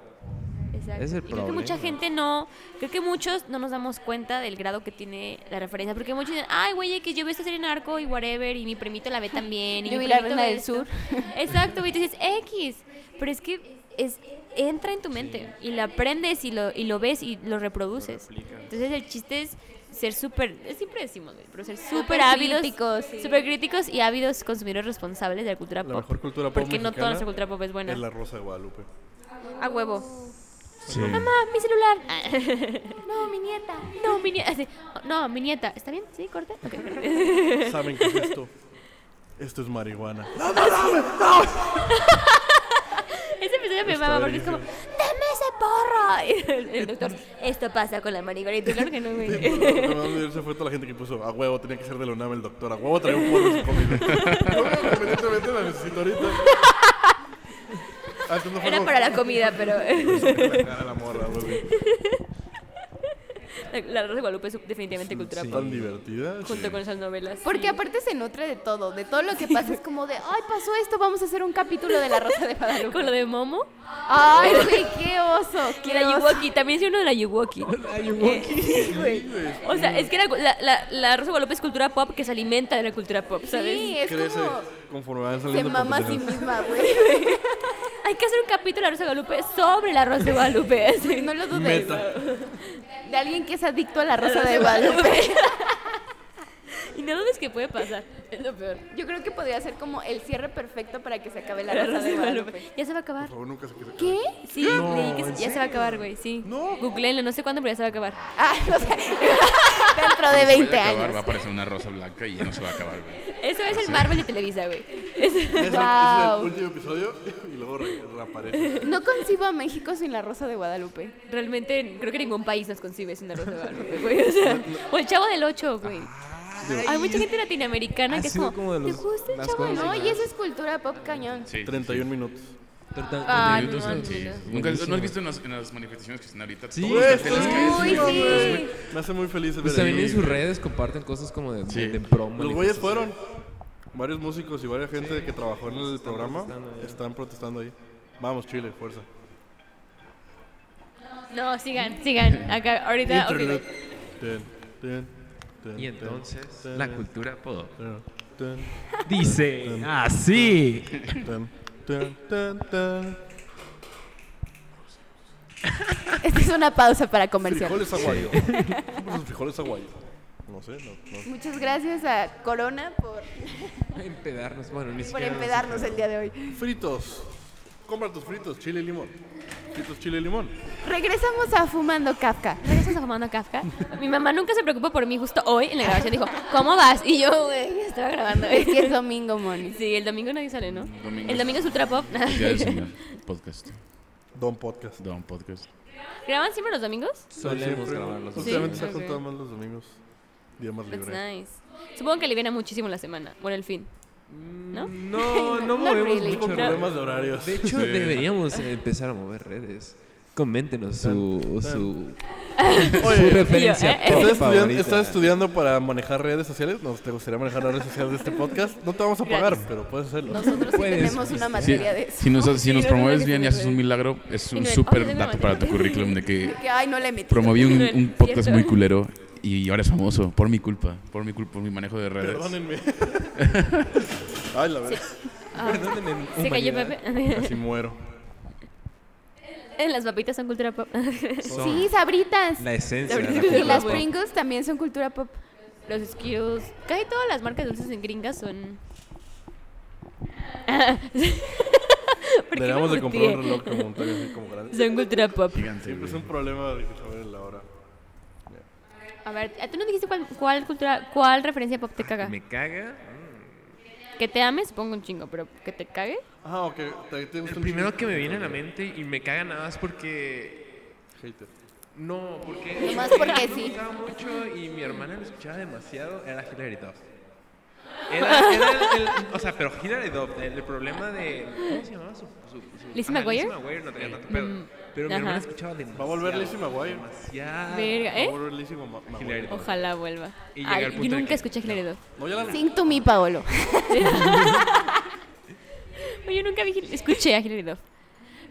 [SPEAKER 5] Exacto.
[SPEAKER 4] Es el
[SPEAKER 5] Y Creo que mucha
[SPEAKER 4] problema.
[SPEAKER 5] gente no, creo que muchos no nos damos cuenta del grado que tiene la referencia, porque muchos dicen, ay, güey, que yo veo esta serie narco y whatever, y mi primito la ve
[SPEAKER 2] [LAUGHS]
[SPEAKER 5] también. Y
[SPEAKER 2] Yo
[SPEAKER 5] mi
[SPEAKER 2] vi La
[SPEAKER 5] primito
[SPEAKER 2] Reina
[SPEAKER 5] ve
[SPEAKER 2] del
[SPEAKER 5] esto".
[SPEAKER 2] Sur.
[SPEAKER 5] [LAUGHS] Exacto, güey, tú dices, X, pero es que es, entra en tu mente y la aprendes y lo, y lo ves y lo reproduces. Entonces el chiste es ser súper, eh, siempre decimos, güey, pero ser súper
[SPEAKER 2] Súper
[SPEAKER 5] ávidos,
[SPEAKER 2] críticos, sí.
[SPEAKER 5] súper críticos y ávidos consumidores responsables de la cultura
[SPEAKER 1] La
[SPEAKER 5] pop.
[SPEAKER 1] mejor cultura pop
[SPEAKER 5] porque no toda
[SPEAKER 1] mexicana
[SPEAKER 5] nuestra cultura pop es buena.
[SPEAKER 1] Es la Rosa de Guadalupe.
[SPEAKER 5] A huevo.
[SPEAKER 3] Sí.
[SPEAKER 5] Mamá, mi celular. [LAUGHS] no, mi nieta. No, mi nieta. Así, No, mi nieta. ¿Está bien? ¿Sí? ¿Corte? Ok. [LAUGHS]
[SPEAKER 1] ¿Saben qué es esto? Esto es marihuana.
[SPEAKER 5] Ese episodio me
[SPEAKER 1] Está
[SPEAKER 5] mama porque es
[SPEAKER 1] delicioso.
[SPEAKER 5] como, ¡dame ese porro! ay, el, el doctor, esto pasa con la marihuana. Y tú, claro que no,
[SPEAKER 1] Sí,
[SPEAKER 5] güey.
[SPEAKER 1] por lo- por lo menos Se fue toda la gente que puso a huevo, tenía que ser de la UNAM el doctor. A huevo traía un polvo en su comida. No, no, evidentemente la necesito ahorita. Antes no fue
[SPEAKER 5] [LAUGHS] Era
[SPEAKER 1] como-
[SPEAKER 5] para la
[SPEAKER 1] [LAUGHS]
[SPEAKER 5] comida, pero [LAUGHS]
[SPEAKER 1] la cara de la morra, güey.
[SPEAKER 5] la, la Rosa de Guadalupe es definitivamente cultura pop,
[SPEAKER 1] Tan divertida.
[SPEAKER 5] junto con esas novelas.
[SPEAKER 2] Porque aparte se nutre de todo, de todo lo que pasa. Es como de, ay, pasó esto, vamos a hacer un capítulo de
[SPEAKER 5] [LAUGHS]
[SPEAKER 2] La Rosa de Guadalupe.
[SPEAKER 5] Con lo de Momo,
[SPEAKER 2] Ay, güey,
[SPEAKER 5] [LAUGHS]
[SPEAKER 2] qué oso,
[SPEAKER 5] y
[SPEAKER 2] qué
[SPEAKER 5] la
[SPEAKER 2] oso.
[SPEAKER 5] Yuwoki, también hice uno de la Yuwoki.
[SPEAKER 1] [LAUGHS]
[SPEAKER 5] Eh,
[SPEAKER 1] Sí, güey.
[SPEAKER 5] O sea, es que la, la, la, la Rosa de Guadalupe es cultura pop que se alimenta de la cultura pop, ¿sabes?
[SPEAKER 2] Sí, es
[SPEAKER 1] Crece
[SPEAKER 2] como,
[SPEAKER 1] conforme van
[SPEAKER 2] se
[SPEAKER 1] saliendo
[SPEAKER 2] mama a sí
[SPEAKER 1] competencias.
[SPEAKER 2] misma, güey.
[SPEAKER 5] Hay que hacer un capítulo de la Rosa de Guadalupe sobre la Rosa de
[SPEAKER 2] [LAUGHS]
[SPEAKER 5] Guadalupe. así.
[SPEAKER 2] No lo dudes.
[SPEAKER 1] Meta.
[SPEAKER 2] De alguien que es adicto a La Rosa de Guadalupe.
[SPEAKER 5] [LAUGHS] Y no dudes que puede pasar. Es lo peor.
[SPEAKER 2] Yo creo que podría ser como el cierre perfecto para que se acabe La
[SPEAKER 5] La
[SPEAKER 2] Rosa de Guadalupe.
[SPEAKER 5] Ya se va a acabar.
[SPEAKER 1] Por favor, nunca se quede.
[SPEAKER 5] ¿Qué? Sí,
[SPEAKER 1] No,
[SPEAKER 5] leí que se-
[SPEAKER 1] Oh, ¿en
[SPEAKER 5] ya se va a acabar, güey, sí.
[SPEAKER 1] No.
[SPEAKER 5] Googleenlo, no sé cuándo, pero ya se va a acabar.
[SPEAKER 2] Ah,
[SPEAKER 5] [LAUGHS]
[SPEAKER 2] o sea, dentro de 20
[SPEAKER 3] Vaya a acabar, Va a
[SPEAKER 2] años.
[SPEAKER 3] aparecer una rosa blanca y ya no se va a acabar, güey.
[SPEAKER 5] Eso es el Marvel de Televisa, güey. Es-
[SPEAKER 1] Ese es
[SPEAKER 2] Wow.
[SPEAKER 1] el último episodio y luego re- reaparece.
[SPEAKER 2] No concibo a México sin La Rosa de Guadalupe.
[SPEAKER 5] Realmente creo que ningún país nos concibe sin la Rosa de Guadalupe, güey. O, sea, o el Chavo del Ocho, güey. Hay mucha gente latinoamericana
[SPEAKER 4] Ha
[SPEAKER 5] que es
[SPEAKER 4] sido
[SPEAKER 5] como,
[SPEAKER 4] como de
[SPEAKER 5] ¿te
[SPEAKER 4] los-
[SPEAKER 5] gusta el
[SPEAKER 4] las
[SPEAKER 5] Chavo del
[SPEAKER 4] cosas
[SPEAKER 5] Ocho?
[SPEAKER 2] No, y eso es cultura pop
[SPEAKER 5] [LAUGHS]
[SPEAKER 2] cañón.
[SPEAKER 3] Sí.
[SPEAKER 1] 31 minutos.
[SPEAKER 5] Ah, no,
[SPEAKER 3] Minutos,
[SPEAKER 5] no, no.
[SPEAKER 3] sí. ¿Nunca, ¿No has visto en las, en las manifestaciones que están ahorita?
[SPEAKER 4] Sí.
[SPEAKER 3] Todo
[SPEAKER 4] Güey,
[SPEAKER 5] [LAUGHS]
[SPEAKER 3] está en las calles.
[SPEAKER 2] Uy, sí.
[SPEAKER 1] Pues, Me hace muy feliz. ver
[SPEAKER 4] Pues también
[SPEAKER 1] ahí,
[SPEAKER 4] en sus
[SPEAKER 1] güey.
[SPEAKER 4] redes comparten cosas como de,
[SPEAKER 3] Sí.
[SPEAKER 4] de broma.
[SPEAKER 1] Los
[SPEAKER 4] y
[SPEAKER 1] güeyes
[SPEAKER 4] cosas
[SPEAKER 1] fueron. Varios músicos y varias gente que trabajó en el programa están protestando ahí. Vamos, Chile, fuerza.
[SPEAKER 5] No, sigan, sigan. Acá, ahorita, ok,
[SPEAKER 1] Internet.
[SPEAKER 5] güey.
[SPEAKER 1] Ten, ten, ten,
[SPEAKER 4] así. Y
[SPEAKER 1] ten,
[SPEAKER 4] entonces,
[SPEAKER 1] ten,
[SPEAKER 3] pues,
[SPEAKER 4] la cultura pop
[SPEAKER 1] ten, ten,
[SPEAKER 3] [LAUGHS]
[SPEAKER 4] dice así.
[SPEAKER 1] ten, ten, ten, ten.
[SPEAKER 2] Esta es una pausa para comercial.
[SPEAKER 1] Frijoles
[SPEAKER 5] [LAUGHS]
[SPEAKER 1] aguayo. ¿Qué pasa con frijoles aguayo? No sé, no. no.
[SPEAKER 2] Muchas gracias a Corona por,
[SPEAKER 4] Empedarnos, bueno, ni
[SPEAKER 2] por
[SPEAKER 4] siquiera. nos-
[SPEAKER 2] empedarnos el día de hoy.
[SPEAKER 1] Fritos. Compra tus fritos, chile y limón. Fritos, chile y limón.
[SPEAKER 2] Regresamos a Fumando Kafka.
[SPEAKER 5] ¿Regresas a Fumando Kafka? Mi mamá nunca se preocupa por mí, justo hoy en la grabación dijo, ¿cómo vas? Y yo, güey, estaba grabando.
[SPEAKER 2] Es que es domingo,
[SPEAKER 4] [LAUGHS]
[SPEAKER 2] Moni.
[SPEAKER 5] [LAUGHS] Sí, el domingo nadie sale, ¿no?
[SPEAKER 3] Domingo.
[SPEAKER 5] El domingo es ultra pop.
[SPEAKER 3] Día del Señor. Podcast.
[SPEAKER 1] Don Podcast.
[SPEAKER 3] Da un podcast.
[SPEAKER 5] [LAUGHS] ¿Graban siempre los domingos?
[SPEAKER 4] Solemos grabar los dos.
[SPEAKER 1] Últimamente se ha
[SPEAKER 5] ok.
[SPEAKER 1] contado más los domingos. Día más
[SPEAKER 5] That's
[SPEAKER 1] libre.
[SPEAKER 5] nice. Supongo que aliviana muchísimo la semana. Bueno, el fin. ¿No? [LAUGHS]
[SPEAKER 4] No, no
[SPEAKER 2] Not
[SPEAKER 4] movemos
[SPEAKER 2] really.
[SPEAKER 4] mucho.
[SPEAKER 1] Problemas de horarios.
[SPEAKER 4] De hecho, deberíamos empezar a mover redes. Coméntenos su, su, su
[SPEAKER 1] Oye,
[SPEAKER 4] referencia.
[SPEAKER 5] eh,
[SPEAKER 4] pop
[SPEAKER 1] ¿Estás estudiando,
[SPEAKER 4] favorita.
[SPEAKER 1] estás estudiando para manejar redes sociales? Nos te gustaría manejar las redes sociales de este podcast. No te vamos a pagar, pero puedes hacerlo.
[SPEAKER 2] Nosotros sí
[SPEAKER 4] Puedes,
[SPEAKER 2] tenemos una materia de eso.
[SPEAKER 3] si nos, si nos
[SPEAKER 5] Sí,
[SPEAKER 3] promueves
[SPEAKER 5] no,
[SPEAKER 3] bien y
[SPEAKER 5] no,
[SPEAKER 3] haces
[SPEAKER 5] no.
[SPEAKER 3] un milagro, es
[SPEAKER 5] Y
[SPEAKER 3] un
[SPEAKER 5] no,
[SPEAKER 3] súper
[SPEAKER 5] oye, no,
[SPEAKER 3] dato
[SPEAKER 5] no,
[SPEAKER 3] para
[SPEAKER 5] no.
[SPEAKER 3] tu currículum
[SPEAKER 5] [LAUGHS]
[SPEAKER 3] de que
[SPEAKER 2] Que, ay, no le metí.
[SPEAKER 3] promoví un,
[SPEAKER 5] No, no,
[SPEAKER 3] un podcast
[SPEAKER 5] cierto.
[SPEAKER 3] muy culero y ahora es famoso por mi culpa, por mi culpa, por mi manejo de redes.
[SPEAKER 1] Perdónenme. [LAUGHS] Ay, la verdad.
[SPEAKER 4] Perdónenme,
[SPEAKER 5] Se Ah, cayó
[SPEAKER 4] humanidad.
[SPEAKER 5] Pepe.
[SPEAKER 1] Casi muero.
[SPEAKER 5] Eh, Las papitas son cultura pop. [LAUGHS]
[SPEAKER 4] Son
[SPEAKER 2] Sí, sabritas.
[SPEAKER 4] La esencia.
[SPEAKER 5] La [LAUGHS]
[SPEAKER 4] de la
[SPEAKER 5] verdad.
[SPEAKER 2] Y
[SPEAKER 4] cultura
[SPEAKER 2] las
[SPEAKER 4] pop.
[SPEAKER 2] Pringles también son cultura pop.
[SPEAKER 5] Los Skittles. Casi todas las marcas dulces en gringas son. [LAUGHS] ¿Por qué me
[SPEAKER 1] Deberíamos de comprar
[SPEAKER 5] muteé?
[SPEAKER 1] un reloj como un tag así como grande.
[SPEAKER 5] Son cultura pop.
[SPEAKER 3] Gigante,
[SPEAKER 1] Siempre es
[SPEAKER 3] güey.
[SPEAKER 1] un problema de saber la hora.
[SPEAKER 5] A ver, ¿tú no dijiste cuál, cuál cultura, cuál referencia pop te caga?
[SPEAKER 4] Ah, Me caga.
[SPEAKER 5] Que te ames, pongo un chingo, pero que te cague.
[SPEAKER 1] Ah, ok. ¿Te, te gusta
[SPEAKER 4] El
[SPEAKER 1] un
[SPEAKER 4] primero
[SPEAKER 1] chingo?
[SPEAKER 4] que me viene a la mente y me caga nada más porque.
[SPEAKER 1] Hater.
[SPEAKER 4] No, porque.
[SPEAKER 2] Nomás
[SPEAKER 4] no
[SPEAKER 2] porque
[SPEAKER 4] me
[SPEAKER 2] sí.
[SPEAKER 4] gustaba mucho y mi hermana lo escuchaba demasiado. Era Hilary Duff. Era, era el, el- O sea, pero Hilary Duff, el, el problema de. ¿Cómo se llamaba su. su, su
[SPEAKER 5] ¿Lizzie
[SPEAKER 4] ajá,
[SPEAKER 5] McGuire?
[SPEAKER 4] Lizzie McGuire no tenía tanto pedo. Pero mi
[SPEAKER 5] Mm, ajá.
[SPEAKER 4] hermana escuchaba demasiado.
[SPEAKER 1] Va a volver Lizzie McGuire.
[SPEAKER 4] Demasiado.
[SPEAKER 5] Verga,
[SPEAKER 1] ¿Eh?
[SPEAKER 5] ¿eh?
[SPEAKER 4] Hilary Duff.
[SPEAKER 5] Ojalá vuelva.
[SPEAKER 4] Y llegar al
[SPEAKER 5] Ay,
[SPEAKER 4] punto
[SPEAKER 5] yo
[SPEAKER 4] de
[SPEAKER 5] nunca
[SPEAKER 4] que-
[SPEAKER 5] escuché Hilary Duff.
[SPEAKER 1] No, ya la
[SPEAKER 2] Sing to me, Paolo.
[SPEAKER 5] Yo nunca vi, Hil- escuché a Hilary Duff.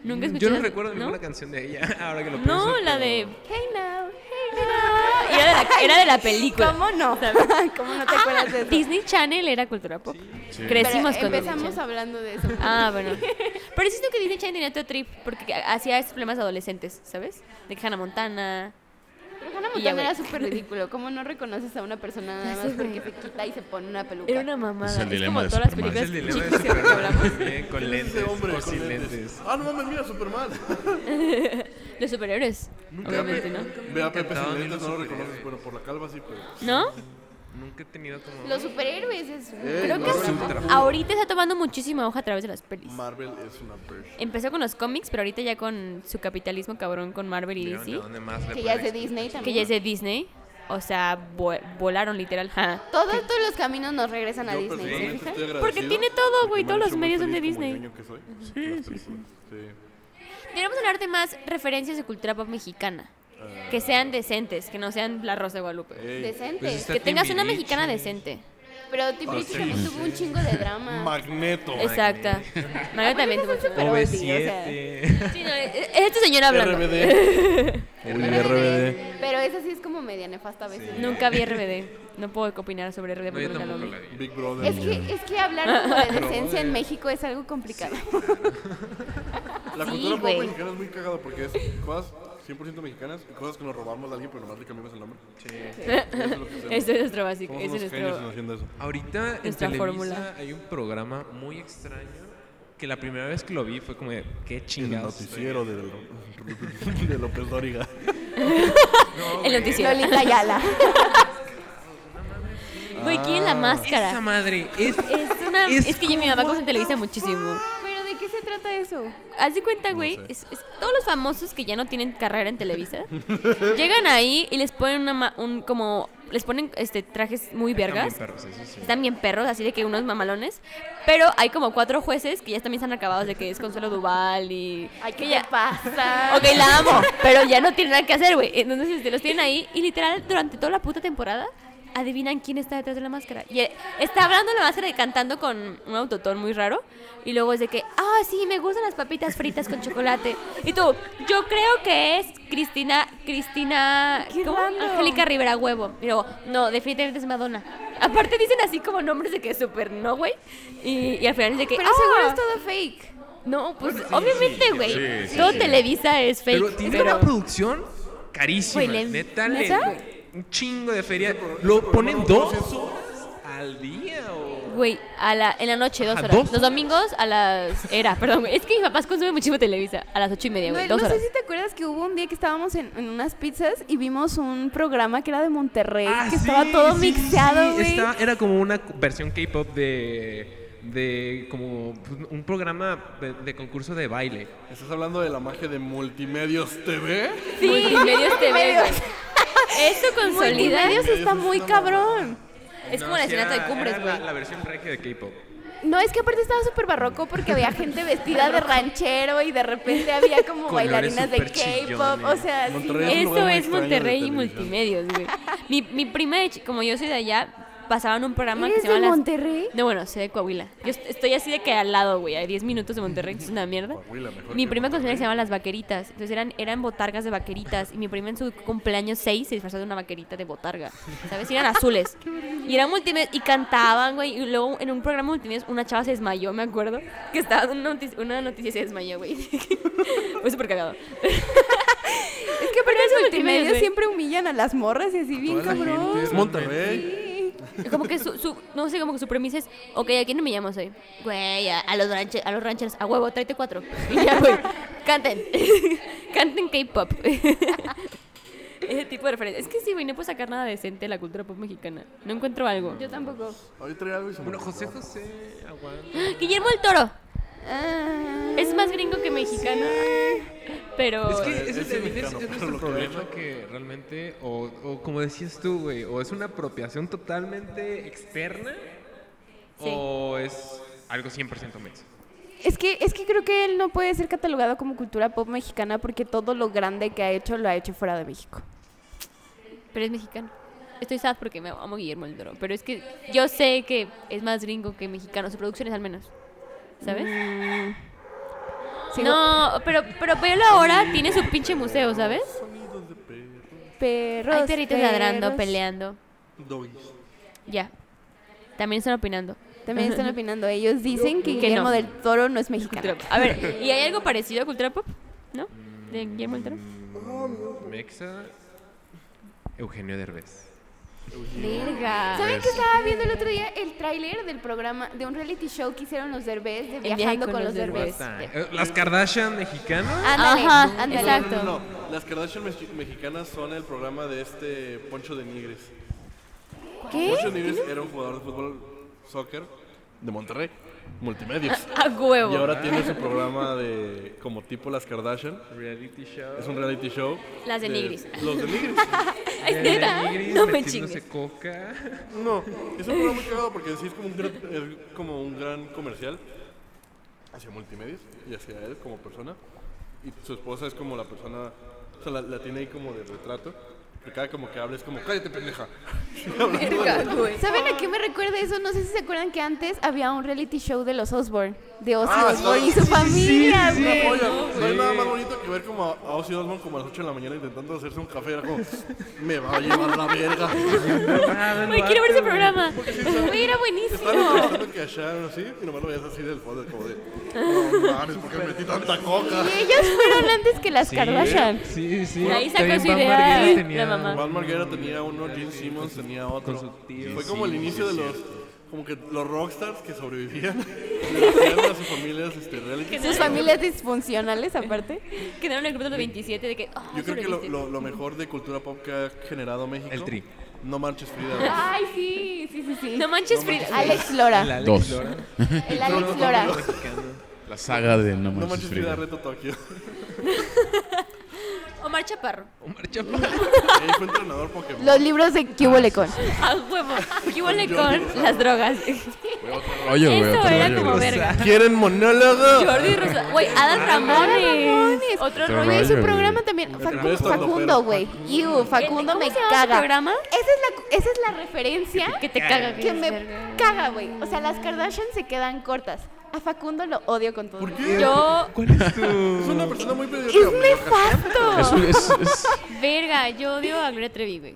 [SPEAKER 5] Nunca escuché
[SPEAKER 4] Mm, Yo no
[SPEAKER 5] las-
[SPEAKER 4] recuerdo
[SPEAKER 5] ¿no?
[SPEAKER 4] ninguna canción de ella, [LAUGHS] ahora que lo pienso.
[SPEAKER 5] No, la
[SPEAKER 4] pero-
[SPEAKER 5] de.
[SPEAKER 2] Hey now, hey
[SPEAKER 5] Ah, Era de la, era de la película.
[SPEAKER 2] ¿Cómo no? [LAUGHS] ¿Cómo no te
[SPEAKER 5] Ah,
[SPEAKER 2] acuerdas de eso?
[SPEAKER 5] Disney Channel era cultura pop.
[SPEAKER 3] Sí.
[SPEAKER 5] Crecimos
[SPEAKER 2] Pero
[SPEAKER 5] con
[SPEAKER 2] empezamos
[SPEAKER 5] Disney
[SPEAKER 2] hablando de eso.
[SPEAKER 5] Channel.
[SPEAKER 2] [LAUGHS]
[SPEAKER 5] Ah, bueno. Pero sí siento que Disney Channel tenía otro trip porque hacía estos problemas adolescentes, ¿sabes? De que Hannah Montana.
[SPEAKER 2] Pero Hannah
[SPEAKER 5] Y ya,
[SPEAKER 2] Montana
[SPEAKER 5] güey.
[SPEAKER 2] era súper ridículo. ¿Cómo no reconoces a una persona nada más
[SPEAKER 5] sé, güey.
[SPEAKER 2] porque se quita y se pone una peluca?
[SPEAKER 5] Era una mamada.
[SPEAKER 3] Es el dilema
[SPEAKER 5] como
[SPEAKER 3] de
[SPEAKER 5] todas
[SPEAKER 4] Es
[SPEAKER 5] las
[SPEAKER 4] el dilema
[SPEAKER 5] películas
[SPEAKER 4] de
[SPEAKER 5] chiquis que hablamos.
[SPEAKER 4] [LAUGHS] Superman, eh, con lentes o sin lentes.
[SPEAKER 1] Ah, no mames, mira, Superman.
[SPEAKER 5] Los superhéroes.
[SPEAKER 1] Ve a
[SPEAKER 5] Obviamente,
[SPEAKER 1] Pepe-
[SPEAKER 5] ¿no?
[SPEAKER 1] Ve a Pepe
[SPEAKER 4] encantado
[SPEAKER 1] sin
[SPEAKER 4] ni
[SPEAKER 1] lentes,
[SPEAKER 4] los
[SPEAKER 1] no lo
[SPEAKER 4] superhéroes.
[SPEAKER 1] reconoces. Bueno, por la calva sí, pero.
[SPEAKER 5] ¿No?
[SPEAKER 4] Nunca he tenido como...
[SPEAKER 5] Los superhéroes es-
[SPEAKER 4] Eh,
[SPEAKER 5] creo
[SPEAKER 1] no,
[SPEAKER 5] que
[SPEAKER 1] es
[SPEAKER 5] es-
[SPEAKER 1] un trabajo.
[SPEAKER 5] ahorita está tomando muchísima hoja a través de las pelis.
[SPEAKER 1] Marvel es una percha.
[SPEAKER 5] Empezó con los cómics, pero ahorita ya con su capitalismo cabrón con Marvel y
[SPEAKER 4] ¿De
[SPEAKER 5] DC,
[SPEAKER 4] dónde- dónde más le
[SPEAKER 2] Que ya es
[SPEAKER 4] pueden
[SPEAKER 2] de Disney
[SPEAKER 5] que
[SPEAKER 2] también.
[SPEAKER 5] ya es de Disney. O sea, vo- volaron literal. ja.
[SPEAKER 2] Todos, todos los caminos nos regresan a
[SPEAKER 1] Yo
[SPEAKER 4] pues,
[SPEAKER 2] Disney. ¿se
[SPEAKER 1] personalmente
[SPEAKER 2] fijan?
[SPEAKER 1] estoy agradecido
[SPEAKER 5] Porque tiene todo,
[SPEAKER 1] porque
[SPEAKER 5] güey,
[SPEAKER 1] me
[SPEAKER 5] todos
[SPEAKER 1] han
[SPEAKER 5] los
[SPEAKER 1] hecho muy
[SPEAKER 5] medios son
[SPEAKER 1] feliz
[SPEAKER 5] de
[SPEAKER 1] como
[SPEAKER 5] Disney.
[SPEAKER 1] ñoño que soy. Las películas, sí.
[SPEAKER 5] Deberíamos hablar de más referencias de cultura pop mexicana.
[SPEAKER 4] Ah.
[SPEAKER 5] Que sean decentes, que no sean La Rosa de Guadalupe.
[SPEAKER 1] Ey,
[SPEAKER 2] Decente.
[SPEAKER 4] Pues está
[SPEAKER 5] Que tengas una
[SPEAKER 4] Timbiriche.
[SPEAKER 5] mexicana decente.
[SPEAKER 2] Pero
[SPEAKER 1] Ah,
[SPEAKER 2] Timbiriche también tuvo un chingo de drama.
[SPEAKER 1] Magneto.
[SPEAKER 5] Exacta. Mario también tuvo su-
[SPEAKER 2] Pero sí, o sea.
[SPEAKER 4] OV7.
[SPEAKER 5] Sí, no, es- es este señor hablando.
[SPEAKER 1] RBD. Uy, RBD.
[SPEAKER 2] Pero esa sí es como media nefasta a veces.
[SPEAKER 5] [LAUGHS] Nunca vi RBD. No puedo opinar sobre RBD
[SPEAKER 4] No,
[SPEAKER 5] porque
[SPEAKER 4] yo
[SPEAKER 5] nunca lo
[SPEAKER 4] tampoco
[SPEAKER 5] vi.
[SPEAKER 4] la vi.
[SPEAKER 1] Big Brother.
[SPEAKER 2] Es que, es que hablar como de
[SPEAKER 1] Pero,
[SPEAKER 2] decencia en
[SPEAKER 1] eh,
[SPEAKER 2] México es algo complicado.
[SPEAKER 1] La
[SPEAKER 5] Sí,
[SPEAKER 1] cultura pop
[SPEAKER 5] güey.
[SPEAKER 1] mexicana es muy cagada porque es cosas 100% mexicanas y cosas que nos robamos de alguien pero nomás le cambiamos el nombre. Eso
[SPEAKER 5] [LAUGHS]
[SPEAKER 1] es lo que hacemos.
[SPEAKER 5] Este es nuestro básico.
[SPEAKER 1] Somos
[SPEAKER 5] Ese
[SPEAKER 1] unos
[SPEAKER 5] es
[SPEAKER 1] genios en
[SPEAKER 5] nuestro.
[SPEAKER 1] haciendo eso.
[SPEAKER 4] [LAUGHS] Ahorita en
[SPEAKER 5] Nuestra
[SPEAKER 4] Televisa
[SPEAKER 5] fórmula.
[SPEAKER 4] hay un programa muy extraño que la primera vez que lo vi fue como de, qué
[SPEAKER 1] El
[SPEAKER 4] chingados.
[SPEAKER 1] noticiero de, [LAUGHS] de López Dóriga.
[SPEAKER 5] El noticiero.
[SPEAKER 2] Lolita Yala.
[SPEAKER 1] Ah.
[SPEAKER 5] Güey, ¿quién la
[SPEAKER 4] Esa
[SPEAKER 5] máscara?
[SPEAKER 4] madre es...
[SPEAKER 5] Es, una,
[SPEAKER 4] Es
[SPEAKER 5] es, que yo mi mamá cosa televisa muchísimo.
[SPEAKER 2] ¿Pero de qué se trata eso?
[SPEAKER 5] Haz de cuenta, güey,
[SPEAKER 1] sé.
[SPEAKER 5] es- es- todos los famosos que ya no tienen carrera en Televisa
[SPEAKER 1] [LAUGHS]
[SPEAKER 5] llegan ahí y les ponen una, ma- un como les ponen este trajes muy vergas.
[SPEAKER 4] Están bien perros, eso sí.
[SPEAKER 5] Están bien perros, así de que unos mamalones. Pero hay como cuatro jueces que ya también están acabados de que es Consuelo Duval y.
[SPEAKER 2] Ay, ¿qué
[SPEAKER 5] que
[SPEAKER 2] te pasa?
[SPEAKER 5] Ok, la amo, pero ya no tiene nada que hacer, güey. Entonces este, los tienen ahí y literal durante toda la puta temporada adivinan quién está detrás de la máscara. Y eh, está hablando la máscara y cantando con un autotón muy raro. Y luego es de que, ah, sí, me gustan las papitas fritas con chocolate. Y tú, yo creo que es Cristina, Cristina,
[SPEAKER 2] Qué
[SPEAKER 5] ¿cómo?
[SPEAKER 2] random.
[SPEAKER 5] Angélica Rivera Huevo. Y luego, no, definitivamente es Madonna. Aparte dicen así como nombres de que súper no, güey. Y, y al final es de que,
[SPEAKER 2] Pero
[SPEAKER 5] "Ah".
[SPEAKER 2] seguro es todo fake.
[SPEAKER 5] No, pues obviamente, güey.
[SPEAKER 3] sí, sí,
[SPEAKER 5] todo
[SPEAKER 3] sí.
[SPEAKER 5] Televisa es fake.
[SPEAKER 4] Pero tiene una producción carísima.
[SPEAKER 5] Güey, le-
[SPEAKER 4] neta, le-
[SPEAKER 5] ¿neta?
[SPEAKER 4] un chingo de feria. Lo ponen dos horas al día o...
[SPEAKER 5] Güey, a la, en la noche, dos
[SPEAKER 4] Ajá,
[SPEAKER 5] horas.
[SPEAKER 4] dos
[SPEAKER 5] Los domingos a las... Era, perdón, güey. Es que mis papás consumen muchísimo Televisa. A las ocho y media,
[SPEAKER 2] No,
[SPEAKER 5] güey.
[SPEAKER 2] no
[SPEAKER 5] dos horas.
[SPEAKER 2] sé si te acuerdas que hubo un día que estábamos en, en unas pizzas y vimos un programa que era de Monterrey,
[SPEAKER 4] Ah,
[SPEAKER 2] que
[SPEAKER 4] sí,
[SPEAKER 2] estaba todo
[SPEAKER 4] sí,
[SPEAKER 2] mixeado,
[SPEAKER 4] sí,
[SPEAKER 2] güey.
[SPEAKER 4] estaba- era como una versión K-pop de, de como pues, un programa de, de concurso de baile.
[SPEAKER 1] ¿Estás hablando de la magia de Multimedios TV?
[SPEAKER 5] Sí, Multimedios TV, güey.
[SPEAKER 2] Multimedios.
[SPEAKER 5] Eso consolida...
[SPEAKER 2] Multimedios está
[SPEAKER 1] Multimedios
[SPEAKER 2] muy
[SPEAKER 1] está
[SPEAKER 2] cabrón.
[SPEAKER 5] Es como
[SPEAKER 4] No,
[SPEAKER 5] la
[SPEAKER 4] sí,
[SPEAKER 5] escenata de
[SPEAKER 4] era-
[SPEAKER 5] cumbres,
[SPEAKER 4] era
[SPEAKER 5] güey.
[SPEAKER 4] La, la versión regia de K-pop.
[SPEAKER 2] No, es que aparte estaba súper barroco porque había gente vestida de ranchero y de repente había como
[SPEAKER 4] Colores
[SPEAKER 2] bailarinas de
[SPEAKER 4] súper
[SPEAKER 2] K-pop.
[SPEAKER 4] chillones.
[SPEAKER 2] O sea, sí.
[SPEAKER 1] Monterrey un lugar
[SPEAKER 5] Eso
[SPEAKER 1] muy
[SPEAKER 5] es
[SPEAKER 1] extraño de
[SPEAKER 5] Monterrey y
[SPEAKER 1] televisión.
[SPEAKER 5] Multimedios, güey. Mi, mi prima, de chi- como yo soy de allá, pasaban un programa que
[SPEAKER 2] ¿Eres
[SPEAKER 5] se
[SPEAKER 2] de
[SPEAKER 5] llama... Las-
[SPEAKER 2] Monterrey?
[SPEAKER 5] No, bueno, soy de Coahuila. Yo est- estoy así de que al lado, güey, a 10 minutos de Monterrey, que es una mierda.
[SPEAKER 1] Coahuila, mejor
[SPEAKER 5] Mi
[SPEAKER 1] que
[SPEAKER 5] prima consumía que se llamaban las vaqueritas. Entonces eran, eran botargas de vaqueritas. Y mi prima en su cumpleaños 6 se disfrazó de una vaquerita de botarga. ¿Sabes? Y eran azules. y eran multimedia. Y cantaban, güey. Y luego en un programa multimedia una chava se desmayó, me acuerdo. Que estaba dando una noticia, una noticia y se desmayó, güey. [LAUGHS] Fue súper cagado.
[SPEAKER 2] Es que aparte
[SPEAKER 5] Pero [LAUGHS]
[SPEAKER 2] los
[SPEAKER 5] es multimedia,
[SPEAKER 2] multimedios
[SPEAKER 5] güey.
[SPEAKER 2] siempre humillan a las morras y así bien
[SPEAKER 1] Toda la gente
[SPEAKER 2] cabrón.
[SPEAKER 1] es Monterrey.
[SPEAKER 2] Sí.
[SPEAKER 5] Como que su, su- no sé, como que su premisa es, ok, ¿a quién me llamo hoy? Güey, a, a los ranche- a los ranchers, a huevo, tráete cuatro. Y ya, güey, canten. [LAUGHS] canten K-pop.
[SPEAKER 2] [LAUGHS]
[SPEAKER 5] Ese tipo de referencia. Es que sí, güey, no puedo sacar nada decente de la cultura pop mexicana. No encuentro algo.
[SPEAKER 2] Yo tampoco.
[SPEAKER 1] Hoy trae algo y se me
[SPEAKER 4] Bueno,
[SPEAKER 1] olvidó.
[SPEAKER 4] José José, aguanta.
[SPEAKER 5] Guillermo el Toro.
[SPEAKER 2] Ah.
[SPEAKER 5] Es más gringo que mexicano. Pero...
[SPEAKER 4] Es que
[SPEAKER 1] Eh,
[SPEAKER 4] ese
[SPEAKER 1] es
[SPEAKER 4] también es,
[SPEAKER 1] mexicano,
[SPEAKER 4] es
[SPEAKER 1] pero
[SPEAKER 4] nuestro
[SPEAKER 1] lo que ha
[SPEAKER 4] problema
[SPEAKER 1] hecho.
[SPEAKER 4] que realmente, o, o como decías tú, güey, o es una apropiación totalmente externa
[SPEAKER 5] Sí.
[SPEAKER 4] o es algo 100% mex.
[SPEAKER 2] Es que, es que creo que él no puede ser catalogado como cultura pop mexicana porque todo lo grande que ha hecho lo ha hecho fuera de México.
[SPEAKER 5] Pero es mexicano. Estoy sad porque me amo Guillermo el Toro. Pero es que yo sé que es más gringo que mexicano. Sus producciones al menos. ¿Sabes?
[SPEAKER 2] Sigo-
[SPEAKER 5] No, pero, pero Pablo ahora tiene su pinche museo, ¿sabes?
[SPEAKER 1] Sonidos de perros.
[SPEAKER 2] Perros,
[SPEAKER 5] Hay perritos
[SPEAKER 2] perros.
[SPEAKER 5] ladrando, peleando.
[SPEAKER 1] Doggies.
[SPEAKER 5] Ya. También están opinando.
[SPEAKER 2] También están opinando. Ellos dicen
[SPEAKER 5] [LAUGHS]
[SPEAKER 2] que
[SPEAKER 5] Que
[SPEAKER 2] Guillermo
[SPEAKER 5] no.
[SPEAKER 2] del Toro no es mexicano.
[SPEAKER 5] A ver, ¿y hay algo parecido a cultura pop? ¿No? ¿De Guillermo del Toro?
[SPEAKER 4] Mexa, Eugenio Derbez.
[SPEAKER 2] Verga. ¿Saben que estaba viendo el otro día el tráiler del programa, de un reality show que hicieron los Derbez, de
[SPEAKER 5] viaje
[SPEAKER 2] Viajando
[SPEAKER 5] con
[SPEAKER 2] con
[SPEAKER 5] los
[SPEAKER 2] los Derbez?
[SPEAKER 5] Derbez.
[SPEAKER 4] Eh, Las Kardashian mexicanas.
[SPEAKER 2] Ándale,
[SPEAKER 5] Ajá,
[SPEAKER 2] ándale.
[SPEAKER 5] exacto.
[SPEAKER 1] No, no, no. Las Kardashian mex- mexicanas son el programa de este Poncho de Nigres.
[SPEAKER 5] ¿Qué?
[SPEAKER 1] Muchos niños era un jugador de fútbol, soccer, de Monterrey,
[SPEAKER 5] [LAUGHS]
[SPEAKER 1] multimedios.
[SPEAKER 5] A huevo.
[SPEAKER 1] Y ahora tiene su programa de como tipo las Kardashian.
[SPEAKER 4] Reality show.
[SPEAKER 1] Es un reality show.
[SPEAKER 5] Las de Nigris.
[SPEAKER 1] Los de Nigris.
[SPEAKER 5] Ay, neta, no me chingues.
[SPEAKER 4] coca.
[SPEAKER 1] No, es un programa muy cagado porque sí es como un gran, es como un gran comercial hacia multimedios y hacia él como persona. Y su esposa es como la persona, o sea, la, la tiene ahí como de retrato. Que cada como que habla es como, cállate pendeja. [LAUGHS] Hablando de-
[SPEAKER 2] ¿Saben a qué me recuerda eso? No sé si se acuerdan que antes había un reality show de los Osborne, de Ozzy
[SPEAKER 1] Ah,
[SPEAKER 2] Osbourne y
[SPEAKER 1] sí,
[SPEAKER 2] su familia,
[SPEAKER 4] sí, sí.
[SPEAKER 2] güey.
[SPEAKER 1] Oye, no hay nada más bonito que ver como a a Ozzy Osbourne como a las 8 de la mañana intentando hacerse un café. Era como, me va a llevar la verga.
[SPEAKER 5] Ah,
[SPEAKER 4] Ah,
[SPEAKER 5] Güey, quiero ver ese programa. Güey, era
[SPEAKER 1] Estaba
[SPEAKER 5] buenísimo.
[SPEAKER 1] intentando que Sharon así y nomás lo veías así del fondo, como de, no mames, ¿por qué metí tanta coca?
[SPEAKER 2] Y ellos fueron antes que las Kardashian.
[SPEAKER 4] Sí, sí.
[SPEAKER 5] Ahí sacó
[SPEAKER 4] También
[SPEAKER 5] su
[SPEAKER 4] Van
[SPEAKER 5] idea,
[SPEAKER 4] Marguera
[SPEAKER 5] la
[SPEAKER 4] tenía-
[SPEAKER 5] mamá.
[SPEAKER 1] Juan Marguera tenía uno, Gene Simmons tenía otro.
[SPEAKER 4] con su tío.
[SPEAKER 1] Fue como el inicio de los, como que los rockstars que sobrevivían. [LAUGHS] Le hacían a sus familias este, reality.
[SPEAKER 2] Sus familias disfuncionales, aparte.
[SPEAKER 5] Quedaron en el grupo de 27 de que. ah,
[SPEAKER 1] Yo creo que lo,
[SPEAKER 5] sobreviviste.
[SPEAKER 1] lo- lo mejor de cultura pop que ha generado México.
[SPEAKER 4] El Tri.
[SPEAKER 1] No marches Frida. güey.
[SPEAKER 5] Ah.
[SPEAKER 2] Ay, sí, sí, sí, sí.
[SPEAKER 5] No manches, Frida.
[SPEAKER 2] Alex Lora.
[SPEAKER 4] La Alex
[SPEAKER 3] Dos.
[SPEAKER 4] Lora.
[SPEAKER 2] El Alex Lora.
[SPEAKER 3] La saga de No
[SPEAKER 1] No
[SPEAKER 3] Manches,
[SPEAKER 1] manches
[SPEAKER 3] Frida.
[SPEAKER 1] Frida, reto Tokio. [LAUGHS]
[SPEAKER 5] Omar Chaparro.
[SPEAKER 4] Omar
[SPEAKER 5] [LAUGHS]
[SPEAKER 4] Chaparro.
[SPEAKER 1] Ahí fue entrenador Pokémon.
[SPEAKER 2] Los libros de Cubolecon.
[SPEAKER 5] A huevo. ¿Qué huele con las drogas? [LAUGHS]
[SPEAKER 3] Güey, otro rollo, güey.
[SPEAKER 5] Eso
[SPEAKER 3] otro
[SPEAKER 5] era
[SPEAKER 3] rollo,
[SPEAKER 5] como
[SPEAKER 3] güey.
[SPEAKER 5] verga.
[SPEAKER 1] ¿Quieren monólogo?
[SPEAKER 5] Jordi Rosa. Güey, Adal Ramones.
[SPEAKER 2] Ramones.
[SPEAKER 5] Otro
[SPEAKER 3] Otro
[SPEAKER 5] rollo.
[SPEAKER 2] Güey, su
[SPEAKER 3] Rollo,
[SPEAKER 2] programa
[SPEAKER 3] güey.
[SPEAKER 2] también. Facu-
[SPEAKER 1] Pero es tanto
[SPEAKER 2] Facundo,
[SPEAKER 1] pedo.
[SPEAKER 2] güey. Iu, Facundo
[SPEAKER 5] ¿Cómo
[SPEAKER 2] me
[SPEAKER 5] se llama su
[SPEAKER 2] caga.
[SPEAKER 5] programa?
[SPEAKER 2] Esa es la, esa es la referencia
[SPEAKER 5] Que te caga.
[SPEAKER 2] que me caga, güey. O sea, las Kardashian se quedan cortas. A Facundo lo odio con todo.
[SPEAKER 1] ¿Por
[SPEAKER 2] mi-
[SPEAKER 1] qué?
[SPEAKER 5] Yo,
[SPEAKER 4] ¿Cuál es tu...?
[SPEAKER 1] Es una persona muy
[SPEAKER 2] Es
[SPEAKER 1] peligrosa.
[SPEAKER 2] nefasto.
[SPEAKER 3] Es un- es- es-
[SPEAKER 5] verga, yo odio a Gloria Trevi, güey.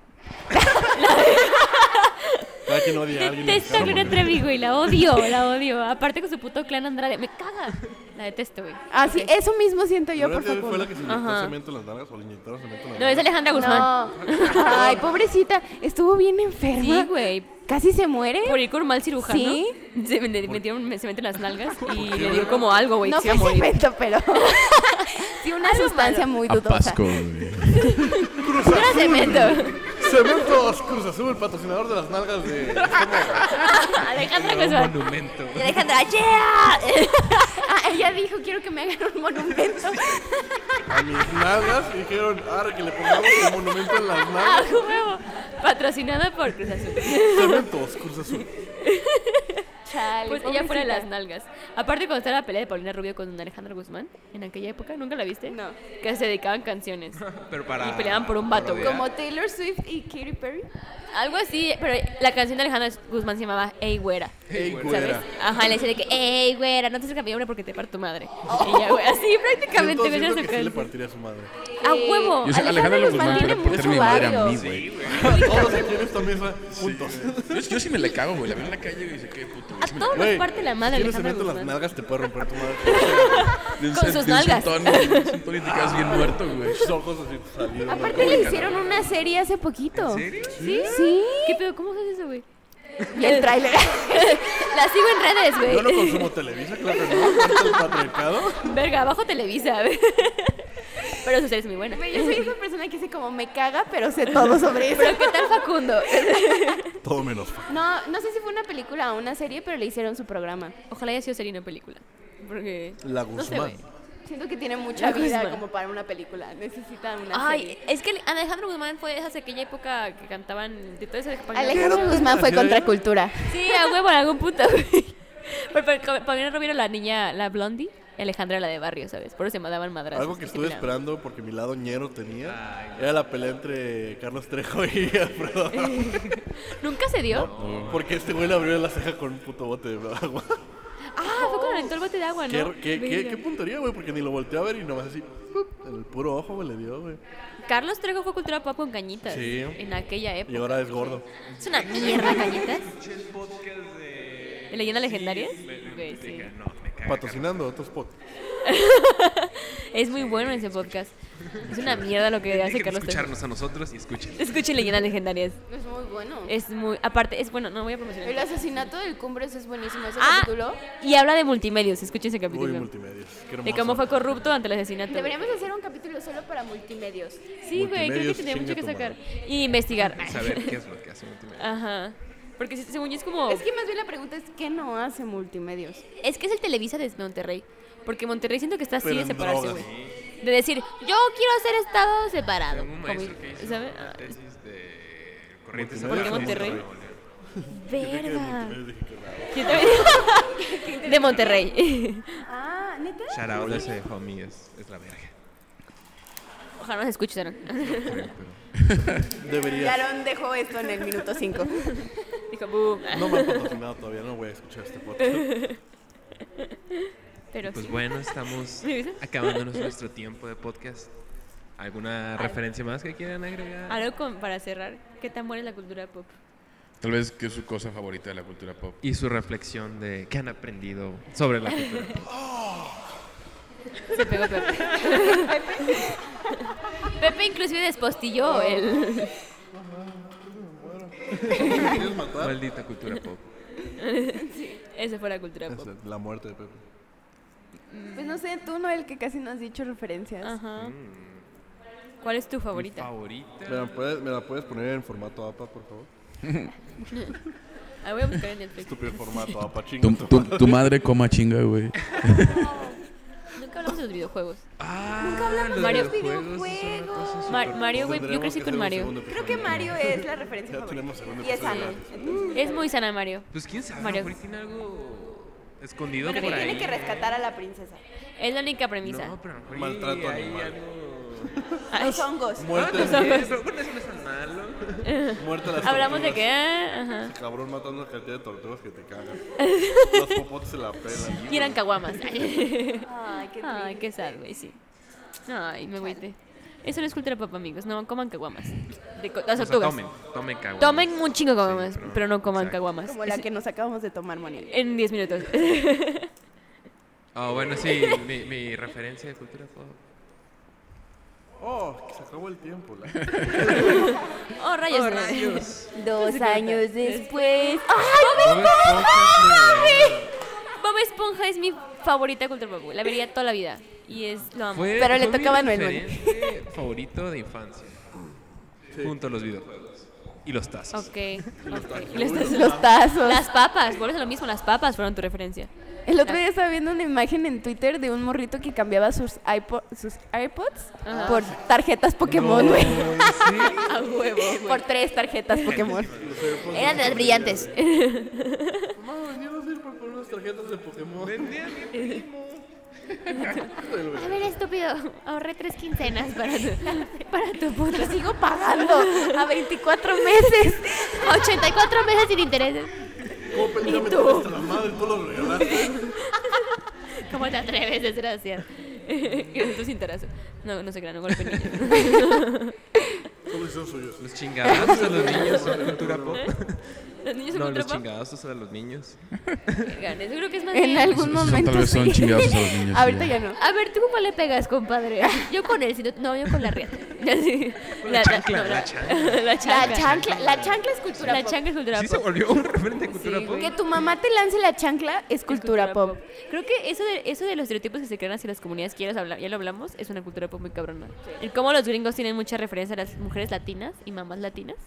[SPEAKER 1] Cada quien
[SPEAKER 5] [LAUGHS]
[SPEAKER 1] odia a alguien.
[SPEAKER 5] Detesto a Gloria Trevi, güey. La odio, la odio. Aparte con su puto clan Andrade. Me caga. La detesto, güey.
[SPEAKER 2] Así, Ah, eso mismo siento yo por
[SPEAKER 1] Gloria Trevi fue
[SPEAKER 2] Facundo.
[SPEAKER 1] la que se inyectó
[SPEAKER 5] Ajá.
[SPEAKER 1] cemento en las nalgas o le inyectaron cemento en las
[SPEAKER 5] No, es
[SPEAKER 1] nalgas.
[SPEAKER 5] Alejandra Guzmán.
[SPEAKER 2] No. Ay, pobrecita. Estuvo bien enferma.
[SPEAKER 5] Sí, güey.
[SPEAKER 2] Casi se muere.
[SPEAKER 5] Por ir con un mal cirujano.
[SPEAKER 2] Sí.
[SPEAKER 5] Se me, metieron, me- se meten las nalgas y le dio como algo, güey.
[SPEAKER 2] No
[SPEAKER 5] que se iba
[SPEAKER 2] fue
[SPEAKER 5] a morir.
[SPEAKER 2] cemento,
[SPEAKER 5] [LAUGHS]
[SPEAKER 2] pero. sí, una sustancia muy
[SPEAKER 3] a
[SPEAKER 2] dudosa.
[SPEAKER 3] Pasco, güey.
[SPEAKER 1] Cruz
[SPEAKER 2] Era
[SPEAKER 1] Azul.
[SPEAKER 2] cemento.
[SPEAKER 1] Cementos Cruz Azul, el patrocinador de las nalgas de.
[SPEAKER 5] Alejandra
[SPEAKER 4] Un
[SPEAKER 5] Guzmán.
[SPEAKER 4] monumento.
[SPEAKER 5] Alejandra, yeah.
[SPEAKER 2] Ah, ella dijo, quiero que me hagan
[SPEAKER 5] [LAUGHS]
[SPEAKER 2] un monumento.
[SPEAKER 1] A mis nalgas. Y dijeron, ahora que le pongamos el monumento en las
[SPEAKER 5] A
[SPEAKER 1] nalgas.
[SPEAKER 5] [LAUGHS] huevo. Patrocinada por Cruz Azul.
[SPEAKER 1] Cementos Cruz Azul.
[SPEAKER 2] Chale,
[SPEAKER 5] Pues ella fuera de
[SPEAKER 2] pobrecita.
[SPEAKER 5] las nalgas. Aparte, cuando estaba la pelea de Paulina Rubio con Alejandra Guzmán, en aquella época, ¿nunca la viste?
[SPEAKER 2] No.
[SPEAKER 5] Que se dedicaban canciones.
[SPEAKER 4] Pero
[SPEAKER 1] Ah,
[SPEAKER 4] para...
[SPEAKER 5] Y peleaban por un vato, güey.
[SPEAKER 4] parodiar.
[SPEAKER 2] Como Taylor Swift y Katy Perry.
[SPEAKER 5] Algo así, pero la canción de Alejandra Guzmán se llamaba Ey Güera.
[SPEAKER 1] Ey,
[SPEAKER 5] ¿Sabes?
[SPEAKER 1] güera.
[SPEAKER 5] Ajá, le decía de que, ey, güera, no te acerques a mi hombre porque te parto tu
[SPEAKER 2] [LAUGHS]
[SPEAKER 5] madre. Y ya, güey, así
[SPEAKER 1] Siento,
[SPEAKER 5] prácticamente, güey, era
[SPEAKER 1] siento
[SPEAKER 5] su
[SPEAKER 1] que sí le
[SPEAKER 5] canción.
[SPEAKER 1] partiría a su madre.
[SPEAKER 5] A huevo.
[SPEAKER 3] Yo sé, Alejandra Guzmán
[SPEAKER 2] Guzmán
[SPEAKER 3] quiere
[SPEAKER 2] tiene
[SPEAKER 3] meterme mi
[SPEAKER 2] mucho
[SPEAKER 3] madre a mí,
[SPEAKER 2] barrio.
[SPEAKER 3] güey.
[SPEAKER 1] Todos aquí en esta mesa juntos.
[SPEAKER 3] Yo, yo sí me le cago, güey. La veo en la calle y dice, qué puto. güey.
[SPEAKER 5] A
[SPEAKER 3] Sí me-
[SPEAKER 5] todos nos
[SPEAKER 1] Güey,
[SPEAKER 5] parte la madre
[SPEAKER 1] si tienes
[SPEAKER 5] Alejandra
[SPEAKER 1] cemento en las
[SPEAKER 5] Guzmán.
[SPEAKER 1] nalgas, te puede romper tu madre.
[SPEAKER 3] de un
[SPEAKER 5] Con sus
[SPEAKER 3] cent- de un
[SPEAKER 5] nalgas.
[SPEAKER 3] centón, güey, de un centón y te quedas bien muerto, güey.
[SPEAKER 1] Tus ojos así salidos.
[SPEAKER 2] Aparte le hicieron una serie hace poquito.
[SPEAKER 4] ¿En serio?
[SPEAKER 2] Sí. Sí.
[SPEAKER 5] ¿Qué pedo? ¿Cómo haces eso, güey?
[SPEAKER 2] Y el tráiler.
[SPEAKER 5] [LAUGHS] La sigo en redes,
[SPEAKER 1] Yo no
[SPEAKER 5] güey.
[SPEAKER 1] consumo Televisa, claro que no. tanto el patriarcado.
[SPEAKER 5] Verga, abajo
[SPEAKER 2] [LAUGHS]
[SPEAKER 5] Televisa, güey. [LAUGHS] Pero su serie es muy buena.
[SPEAKER 2] Yo soy esa persona que dice como me caga, pero sé todo sobre
[SPEAKER 5] [LAUGHS]
[SPEAKER 2] eso.
[SPEAKER 5] Pero ¿qué tal Facundo? [LAUGHS]
[SPEAKER 1] Todo menos. fa-
[SPEAKER 2] No, no sé si fue una película o una serie, pero le hicieron su programa.
[SPEAKER 5] Ojalá haya sido serie y no película. Porque...
[SPEAKER 1] La
[SPEAKER 5] No sé,
[SPEAKER 1] Guzmán.
[SPEAKER 5] güey.
[SPEAKER 2] Siento que tiene mucha
[SPEAKER 5] La
[SPEAKER 2] vida
[SPEAKER 5] misma.
[SPEAKER 2] como para una película. Necesitan una
[SPEAKER 5] Ay,
[SPEAKER 2] serie.
[SPEAKER 5] es que Alejandro Guzmán fue de esa aquella época que cantaban de toda esa
[SPEAKER 2] Alejandro Guzmán fue
[SPEAKER 1] ¿Así era ella?
[SPEAKER 2] contracultura.
[SPEAKER 5] Sí, a huevo, en algún punto, güey. Pero, pero Paulina Rubio era la niña, la blondie, y Alejandra la de barrio, ¿sabes? Por eso se mandaban madrazos.
[SPEAKER 1] Algo que
[SPEAKER 5] y se
[SPEAKER 1] estuve
[SPEAKER 5] peleaban.
[SPEAKER 1] esperando porque mi lado ñero tenía era la pelea entre Carlos Trejo y [LAUGHS]
[SPEAKER 5] [LAUGHS]
[SPEAKER 1] Alfredo.
[SPEAKER 5] ¿Nunca se dio?
[SPEAKER 1] Porque este güey le abrió la ceja con un puto bote de
[SPEAKER 5] [LAUGHS]
[SPEAKER 1] agua.
[SPEAKER 5] Ah, fue cuando aventó el bote de agua, ¿no?
[SPEAKER 1] ¿Qué, qué, qué,
[SPEAKER 5] Verga.
[SPEAKER 1] qué puntería, güey? Porque ni lo volteé a ver y nomás así. ¡pup! El puro ojo, güey, le dio, güey.
[SPEAKER 5] Carlos Trejo fue cultura pop con cañitas.
[SPEAKER 1] Sí.
[SPEAKER 5] En aquella
[SPEAKER 1] Y
[SPEAKER 5] época.
[SPEAKER 1] ahora es gordo.
[SPEAKER 5] Es una mierda, cañitas. ¿De leyendas legendarias? Güey, sí.
[SPEAKER 1] Patrocinando otros spots.
[SPEAKER 5] Es muy bueno ese podcast. Es una mierda lo que hace
[SPEAKER 4] Dejen de
[SPEAKER 5] Carlos. Trejo.
[SPEAKER 4] escucharnos a nosotros y escuchen.
[SPEAKER 5] Escuchen leyendas legendarias.
[SPEAKER 2] Es muy bueno.
[SPEAKER 5] Es muy. Aparte, es bueno, no voy a promocionar.
[SPEAKER 2] El asesinato del Cumbres es buenísimo ese
[SPEAKER 5] Ah,
[SPEAKER 2] capítulo.
[SPEAKER 5] y habla de multimedios. Escuchen ese
[SPEAKER 1] Uy,
[SPEAKER 5] capítulo.
[SPEAKER 1] multimedias. Qué
[SPEAKER 5] De
[SPEAKER 1] hermoso.
[SPEAKER 5] cómo fue corrupto ante el asesinato.
[SPEAKER 2] Deberíamos hacer un capítulo solo para multimedios.
[SPEAKER 5] Sí, güey, creo que
[SPEAKER 1] Multimedios,
[SPEAKER 5] tenía mucho que
[SPEAKER 1] chinga tu
[SPEAKER 5] sacar. Y investigar.
[SPEAKER 4] Saber qué es lo que hace Multimedia.
[SPEAKER 5] Ajá. Porque sí, según yo es como.
[SPEAKER 2] Es que más bien la pregunta es ¿qué no hace multimedios?
[SPEAKER 5] Es que es el Televisa de Monterrey. Porque Monterrey siento que está así
[SPEAKER 1] Pero
[SPEAKER 5] de
[SPEAKER 1] en
[SPEAKER 5] separarse,
[SPEAKER 1] drogas.
[SPEAKER 5] güey. De decir, yo quiero ser Estado separado.
[SPEAKER 4] Tengo un
[SPEAKER 5] Como-
[SPEAKER 4] maestro que hizo
[SPEAKER 5] ¿sabe?
[SPEAKER 4] una
[SPEAKER 5] Ah,
[SPEAKER 4] tesis de corrientes
[SPEAKER 1] ¿Por
[SPEAKER 5] qué Monterrey? Verga.
[SPEAKER 1] Multimedios, dije que raro.
[SPEAKER 5] Yo también- [LAUGHS] De Monterrey. [LAUGHS]
[SPEAKER 2] Ah, ¿neta?
[SPEAKER 4] Shout out a ese homie, es, es la verga.
[SPEAKER 5] Ojalá nos escucharan. [LAUGHS]
[SPEAKER 4] Creo, pero-
[SPEAKER 1] Debería.
[SPEAKER 2] Yaron dejó esto en el minuto 5.
[SPEAKER 5] Dijo, boom.
[SPEAKER 1] No me han patrocinado todavía, no voy a escuchar este
[SPEAKER 5] [LAUGHS]
[SPEAKER 1] podcast.
[SPEAKER 5] Pero
[SPEAKER 4] Pues
[SPEAKER 5] sí. [LAUGHS]
[SPEAKER 4] bueno, estamos acabándonos nuestro tiempo de podcast. ¿Alguna referencia más que quieran agregar?
[SPEAKER 5] Algo con- para cerrar. ¿Qué tan buena es la cultura pop?
[SPEAKER 3] Tal vez que es su cosa favorita de la cultura pop.
[SPEAKER 4] Y su reflexión de qué han aprendido sobre la cultura. pop.
[SPEAKER 5] Se pegó Pepe. Pepe inclusive despostilló [LAUGHS] el...
[SPEAKER 1] ¿Me ¿Quieres matar?
[SPEAKER 4] Maldita cultura pop.
[SPEAKER 5] Esa fue la cultura pop.
[SPEAKER 1] Es La muerte de Pepe.
[SPEAKER 2] Pues no sé, tú Noel que casi no has dicho referencias.
[SPEAKER 5] Ajá. ¿Cuál es tu
[SPEAKER 4] Mm. Mi
[SPEAKER 5] favorita?
[SPEAKER 1] ¿Me
[SPEAKER 4] favorita.
[SPEAKER 1] la puedes, me la puedes poner en formato APA, por favor?
[SPEAKER 5] Ah, voy a buscar en Netflix.
[SPEAKER 1] Estúpido formato APA,
[SPEAKER 3] Tu,
[SPEAKER 1] chingo.
[SPEAKER 3] tu- tu madre coma chinga, güey.
[SPEAKER 5] Nunca hablamos de los videojuegos.
[SPEAKER 4] Ah, Nunca hablamos de
[SPEAKER 5] Mario.
[SPEAKER 4] los videojuegos. es una cosa
[SPEAKER 5] Mar-
[SPEAKER 4] súper-
[SPEAKER 5] Mario, güey, yo crecí con Mario.
[SPEAKER 2] Creo que Mario es la referencia
[SPEAKER 1] Ya
[SPEAKER 2] favorita.
[SPEAKER 1] tenemos segundo
[SPEAKER 2] Y es
[SPEAKER 1] episodio.
[SPEAKER 2] sano.
[SPEAKER 5] Es muy sana Mario.
[SPEAKER 4] Pues quién sabe,
[SPEAKER 5] Mario.
[SPEAKER 4] a lo mejor tiene algo escondido
[SPEAKER 2] Pero
[SPEAKER 4] por
[SPEAKER 2] que
[SPEAKER 4] ahí.
[SPEAKER 2] tiene que rescatar a la princesa.
[SPEAKER 5] Es la única premisa.
[SPEAKER 4] No, pero a lo mejor
[SPEAKER 1] Maltrato
[SPEAKER 4] hay
[SPEAKER 1] animal.
[SPEAKER 4] [LAUGHS] algo-
[SPEAKER 5] Ay,
[SPEAKER 2] Los hongos.
[SPEAKER 1] Muerte,
[SPEAKER 4] Ah, también, pero bueno, eso no es tan malo.
[SPEAKER 1] muerte a las
[SPEAKER 5] Hablamos de
[SPEAKER 1] tortugas.
[SPEAKER 5] que... ah, Ajá.
[SPEAKER 1] Cabrón matando la cantidad de tortugas que te cagan.
[SPEAKER 5] [LAUGHS]
[SPEAKER 1] Los popotes se la pelan.
[SPEAKER 5] Y eran caguamas. [LAUGHS] Ay,
[SPEAKER 2] Ay, qué
[SPEAKER 5] Ay, qué sad, güey, sí. Ay, me agüité. Eso no es cultura pop, amigos. No coman caguamas. De co-
[SPEAKER 4] O
[SPEAKER 5] las
[SPEAKER 4] sea,
[SPEAKER 5] tortugas.
[SPEAKER 4] tomen, tomen caguamas.
[SPEAKER 5] Tomen un chingo caguamas,
[SPEAKER 4] Sí,
[SPEAKER 5] pero, no coman
[SPEAKER 4] exacto.
[SPEAKER 5] caguamas.
[SPEAKER 2] Como la
[SPEAKER 5] Es-
[SPEAKER 2] que nos acabamos de tomar, Moni.
[SPEAKER 5] En 10
[SPEAKER 4] [LAUGHS]
[SPEAKER 5] minutos.
[SPEAKER 4] Ah, bueno, sí, mi, mi referencia de cultura pop.
[SPEAKER 1] Oh, que se acabó el tiempo.
[SPEAKER 5] [LAUGHS]
[SPEAKER 1] La...
[SPEAKER 5] oh, rayos. no.
[SPEAKER 4] [LAUGHS]
[SPEAKER 2] Dos años después.
[SPEAKER 4] Bob Esponja es muy bueno.
[SPEAKER 5] [LAUGHS] Bob Esponja es mi favorita cultura pop. güey. La vería toda la vida. Y es lo amo.
[SPEAKER 4] Fue-
[SPEAKER 2] Pero le
[SPEAKER 4] fue mi
[SPEAKER 2] tocaba a Noel Mon.
[SPEAKER 4] referente favorito de infancia. Junto a los videojuegos. Y los
[SPEAKER 5] Ok.
[SPEAKER 4] tazos.
[SPEAKER 2] [LAUGHS]
[SPEAKER 5] ok. Lo estás-
[SPEAKER 2] Los tazos.
[SPEAKER 5] Las papas, vuelves a lo mismo, las papas fueron tu referencia.
[SPEAKER 2] El otro día estaba viendo una imagen en Twitter de un morrito que cambiaba sus, iPo- sus iPods
[SPEAKER 5] Ajá.
[SPEAKER 2] por tarjetas
[SPEAKER 4] [LAUGHS]
[SPEAKER 2] Pokémon, güey.
[SPEAKER 5] A huevo.
[SPEAKER 2] Por tres tarjetas Pokémon.
[SPEAKER 5] Eran de las brillantes. [LAUGHS]
[SPEAKER 1] Mamá, venimos a ir por unas tarjetas de Pokémon.
[SPEAKER 5] [LAUGHS] A ver, estúpido, ahorré tres quincenas para tu, para tu puta.
[SPEAKER 2] Sigo pagando a 24 meses.
[SPEAKER 5] 84 meses sin intereses.
[SPEAKER 1] ¿Cómo pensaste
[SPEAKER 5] tú?
[SPEAKER 1] hasta la madre? Tú lo
[SPEAKER 5] [LAUGHS]
[SPEAKER 1] regalaste.
[SPEAKER 5] ¿Cómo te atreves,
[SPEAKER 2] [LAUGHS]
[SPEAKER 5] desgracia? Tú sin tarazo. No, no se crean, no golpe niños.
[SPEAKER 1] Solo hicieron suyos.
[SPEAKER 4] Los chingadazos a los niños son cultura pop.
[SPEAKER 5] Los niños se
[SPEAKER 4] No, los
[SPEAKER 5] cultura pop.
[SPEAKER 4] chingadazos a los niños.
[SPEAKER 5] Ganes. Yo creo que es más
[SPEAKER 2] [LAUGHS] En
[SPEAKER 5] bien- [LAUGHS]
[SPEAKER 2] algún
[SPEAKER 3] Son-
[SPEAKER 2] momento.
[SPEAKER 3] tal vez son
[SPEAKER 2] sí.
[SPEAKER 3] chingados a los niños.
[SPEAKER 2] [LAUGHS] Ahorita
[SPEAKER 3] sí.
[SPEAKER 2] ya no.
[SPEAKER 5] A ver, ¿tú cómo le pegas, compadre? Yo con él, si no, no, yo con la riata. Así.
[SPEAKER 4] Con la chancla,
[SPEAKER 5] no,
[SPEAKER 4] la chancla.
[SPEAKER 5] La
[SPEAKER 2] La
[SPEAKER 5] chancla.
[SPEAKER 2] chancla, la chancla es cultura
[SPEAKER 5] La
[SPEAKER 2] pop.
[SPEAKER 5] chancla es cultura
[SPEAKER 4] Sí se
[SPEAKER 5] pop.
[SPEAKER 4] volvió un referente de cultura
[SPEAKER 5] Sí,
[SPEAKER 4] pop.
[SPEAKER 2] Que tu mamá te lance la chancla es cultura pop.
[SPEAKER 5] Creo que eso de, eso de los estereotipos que se crean hacia las comunidades que ya, los habla- ya lo hablamos es una cultura pop muy cabrona. El cómo los gringos tienen mucha referencia a las mujeres latinas y mamás latinas,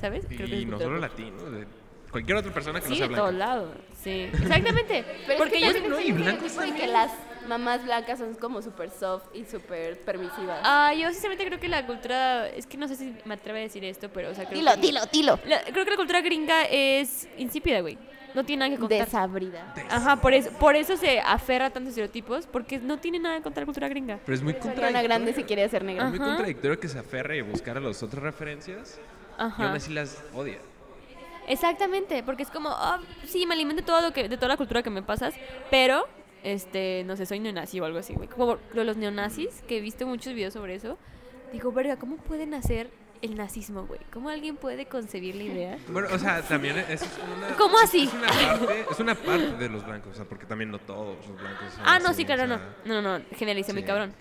[SPEAKER 5] ¿sabes? Creo que
[SPEAKER 4] Y
[SPEAKER 5] es
[SPEAKER 4] no
[SPEAKER 5] cultura
[SPEAKER 4] solo
[SPEAKER 5] pop.
[SPEAKER 4] latino, de cualquier otra persona que no
[SPEAKER 5] Sí,
[SPEAKER 4] sea
[SPEAKER 5] de todos
[SPEAKER 4] blanca.
[SPEAKER 5] lados. Sí, exactamente.
[SPEAKER 2] Pero
[SPEAKER 5] Porque
[SPEAKER 2] es que
[SPEAKER 5] yo
[SPEAKER 2] también
[SPEAKER 4] no,
[SPEAKER 2] es
[SPEAKER 4] y
[SPEAKER 2] el
[SPEAKER 4] blancos
[SPEAKER 2] estereotipo de que las mamás blancas son como súper soft y súper permisivas.
[SPEAKER 5] Ah, yo sinceramente creo que la cultura, es que no sé si me atrevo a decir esto, pero o sea, creo
[SPEAKER 2] dilo,
[SPEAKER 5] que,
[SPEAKER 2] dilo, dilo.
[SPEAKER 5] la- creo que la cultura gringa es insípida, güey. No tiene nada que contar.
[SPEAKER 2] Desabrida.
[SPEAKER 5] Ajá, por eso, por eso se aferra a tantos estereotipos, porque no tiene nada que contar la cultura gringa.
[SPEAKER 4] Pero es muy
[SPEAKER 2] Ariana
[SPEAKER 4] contradictorio.
[SPEAKER 3] ¿eh?
[SPEAKER 2] Grande se quiere hacer
[SPEAKER 5] Ah.
[SPEAKER 2] negra.
[SPEAKER 4] Es muy
[SPEAKER 5] Ajá.
[SPEAKER 4] contradictorio que se aferre y buscar a las otras referencias y
[SPEAKER 5] Ajá.
[SPEAKER 4] aún así las odia.
[SPEAKER 5] Exactamente, porque es como, ah, sí, me alimento todo lo que, de toda la cultura que me pasas, pero, este, no sé, soy neonazi o algo así, güey. Como lo de los neonazis, que he visto muchos videos sobre eso, digo, verga, ¿cómo pueden hacer el nazismo, güey? ¿Cómo alguien puede concebir la idea?
[SPEAKER 4] Bueno, o sea, también es una...
[SPEAKER 5] ¿Cómo
[SPEAKER 4] es-
[SPEAKER 5] así?
[SPEAKER 4] Es una, parte, es una parte de los blancos, o sea, porque también no todos los blancos son
[SPEAKER 5] Ah, no,
[SPEAKER 4] así,
[SPEAKER 5] sí, claro,
[SPEAKER 4] o sea,
[SPEAKER 5] no. No, no, no, generalicé muy
[SPEAKER 4] sí.
[SPEAKER 5] cabrón.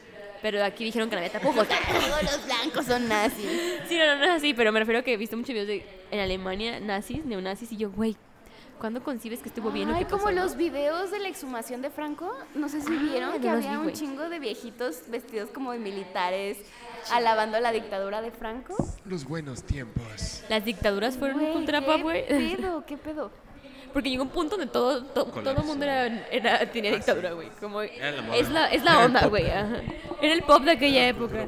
[SPEAKER 5] Pero aquí dijeron que no había tapujos. [LAUGHS]
[SPEAKER 2] Todos los blancos son nazis.
[SPEAKER 5] Sí, no, no, no es así, pero me refiero a que he visto muchos videos de, en Alemania, nazis, neonazis, y yo, güey, ¿cuándo concibes que estuvo bien o
[SPEAKER 2] Ay,
[SPEAKER 5] qué
[SPEAKER 2] como
[SPEAKER 5] pasó, no?
[SPEAKER 2] los videos de la exhumación de Franco, no sé si vieron
[SPEAKER 5] no
[SPEAKER 2] que
[SPEAKER 5] los
[SPEAKER 2] había
[SPEAKER 5] vi,
[SPEAKER 2] un
[SPEAKER 5] güey.
[SPEAKER 2] chingo de viejitos vestidos como de militares alabando la dictadura de Franco.
[SPEAKER 6] Los buenos tiempos.
[SPEAKER 5] Las dictaduras fueron
[SPEAKER 2] Güey,
[SPEAKER 5] un contrapa, güey. [LAUGHS]
[SPEAKER 2] ¿Qué pedo? ¿Qué pedo?
[SPEAKER 5] Porque llegó un punto donde todo, to- todo el mundo era, era- tenía dictadura, güey. Como,
[SPEAKER 4] la
[SPEAKER 5] es, Ah, la, es la onda, [LAUGHS] güey. ajá. Era el pop de aquella época.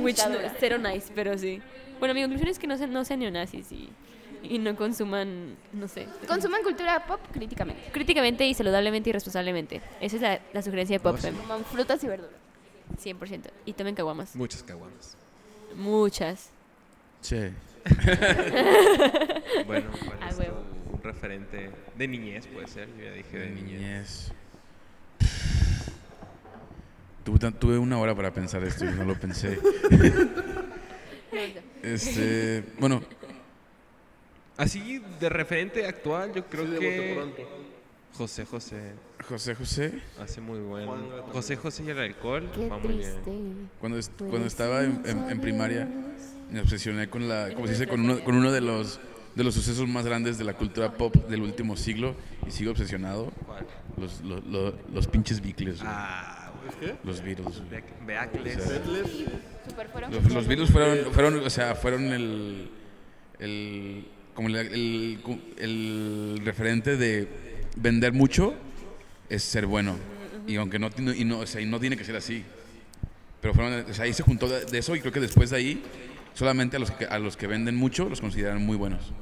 [SPEAKER 5] Which no,
[SPEAKER 2] dictadura.
[SPEAKER 5] cero nice, pero sí. Bueno, mi conclusión es que no sean, no sean neonazis y, y no consuman, no sé.
[SPEAKER 2] Consuman cultura pop críticamente.
[SPEAKER 5] Críticamente y saludablemente y responsablemente. Esa es la, la sugerencia de PopFem.
[SPEAKER 2] Coman frutas y verduras.
[SPEAKER 5] 100%. Y tomen caguamas.
[SPEAKER 4] Muchas caguamas.
[SPEAKER 5] Muchas.
[SPEAKER 3] Sí.
[SPEAKER 5] [LAUGHS]
[SPEAKER 4] Bueno, ¿cuál
[SPEAKER 5] A
[SPEAKER 4] es
[SPEAKER 5] Ah, huevo.
[SPEAKER 4] tu referente de niñez puede ser? Yo ya dije de,
[SPEAKER 3] De
[SPEAKER 4] niñez.
[SPEAKER 3] niñez. [SIGHS] Tuve, tan- tuve una hora para pensar esto y no lo
[SPEAKER 2] [LAUGHS]
[SPEAKER 3] pensé. este, bueno,
[SPEAKER 4] Así de referente actual, yo creo
[SPEAKER 1] Sí, de bote
[SPEAKER 4] que
[SPEAKER 1] pronto.
[SPEAKER 4] José José
[SPEAKER 3] José José,
[SPEAKER 4] hace muy
[SPEAKER 1] Juan
[SPEAKER 4] bueno.
[SPEAKER 1] Gato.
[SPEAKER 4] José José y el alcohol, va muy bien.
[SPEAKER 3] cuando, es- cuando estaba en, en- en primaria, me obsesioné con la, como se dice, con uno, con uno de los de los sucesos más grandes de la cultura pop del último siglo y sigo obsesionado.
[SPEAKER 4] ¿Cuál?
[SPEAKER 3] Los, lo- lo- los pinches Beatles, güey.
[SPEAKER 4] Ah, güey.
[SPEAKER 1] ¿Qué?
[SPEAKER 3] los Beatles. güey.
[SPEAKER 4] Beac- Beacles.
[SPEAKER 1] Settlers.
[SPEAKER 2] Super fueron.
[SPEAKER 3] Los, los Beatles fueron, fueron, o sea, fueron el, el, como la- el, cu- el referente de vender mucho es ser bueno. Y aunque no, tiene- y no, o sea, y no tiene que ser así. Pero fueron, o sea, ahí se juntó de de eso y creo que después de ahí solamente a los que, a los que venden mucho los consideran muy buenos.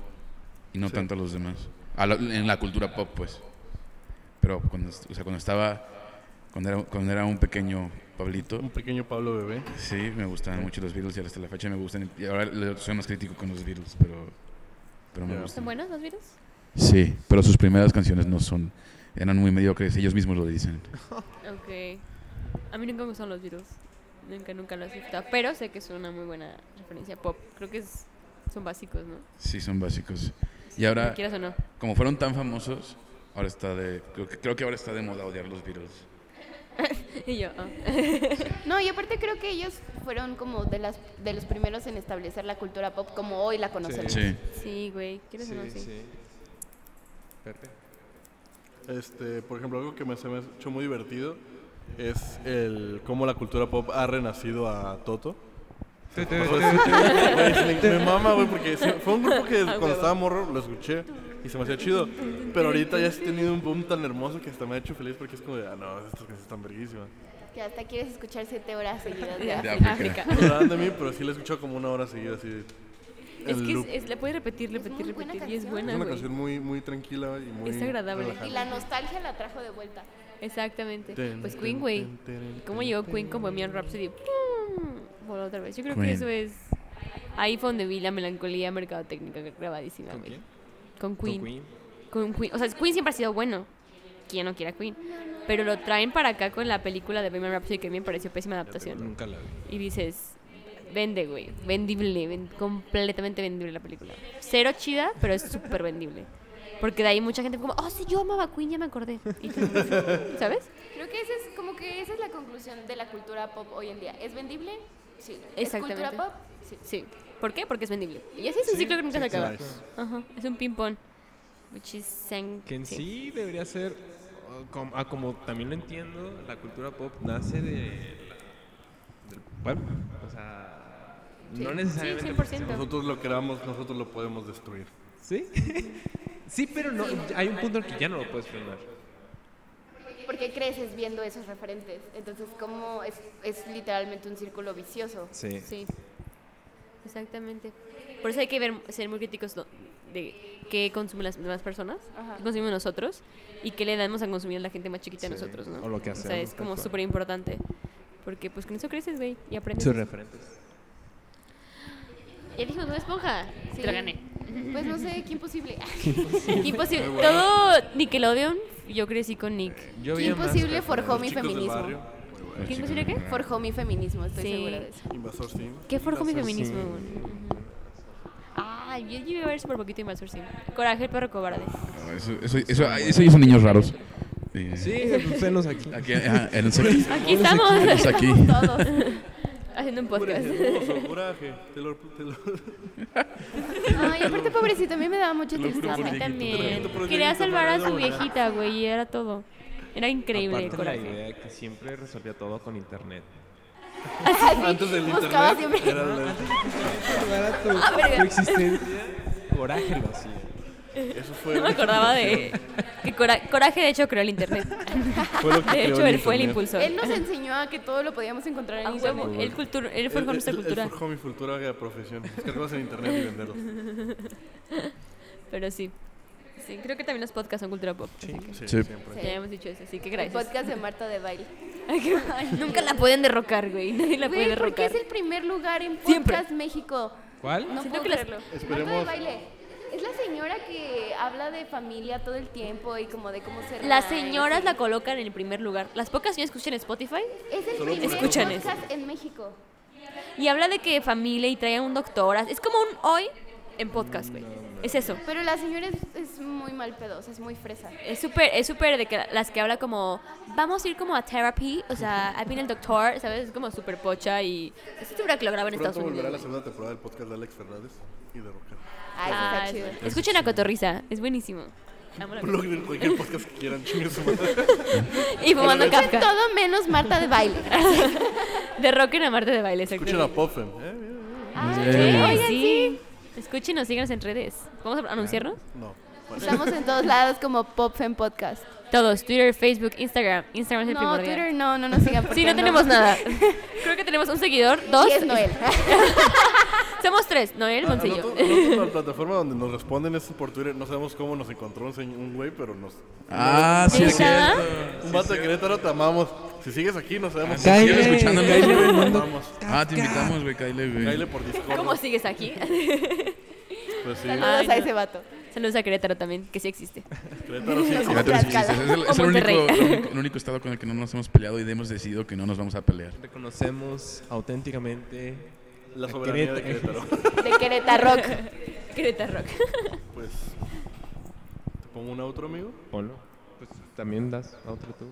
[SPEAKER 3] Y no tanto a los demás. A la- en la cultura pop, pues. Pero cuando, o sea, cuando estaba, cuando era, cuando era un pequeño Pablito,
[SPEAKER 1] Un pequeño Pablo bebé.
[SPEAKER 3] Sí, me gustaban mucho los Beatles y hasta la fecha me gustan. Y ahora le- soy más crítico con los Beatles, pero, pero me
[SPEAKER 1] Ya.
[SPEAKER 5] ¿Son
[SPEAKER 3] gustan.
[SPEAKER 5] buenos los virus?
[SPEAKER 3] Sí, pero sus primeras canciones no son. Eran muy mediocres, ellos mismos lo dicen.
[SPEAKER 5] Ok. A mí nunca me gustan los virus. Nunca, nunca los he escuchado. Pero sé que es una muy buena referencia pop. Creo que es- son básicos, ¿no?
[SPEAKER 3] Sí, son básicos. Y
[SPEAKER 5] Lo
[SPEAKER 1] Ah.
[SPEAKER 3] ahora,
[SPEAKER 5] quieras o no.
[SPEAKER 3] como fueron tan famosos, ahora está de. Creo que, creo que ahora está de moda odiar los Beatles.
[SPEAKER 5] [LAUGHS] Y yo, ah.
[SPEAKER 2] No, y aparte creo que ellos fueron como de las de los primeros en establecer la cultura pop como hoy la conocemos.
[SPEAKER 3] Sí.
[SPEAKER 5] Sí, güey. ¿Quieres o no? Sí.
[SPEAKER 4] Pepe.
[SPEAKER 1] Este, por ejemplo, algo que me se me ha hecho muy divertido es el cómo la cultura pop ha renacido a Toto.
[SPEAKER 4] Pues,
[SPEAKER 1] Güey, me, me mama, güey, porque se- fue un grupo
[SPEAKER 5] Ah,
[SPEAKER 1] que cuando estaba morro lo escuché y se me hacía chido. Pero ahorita ya has tenido un boom tan hermoso que hasta me ha hecho feliz porque es como de, ah, no, estas canciones están verguísimas.
[SPEAKER 2] Que hasta quieres escuchar siete horas
[SPEAKER 5] [LAUGHS]
[SPEAKER 2] seguidas de
[SPEAKER 5] De
[SPEAKER 2] así.
[SPEAKER 3] De
[SPEAKER 5] África.
[SPEAKER 3] África.
[SPEAKER 1] No hablaban de mí, pero sí la he escuchado como una hora seguida así.
[SPEAKER 5] Es
[SPEAKER 1] en
[SPEAKER 5] que
[SPEAKER 1] loop.
[SPEAKER 5] es- es- la puedes repetir, repetir,
[SPEAKER 2] muy buena
[SPEAKER 5] repetir. Y es
[SPEAKER 2] canción.
[SPEAKER 5] buena,
[SPEAKER 1] Es una
[SPEAKER 5] güey.
[SPEAKER 1] canción muy, muy tranquila güey, y muy.
[SPEAKER 5] Es agradable.
[SPEAKER 2] Y
[SPEAKER 1] relajante.
[SPEAKER 2] la nostalgia la trajo de vuelta.
[SPEAKER 5] Exactamente.
[SPEAKER 1] Ten,
[SPEAKER 5] Pues
[SPEAKER 1] ten,
[SPEAKER 5] Queen, güey.
[SPEAKER 1] ten, ten,
[SPEAKER 5] ¿Cómo
[SPEAKER 1] ten,
[SPEAKER 5] llegó
[SPEAKER 1] ten,
[SPEAKER 5] Queen con
[SPEAKER 1] ten.
[SPEAKER 5] Bohemian Rhapsody? Por otra vez. Yo creo
[SPEAKER 3] Queen.
[SPEAKER 5] que eso es. Ahí fue donde vi la melancolía mercadotécnica grabadísima, güey. Con Queen.
[SPEAKER 4] ¿Con Queen?
[SPEAKER 5] Con Queen. O sea, Queen siempre ha sido bueno. Quien no quiera Queen. Pero lo traen para acá con la película de Bohemian Rhapsody que a mí me pareció pésima adaptación.
[SPEAKER 4] Nunca la vi.
[SPEAKER 5] Y dices, vende, güey. Vendible. ven- completamente vendible la película. Cero chida, pero es súper vendible. Porque de ahí mucha gente fue como, oh, sí, yo amaba a Queen, ya me acordé. Y tú, [LAUGHS] ¿Sabes?
[SPEAKER 2] Creo que esa es como que esa es la conclusión de la cultura pop hoy en día. ¿Es vendible? Sí. ¿Es
[SPEAKER 5] Exactamente.
[SPEAKER 2] cultura pop? Sí.
[SPEAKER 5] Sí. ¿Por qué? Porque es vendible. Y así es un ciclo que nunca se
[SPEAKER 1] sí,
[SPEAKER 5] acaba.
[SPEAKER 1] sí.
[SPEAKER 5] Ajá. Es un ping-pong. Which is sang-
[SPEAKER 4] Que en sí debería ser, uh, com- ah, como también lo entiendo, la cultura pop nace de la- del pueblo. O sea, no necesariamente.
[SPEAKER 5] Sí,
[SPEAKER 4] porque
[SPEAKER 5] 100%.
[SPEAKER 1] Nosotros lo creamos, nosotros lo podemos destruir.
[SPEAKER 4] sea- ¿Sí? [LAUGHS] sí, pero no, hay un punto en que ya no lo puedes frenar.
[SPEAKER 2] Porque creces viendo esos referentes. Entonces, como es, es literalmente un círculo vicioso.
[SPEAKER 4] Sí.
[SPEAKER 5] Sí, exactamente. Por eso hay que ver, ser muy críticos do- de qué consumen las demás personas,
[SPEAKER 2] Ajá.
[SPEAKER 5] qué consumimos nosotros y qué le damos a consumir a la gente más chiquita de
[SPEAKER 4] Sí,
[SPEAKER 5] nosotros, ¿no?
[SPEAKER 4] o lo que
[SPEAKER 5] O sea,
[SPEAKER 4] hacemos,
[SPEAKER 5] es
[SPEAKER 4] tal
[SPEAKER 5] como
[SPEAKER 4] cual.
[SPEAKER 5] súper importante. Porque pues con eso creces, güey, y aprendes.
[SPEAKER 4] Sus referentes.
[SPEAKER 5] Ya dijimos, no esponja.
[SPEAKER 2] Sí.
[SPEAKER 5] Te lo gané.
[SPEAKER 2] Pues no sé,
[SPEAKER 5] [LAUGHS]
[SPEAKER 2] qué imposible.
[SPEAKER 5] Imposible. pues, Todo Nickelodeon, yo crecí con Nick.
[SPEAKER 4] Yo
[SPEAKER 2] Qué
[SPEAKER 4] veía más
[SPEAKER 2] imposible
[SPEAKER 4] referentes.
[SPEAKER 2] forjó mi
[SPEAKER 1] Chicos del barrio,
[SPEAKER 2] feminismo.
[SPEAKER 3] Los
[SPEAKER 5] ¿Qué
[SPEAKER 3] chicos
[SPEAKER 5] imposible qué?
[SPEAKER 3] del barrio.
[SPEAKER 2] Forjó mi feminismo, estoy
[SPEAKER 5] Sí.
[SPEAKER 2] segura de eso.
[SPEAKER 1] Invasor Sim.
[SPEAKER 5] ¿Qué forjó mi
[SPEAKER 1] Invasor
[SPEAKER 5] feminismo?
[SPEAKER 4] sí.
[SPEAKER 5] Ujú. Ah, yo llegué a ver súper poquito Invasor Sim. Coraje, el perro cobarde.
[SPEAKER 3] Ah, Eso, eso, eso, ah, eso ya son niños raros. Eh,
[SPEAKER 4] Sí, pues venos aquí.
[SPEAKER 3] Aquí, ajá, en el set.
[SPEAKER 5] Aquí estamos.
[SPEAKER 2] [LAUGHS]
[SPEAKER 3] Estamos aquí.
[SPEAKER 5] Estamos todos [LAUGHS] haciendo un podcast.
[SPEAKER 1] Hermoso, coraje. Te lo, te lo-
[SPEAKER 2] Ay, aparte, pobrecito, a mí me daba mucha
[SPEAKER 3] Lo juro
[SPEAKER 2] tristeza.
[SPEAKER 5] A
[SPEAKER 3] por
[SPEAKER 5] mí
[SPEAKER 3] Dieguito,
[SPEAKER 5] también.
[SPEAKER 1] por
[SPEAKER 5] Eh, Quería
[SPEAKER 1] Dieguito,
[SPEAKER 5] salvar a
[SPEAKER 1] por
[SPEAKER 5] su
[SPEAKER 1] Dieguito.
[SPEAKER 5] viejita, güey, y era todo. Era increíble,
[SPEAKER 4] Aparte la
[SPEAKER 5] coraje.
[SPEAKER 4] idea que siempre resolvía todo con internet.
[SPEAKER 1] Antes del
[SPEAKER 2] Buscaba
[SPEAKER 1] internet.
[SPEAKER 2] siempre.
[SPEAKER 1] Era la-
[SPEAKER 4] Era tu, tu existencia. [LAUGHS] Coraje lo hacía.
[SPEAKER 1] eso fue.
[SPEAKER 5] No me acordaba de que Cora- Coraje, de hecho, creó el internet.
[SPEAKER 1] [LAUGHS] Fue lo que
[SPEAKER 5] De
[SPEAKER 1] Ah, creó
[SPEAKER 5] hecho,
[SPEAKER 1] el
[SPEAKER 5] él fue el
[SPEAKER 1] internet.
[SPEAKER 5] impulsor.
[SPEAKER 2] Él nos
[SPEAKER 5] [LAUGHS]
[SPEAKER 2] enseñó a que todo lo podíamos encontrar en
[SPEAKER 5] A
[SPEAKER 2] Internet.
[SPEAKER 5] huevo, él, cultur- él
[SPEAKER 1] Él-
[SPEAKER 5] forjó nuestra
[SPEAKER 1] Eh, él-
[SPEAKER 5] cultura.
[SPEAKER 1] Él forjó mi cultura de profesión. Buscar cosas en internet y
[SPEAKER 5] [LAUGHS]
[SPEAKER 1] venderlos.
[SPEAKER 5] Pero sí. Sí, creo que también los podcasts son cultura pop. así que
[SPEAKER 1] Sí,
[SPEAKER 3] Sí.
[SPEAKER 1] siempre.
[SPEAKER 5] Ya hemos dicho eso, así que
[SPEAKER 2] El
[SPEAKER 5] gracias. [LAUGHS]
[SPEAKER 2] podcast de Marta de Baile.
[SPEAKER 5] Nunca la pueden derrocar, güey. Nadie la puede
[SPEAKER 2] Güey, ¿por qué
[SPEAKER 5] derrocar.
[SPEAKER 2] es el primer lugar en Podcast
[SPEAKER 5] Siempre.
[SPEAKER 2] México?
[SPEAKER 4] ¿Cuál?
[SPEAKER 2] No
[SPEAKER 5] Siento
[SPEAKER 2] puedo
[SPEAKER 5] que las-
[SPEAKER 2] creerlo. Marta de
[SPEAKER 1] Esperemos-
[SPEAKER 2] Baile. Es la señora que habla de familia todo el tiempo y como de cómo ser...
[SPEAKER 5] Las
[SPEAKER 2] nice.
[SPEAKER 5] señoras la colocan en el primer lugar. Las pocas señoras que escuchan Spotify
[SPEAKER 2] Es el
[SPEAKER 1] Solo
[SPEAKER 2] primer
[SPEAKER 5] escuchan
[SPEAKER 2] podcast en México.
[SPEAKER 5] y habla de que familia y trae a un doctor. Es como un hoy en podcast, güey. Es eso.
[SPEAKER 2] Pero la señora es, es muy mal pedosa, es muy fresa.
[SPEAKER 5] Es súper, es súper de que las que habla como, vamos a ir como a therapy, o sea, ahí viene el doctor, ¿sabes? Es como súper pocha y estoy segura que lo graban en Estados
[SPEAKER 1] Pronto volverá la
[SPEAKER 5] Unidos.
[SPEAKER 1] segunda temporada del podcast de Alex Fernández y de
[SPEAKER 5] [LAUGHS]
[SPEAKER 1] Rocker.
[SPEAKER 2] Ay,
[SPEAKER 5] Ah,
[SPEAKER 2] está
[SPEAKER 5] es-
[SPEAKER 2] chido.
[SPEAKER 5] escuchen a Cotorriza, es buenísimo. Amo la-
[SPEAKER 1] Blog de cualquier podcast que quieran, chingue su madre.
[SPEAKER 5] Y fumando
[SPEAKER 2] Escuchen
[SPEAKER 5] Kafka.
[SPEAKER 2] todo menos Marta
[SPEAKER 5] [LAUGHS]
[SPEAKER 2] de Baile.
[SPEAKER 5] De rock en Marte de baile,
[SPEAKER 1] Escuchen a
[SPEAKER 5] exactamente.
[SPEAKER 1] Poffen. ¿eh? bien, bien.
[SPEAKER 2] Eh.
[SPEAKER 5] Ay, sí. Escúchenos, síganos en redes. ¿Vamos a anunciarnos?
[SPEAKER 1] No. Bueno,
[SPEAKER 2] Estamos en todos lados como PopFem Podcast.
[SPEAKER 5] Todos, Twitter, Facebook, Instagram. Instagram es el
[SPEAKER 2] No,
[SPEAKER 5] primordial.
[SPEAKER 2] Twitter no, no nos
[SPEAKER 5] [LAUGHS]
[SPEAKER 2] sigan.
[SPEAKER 5] Sí,
[SPEAKER 2] porque
[SPEAKER 5] no tenemos
[SPEAKER 2] [LAUGHS]
[SPEAKER 5] nada. Creo que tenemos un seguidor, dos.
[SPEAKER 2] Y
[SPEAKER 5] [LAUGHS]
[SPEAKER 2] es Noel.
[SPEAKER 5] Somos tres, Noel,
[SPEAKER 1] a- a
[SPEAKER 5] Montillo.
[SPEAKER 1] nosotros- a nosotros la plataforma donde nos responden es por Twitter. No sabemos cómo nos encontró un, señ- un güey, pero nos.
[SPEAKER 3] Ah, sí, es
[SPEAKER 5] ¿Neta?
[SPEAKER 3] cierto.
[SPEAKER 1] Un vato de Querétaro te amamos. Si sigues aquí, no sabemos.
[SPEAKER 3] Caile,
[SPEAKER 1] si sigues escuchándonos,
[SPEAKER 3] Caile del
[SPEAKER 1] te
[SPEAKER 3] mundo.
[SPEAKER 1] amamos.
[SPEAKER 3] Ah, te invitamos, güey, Kyle, güey.
[SPEAKER 1] Caile por Discord.
[SPEAKER 5] ¿Cómo sigues aquí?
[SPEAKER 1] Pues sí,
[SPEAKER 2] Saludos
[SPEAKER 5] Ay,
[SPEAKER 2] a
[SPEAKER 5] no.
[SPEAKER 2] ese vato.
[SPEAKER 5] Saludos a Querétaro también, que sí existe.
[SPEAKER 1] Querétaro sí.
[SPEAKER 3] Ya te lo dijiste, Es, el, es el
[SPEAKER 5] O
[SPEAKER 3] único,
[SPEAKER 5] Monterrey.
[SPEAKER 3] el único- el único estado con el que no nos hemos peleado y hemos decidido que no nos vamos a pelear.
[SPEAKER 4] Reconocemos auténticamente
[SPEAKER 1] La soberanía de
[SPEAKER 4] Querétaro.
[SPEAKER 1] Querétaro.
[SPEAKER 2] De Querétaro.
[SPEAKER 5] [LAUGHS] Querétaro Rock.
[SPEAKER 1] Pues. ¿Te pongo un otro, amigo?
[SPEAKER 4] Polo. Pues también das a otro tú.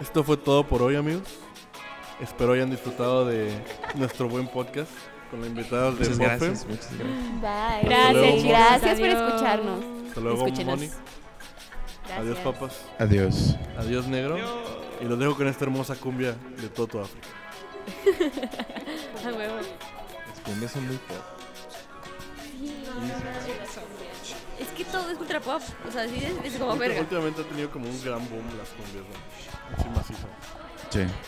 [SPEAKER 1] Esto fue todo por hoy, amigos. Espero hayan disfrutado de nuestro buen podcast con la invitada de
[SPEAKER 4] Muchas
[SPEAKER 1] Bofe.
[SPEAKER 4] gracias, muchas gracias.
[SPEAKER 2] [LAUGHS] Bye.
[SPEAKER 1] luego,
[SPEAKER 5] Gracias,
[SPEAKER 1] Moni.
[SPEAKER 5] chicos.
[SPEAKER 2] Gracias por
[SPEAKER 5] Adiós.
[SPEAKER 2] escucharnos.
[SPEAKER 1] Hasta luego,
[SPEAKER 5] Escúchenos.
[SPEAKER 1] Moni.
[SPEAKER 5] Gracias.
[SPEAKER 1] Adiós, papas.
[SPEAKER 3] Adiós.
[SPEAKER 1] Adiós, negro. Y los dejo con esta hermosa cumbia de Toto África.
[SPEAKER 5] A huevo.
[SPEAKER 4] Las cumbias son muy pop.
[SPEAKER 5] Es que todo es ultra pop. O sea, sí es, es como Oh, verga.
[SPEAKER 1] Últimamente ha tenido como un gran boom las cumbias, ¿no? Sí, macizo.
[SPEAKER 3] Sí.